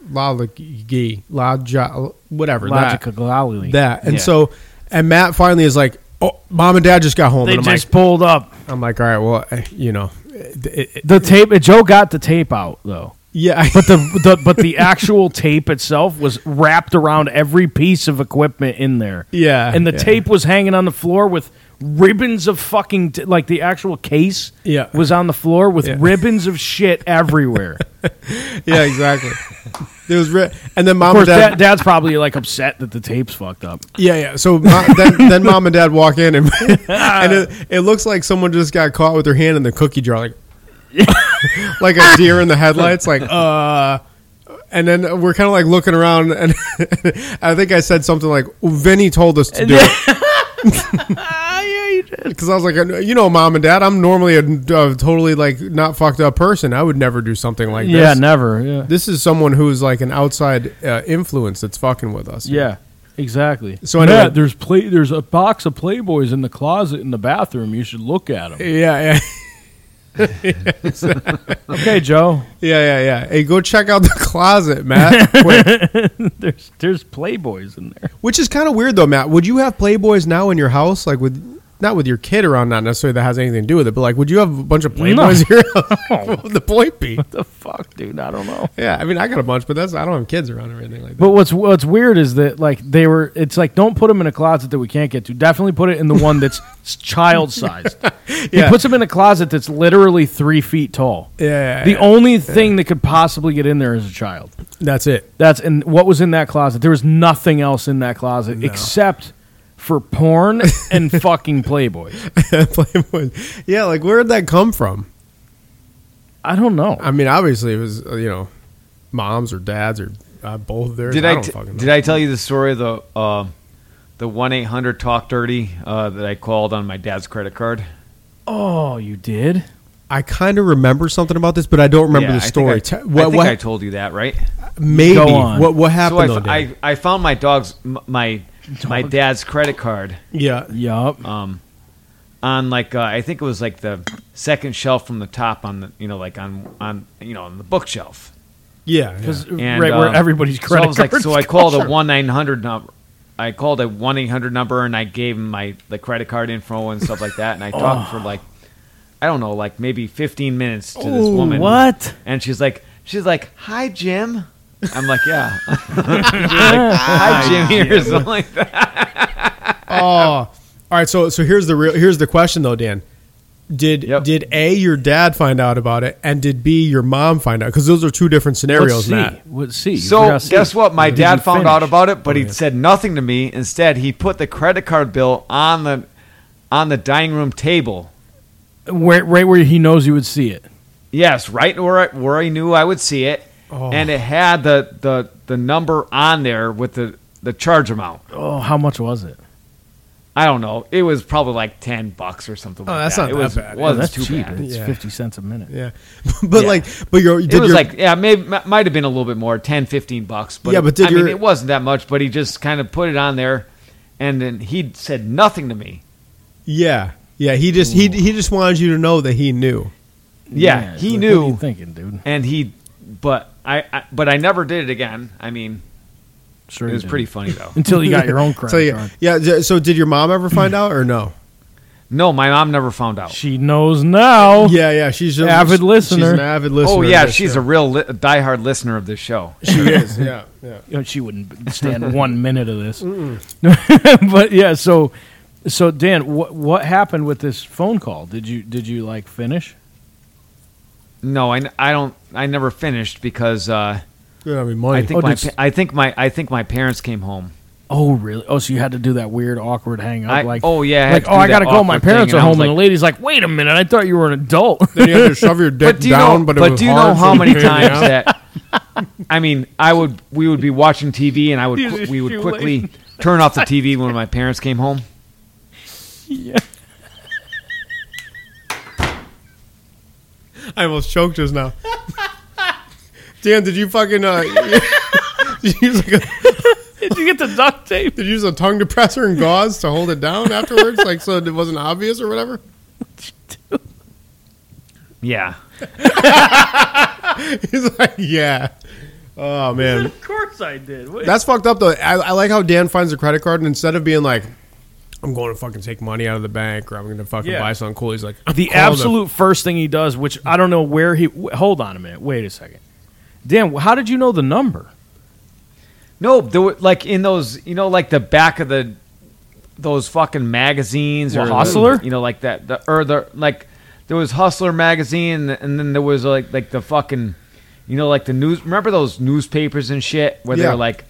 Speaker 2: log, whatever that.
Speaker 4: logically.
Speaker 2: that. And
Speaker 3: Yeah.
Speaker 2: so, and Matt finally is like, "Oh, mom and dad just got home."
Speaker 4: they
Speaker 2: and I'm
Speaker 4: just
Speaker 2: like,
Speaker 4: pulled up
Speaker 2: I'm like, all right, well, eh, you know, it, it, it-
Speaker 4: the tape. Joe got the tape out though.
Speaker 2: yeah,
Speaker 4: But the, the but the actual tape itself was wrapped around every piece of equipment in there.
Speaker 2: Yeah,
Speaker 4: and the
Speaker 2: yeah.
Speaker 4: tape was hanging on the floor with ribbons of fucking t- like the actual case
Speaker 2: Yeah.
Speaker 4: was on the floor with
Speaker 2: Yeah.
Speaker 4: ribbons of shit everywhere.
Speaker 2: Yeah, exactly. there was re- and then
Speaker 4: of
Speaker 2: mom
Speaker 4: course,
Speaker 2: and dad.
Speaker 4: Dad- dad's probably like upset that the tape's fucked up.
Speaker 2: Yeah, yeah. So mo- then, then mom and dad walk in and and it, it looks like someone just got caught with their hand in the cookie jar, like like a deer in the headlights, like uh. And then we're kind of like looking around, and I think I said something like Vinny told us to do it. Because I was like, you know, mom and dad, I'm normally a, a totally like not fucked up person. I would never do something like
Speaker 4: Yeah,
Speaker 2: this.
Speaker 4: never. Yeah,
Speaker 2: This is someone who's like an outside uh, influence that's fucking with us.
Speaker 4: yeah, exactly.
Speaker 2: So anyway-
Speaker 4: Matt, there's play. There's a box of Playboys in the closet in the bathroom. You should look at them.
Speaker 2: yeah, yeah.
Speaker 4: Okay, Joe.
Speaker 2: Yeah, yeah, yeah. Hey, go check out the closet, Matt. Quick.
Speaker 4: There's there's Playboys in there.
Speaker 2: Which is kind of weird, though, Matt. Would you have Playboys now in your house, like with not with your kid around, not necessarily that has anything to do with it, but like, would you have a bunch of Playboys here? what would the point be?
Speaker 4: The fuck, dude. I don't know.
Speaker 2: Yeah, I mean, I got a bunch, but that's I don't have kids around or anything like that.
Speaker 4: But what's what's weird is that like they were. It's like don't put them in a closet that we can't get to. Definitely put it in the one that's child sized. He
Speaker 2: Yeah.
Speaker 4: puts them in a closet that's literally three feet tall.
Speaker 2: Yeah, yeah,
Speaker 4: The
Speaker 2: yeah.
Speaker 4: only thing that could possibly get in there is a child.
Speaker 2: that's it.
Speaker 4: That's and what was in that closet. There was nothing else in that closet except for porn and fucking Playboy.
Speaker 2: Playboys. Yeah, like where did that come from?
Speaker 4: I don't know.
Speaker 2: I mean, obviously it was uh, you know, moms or dads or uh, both of theirs.
Speaker 3: Did
Speaker 2: I,
Speaker 3: I,
Speaker 2: don't
Speaker 3: t-
Speaker 2: fucking know.
Speaker 3: did I tell you the story of the uh, the one eight hundred talk dirty uh, that I called on my dad's credit card?
Speaker 4: oh, you did?
Speaker 2: I kind of remember something about this, but I don't remember
Speaker 3: Yeah,
Speaker 2: the story.
Speaker 3: I
Speaker 2: Te-
Speaker 3: think, I,
Speaker 2: what,
Speaker 3: I, think
Speaker 2: what-
Speaker 3: I told you that, right?
Speaker 2: maybe
Speaker 4: Go on.
Speaker 2: what what
Speaker 3: So
Speaker 2: happened?
Speaker 3: I,
Speaker 2: though,
Speaker 3: f-
Speaker 2: Dave?
Speaker 3: I, I found my dog's m- my my dad's credit card
Speaker 2: yeah,
Speaker 4: Yup.
Speaker 3: um, on like uh, I think it was like the second shelf from the top on the you know like on on you know on the bookshelf.
Speaker 2: yeah, yeah.
Speaker 4: Because
Speaker 3: And,
Speaker 4: uh, right where
Speaker 3: um,
Speaker 4: everybody's
Speaker 3: so I
Speaker 4: credit
Speaker 3: was like,
Speaker 4: cards
Speaker 3: so I called
Speaker 4: go.
Speaker 3: a one nine hundred number. I called a one eight hundred number and I gave him my the credit card info and stuff like that. And I talked
Speaker 4: Oh.
Speaker 3: for like I don't know, like maybe fifteen minutes to this woman.
Speaker 4: What?
Speaker 3: And she's like, she's like, "Hi, Jim." I'm like, "Yeah." She's like, Hi, Jimmy, or something like that.
Speaker 2: Oh, all right. So so here's the real here's the question though, Dan. Did
Speaker 3: Yep.
Speaker 2: did A your dad find out about it, and did B your mom find out? Because those are two different scenarios.
Speaker 4: Let's see.
Speaker 2: Matt.
Speaker 4: Let's see. You
Speaker 3: So
Speaker 4: forgot to see.
Speaker 3: guess what? My
Speaker 4: Did
Speaker 3: dad
Speaker 4: you
Speaker 3: found
Speaker 4: finish? Oh,
Speaker 3: out about it, but he said nothing to me. Instead, he put the credit card bill on the on the dining room table.
Speaker 4: Where, right where he knows you would see it.
Speaker 3: Yes, right where I, where I knew I would see it,
Speaker 2: Oh.
Speaker 3: and it had the, the the number on there with the the charge amount.
Speaker 4: Oh, how much was it?
Speaker 3: I don't know. It was probably like ten bucks or something.
Speaker 2: Oh,
Speaker 3: like
Speaker 2: that's
Speaker 3: that.
Speaker 2: not
Speaker 3: it
Speaker 2: that
Speaker 3: was,
Speaker 2: bad.
Speaker 4: Oh,
Speaker 3: Wasn't
Speaker 4: that's
Speaker 3: too
Speaker 4: cheap.
Speaker 3: bad.
Speaker 4: It's
Speaker 2: Yeah.
Speaker 4: fifty cents a minute.
Speaker 2: Yeah, but
Speaker 3: Yeah.
Speaker 2: like, but your did
Speaker 3: it was
Speaker 2: your
Speaker 3: like yeah, maybe might have been a little bit more, 10, 15 bucks. But
Speaker 2: Yeah, but did
Speaker 3: I
Speaker 2: your-
Speaker 3: mean, it wasn't that much. But he just kind of put it on there, and then he said nothing to me.
Speaker 2: yeah yeah he just he he just wanted you to know that he knew.
Speaker 3: Yeah,
Speaker 4: it's
Speaker 3: he
Speaker 4: like,
Speaker 3: knew.
Speaker 4: What are you thinking, dude?
Speaker 3: and he, but I, I, but I never did it again. I mean,
Speaker 4: Sure,
Speaker 3: it
Speaker 4: you
Speaker 3: was
Speaker 4: did.
Speaker 3: pretty funny though.
Speaker 4: Until you got your own credit
Speaker 2: So yeah,
Speaker 4: card.
Speaker 2: yeah. d- So did your mom ever find out or no?
Speaker 3: no, my mom never found out.
Speaker 4: She knows now.
Speaker 2: Yeah, yeah. She's a,
Speaker 4: Oh, Avid
Speaker 2: She's
Speaker 4: listener.
Speaker 2: an avid listener.
Speaker 3: oh
Speaker 2: to
Speaker 3: yeah,
Speaker 2: this
Speaker 3: she's
Speaker 2: show.
Speaker 3: a real li- diehard listener of this show.
Speaker 2: she is. Yeah, yeah.
Speaker 4: You know, she wouldn't stand one minute of this. but yeah, so so Dan, what what happened with this phone call? Did you did you like finish?
Speaker 3: No, I, n- I don't. I never finished because uh,
Speaker 2: Good, I mean,
Speaker 3: I
Speaker 2: money.
Speaker 3: think
Speaker 4: Oh,
Speaker 3: my
Speaker 4: did-
Speaker 3: pa- I think my I think my parents came home.
Speaker 4: Oh really? Oh, so you had to do that weird awkward hang up
Speaker 3: I-
Speaker 4: like
Speaker 3: oh, yeah, I had
Speaker 4: like
Speaker 3: to
Speaker 4: oh
Speaker 3: do
Speaker 4: I
Speaker 3: that
Speaker 4: gotta call my
Speaker 3: awkward thing,
Speaker 4: parents
Speaker 3: and
Speaker 4: are
Speaker 3: I was
Speaker 4: home and the
Speaker 3: like-
Speaker 4: lady's like wait a minute I thought you were an adult.
Speaker 2: Then you have to shove your dick
Speaker 3: But do you
Speaker 2: down,
Speaker 3: know?
Speaker 2: but
Speaker 3: But,
Speaker 2: it was
Speaker 3: do you know
Speaker 2: hard,
Speaker 3: how
Speaker 2: so
Speaker 3: many
Speaker 2: you couldn't get
Speaker 3: times
Speaker 2: out?
Speaker 3: that? I mean, I would we would be watching TV and I would
Speaker 4: Use
Speaker 3: qu-
Speaker 4: your
Speaker 3: we would
Speaker 4: shoelace.
Speaker 3: quickly turn off the TV when my parents came home.
Speaker 2: I almost choked just now. Dan, did you fucking uh, did, you use like a,
Speaker 4: did you get the duct tape?
Speaker 2: did you use a tongue depressor and gauze to hold it down afterwards, like so it wasn't obvious or whatever?
Speaker 3: Yeah,
Speaker 2: He's like, yeah. Oh man,
Speaker 4: Of course I did. What-
Speaker 2: that's fucked up though. I, I like how Dan finds a credit card and instead of being like, "I'm going to fucking take money out of the bank" or "I'm going to fucking
Speaker 4: Yeah.
Speaker 2: buy something cool," he's like, "Oh, I'm
Speaker 4: the
Speaker 2: calling
Speaker 4: absolute first thing he does, which I don't know where he. W- hold on a minute. Wait a second. Dan, how did you know the number?
Speaker 3: no, there were, like in those you know like the back of the those fucking magazines
Speaker 4: What,
Speaker 3: or the-
Speaker 4: Hustler?
Speaker 3: you know, like that, the, or the like. There was Hustler magazine, and then there was like like the fucking, you know, like the news. Remember those newspapers and shit where
Speaker 2: Yeah.
Speaker 3: they're like,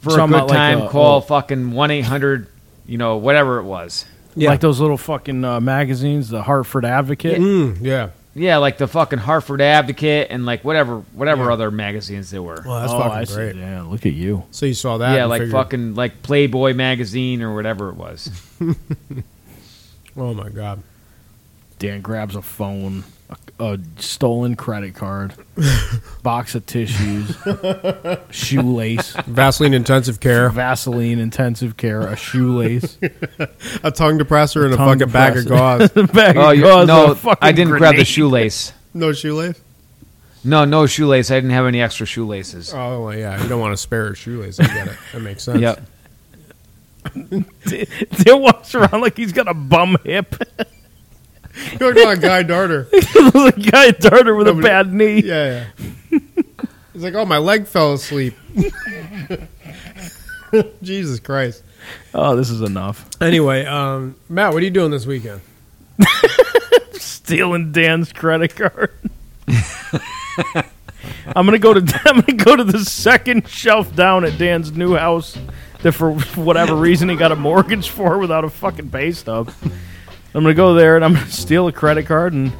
Speaker 3: for
Speaker 4: Some
Speaker 3: a good
Speaker 4: out like
Speaker 3: time,
Speaker 4: a-
Speaker 3: call
Speaker 4: oh.
Speaker 3: fucking one eight hundred, you know, whatever it was.
Speaker 2: Yeah.
Speaker 4: Like those little fucking uh, magazines, the Hartford Advocate.
Speaker 2: Mm, yeah.
Speaker 3: Yeah, like the fucking Hartford Advocate and like whatever whatever other magazines there were.
Speaker 2: Well, that's
Speaker 4: oh,
Speaker 2: fucking
Speaker 4: I see.
Speaker 2: great.
Speaker 4: Yeah, look at you.
Speaker 2: So you saw that?
Speaker 3: yeah,
Speaker 2: and
Speaker 3: like
Speaker 2: figured,
Speaker 3: fucking like Playboy magazine or whatever it was.
Speaker 2: Oh my god.
Speaker 4: Dan grabs a phone, a, a stolen credit card, box of tissues, shoelace,
Speaker 2: Vaseline intensive care,
Speaker 4: Vaseline intensive care, a shoelace.
Speaker 2: a tongue depressor, and a
Speaker 4: tongue
Speaker 2: fucking bag of gauze.
Speaker 4: Bag
Speaker 3: Oh,
Speaker 4: of
Speaker 3: you,
Speaker 4: gauze,
Speaker 3: no,
Speaker 4: a fucking
Speaker 3: I didn't grab the
Speaker 4: grenade.
Speaker 3: shoelace.
Speaker 2: no shoelace.
Speaker 3: No, no shoelace. I didn't have any extra shoelaces.
Speaker 2: Oh well, yeah. You don't want to spare a shoelace. I get it. That makes sense.
Speaker 3: Yep.
Speaker 4: Dan walks around like he's got a bum hip.
Speaker 2: You're like my guy Darter.
Speaker 4: the guy at Darter with a
Speaker 2: Nobody-
Speaker 4: bad knee.
Speaker 2: Yeah, yeah. He's like, oh, my leg fell asleep. Jesus Christ.
Speaker 4: Oh, this is enough.
Speaker 2: Anyway, um, Matt, what are you doing this weekend?
Speaker 4: Stealing Dan's credit card. I'm gonna go to I'm gonna go to the second shelf down at Dan's new house that for whatever reason he got a mortgage for without a fucking pay stub. I'm gonna go there and I'm gonna steal a credit card and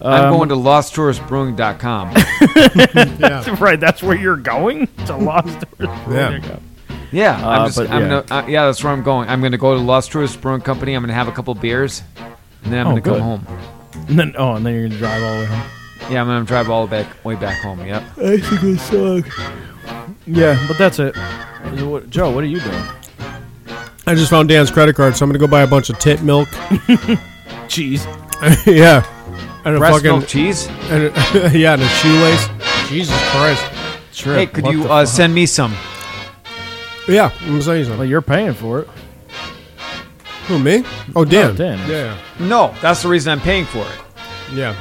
Speaker 4: um,
Speaker 3: I'm going to losttouristbrewing.com.
Speaker 4: right that's where you're going to Lost.
Speaker 2: Yeah.
Speaker 3: Yeah,
Speaker 4: Uh,
Speaker 3: I'm just,
Speaker 4: but
Speaker 3: I'm
Speaker 4: yeah.
Speaker 3: Gonna, uh, yeah, that's where I'm going. I'm going to go to Lost Tourist Brewing Company. I'm going to have a couple beers, and then I'm
Speaker 4: Oh,
Speaker 3: going to
Speaker 4: good.
Speaker 3: come home.
Speaker 4: And then oh, and then you're gonna drive all the way home.
Speaker 3: Yeah, I'm going to drive all the back way back home. Yep.
Speaker 4: That's a good song. Yeah, but that's it. What- Joe, what are you doing?
Speaker 2: I just found Dan's credit card, so I'm going to go buy a bunch of tit milk.
Speaker 4: Cheese.
Speaker 2: yeah. And a
Speaker 3: Breast
Speaker 2: fucking.
Speaker 3: milk cheese.
Speaker 2: And a, yeah, and a shoelace. Jesus Christ.
Speaker 3: Hey, could you uh, send me some?
Speaker 2: Yeah, I'm going to say something.
Speaker 4: Well, you're paying for it.
Speaker 2: Who, me? Oh, Dan.
Speaker 4: Oh, Dan.
Speaker 2: Yeah,
Speaker 3: No, that's the reason I'm paying for it.
Speaker 2: yeah. yeah.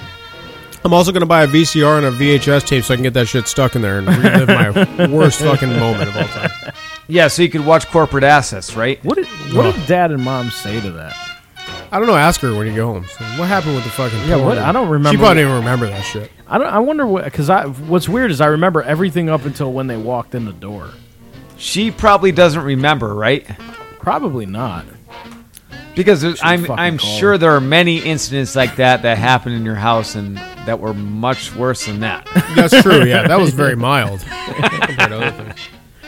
Speaker 2: I'm also going to buy a VCR and a VHS tape so I can get that shit stuck in there and relive my worst fucking moment of all time.
Speaker 3: Yeah, so you could watch Corporate Assets, right?
Speaker 4: What did what did Dad and Mom say to that?
Speaker 2: I don't know. Ask her when you go home. So what happened with the fucking?
Speaker 4: Yeah, what-
Speaker 2: porn?
Speaker 4: I don't remember
Speaker 2: She probably didn't remember that shit.
Speaker 4: I don't. I wonder what because I what's weird is I remember everything up until when they walked in the door.
Speaker 3: She probably doesn't remember, right?
Speaker 4: Probably not.
Speaker 3: Because there's- I'm
Speaker 4: fucking
Speaker 3: I'm
Speaker 4: call.
Speaker 3: sure there are many incidents like that that happened in your house and that were much worse than that.
Speaker 2: That's true. Yeah, that was very mild. compared to other things.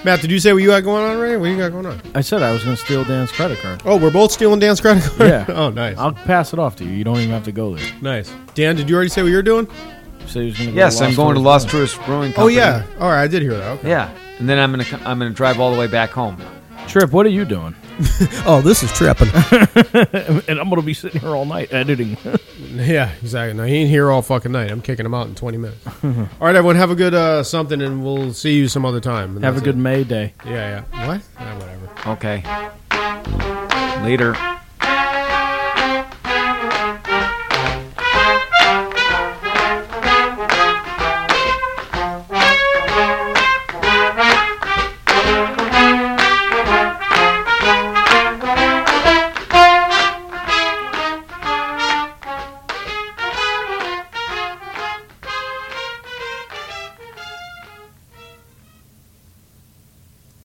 Speaker 2: Matt, did you say what you got going on already? What you got going on?
Speaker 4: I said I was going to steal Dan's credit card.
Speaker 2: Oh, we're both stealing Dan's credit card.
Speaker 4: Yeah.
Speaker 2: oh, nice,
Speaker 4: I'll pass it off to you. You don't even have to go there.
Speaker 2: nice. Dan, did you already say what you're doing?
Speaker 4: So he's gonna go
Speaker 3: yes,
Speaker 4: to
Speaker 3: I'm going to
Speaker 4: Lost
Speaker 3: Lost Tourist Brewing Company.
Speaker 2: Oh yeah. All right, I did hear that. Okay.
Speaker 3: Yeah, and then I'm gonna co- I'm gonna drive all the way back home.
Speaker 4: Trip. What are you doing?
Speaker 2: Oh, this is tripping.
Speaker 4: And I'm going to be sitting here all night editing.
Speaker 2: yeah, exactly. Now he ain't here all fucking night. I'm kicking him out in 20 minutes. all right, everyone, have a good uh, something, and we'll see you some other time. And
Speaker 4: have a
Speaker 2: that's
Speaker 4: good
Speaker 2: it.
Speaker 4: May day.
Speaker 2: Yeah, yeah. What? Ah, whatever.
Speaker 3: Okay. Later.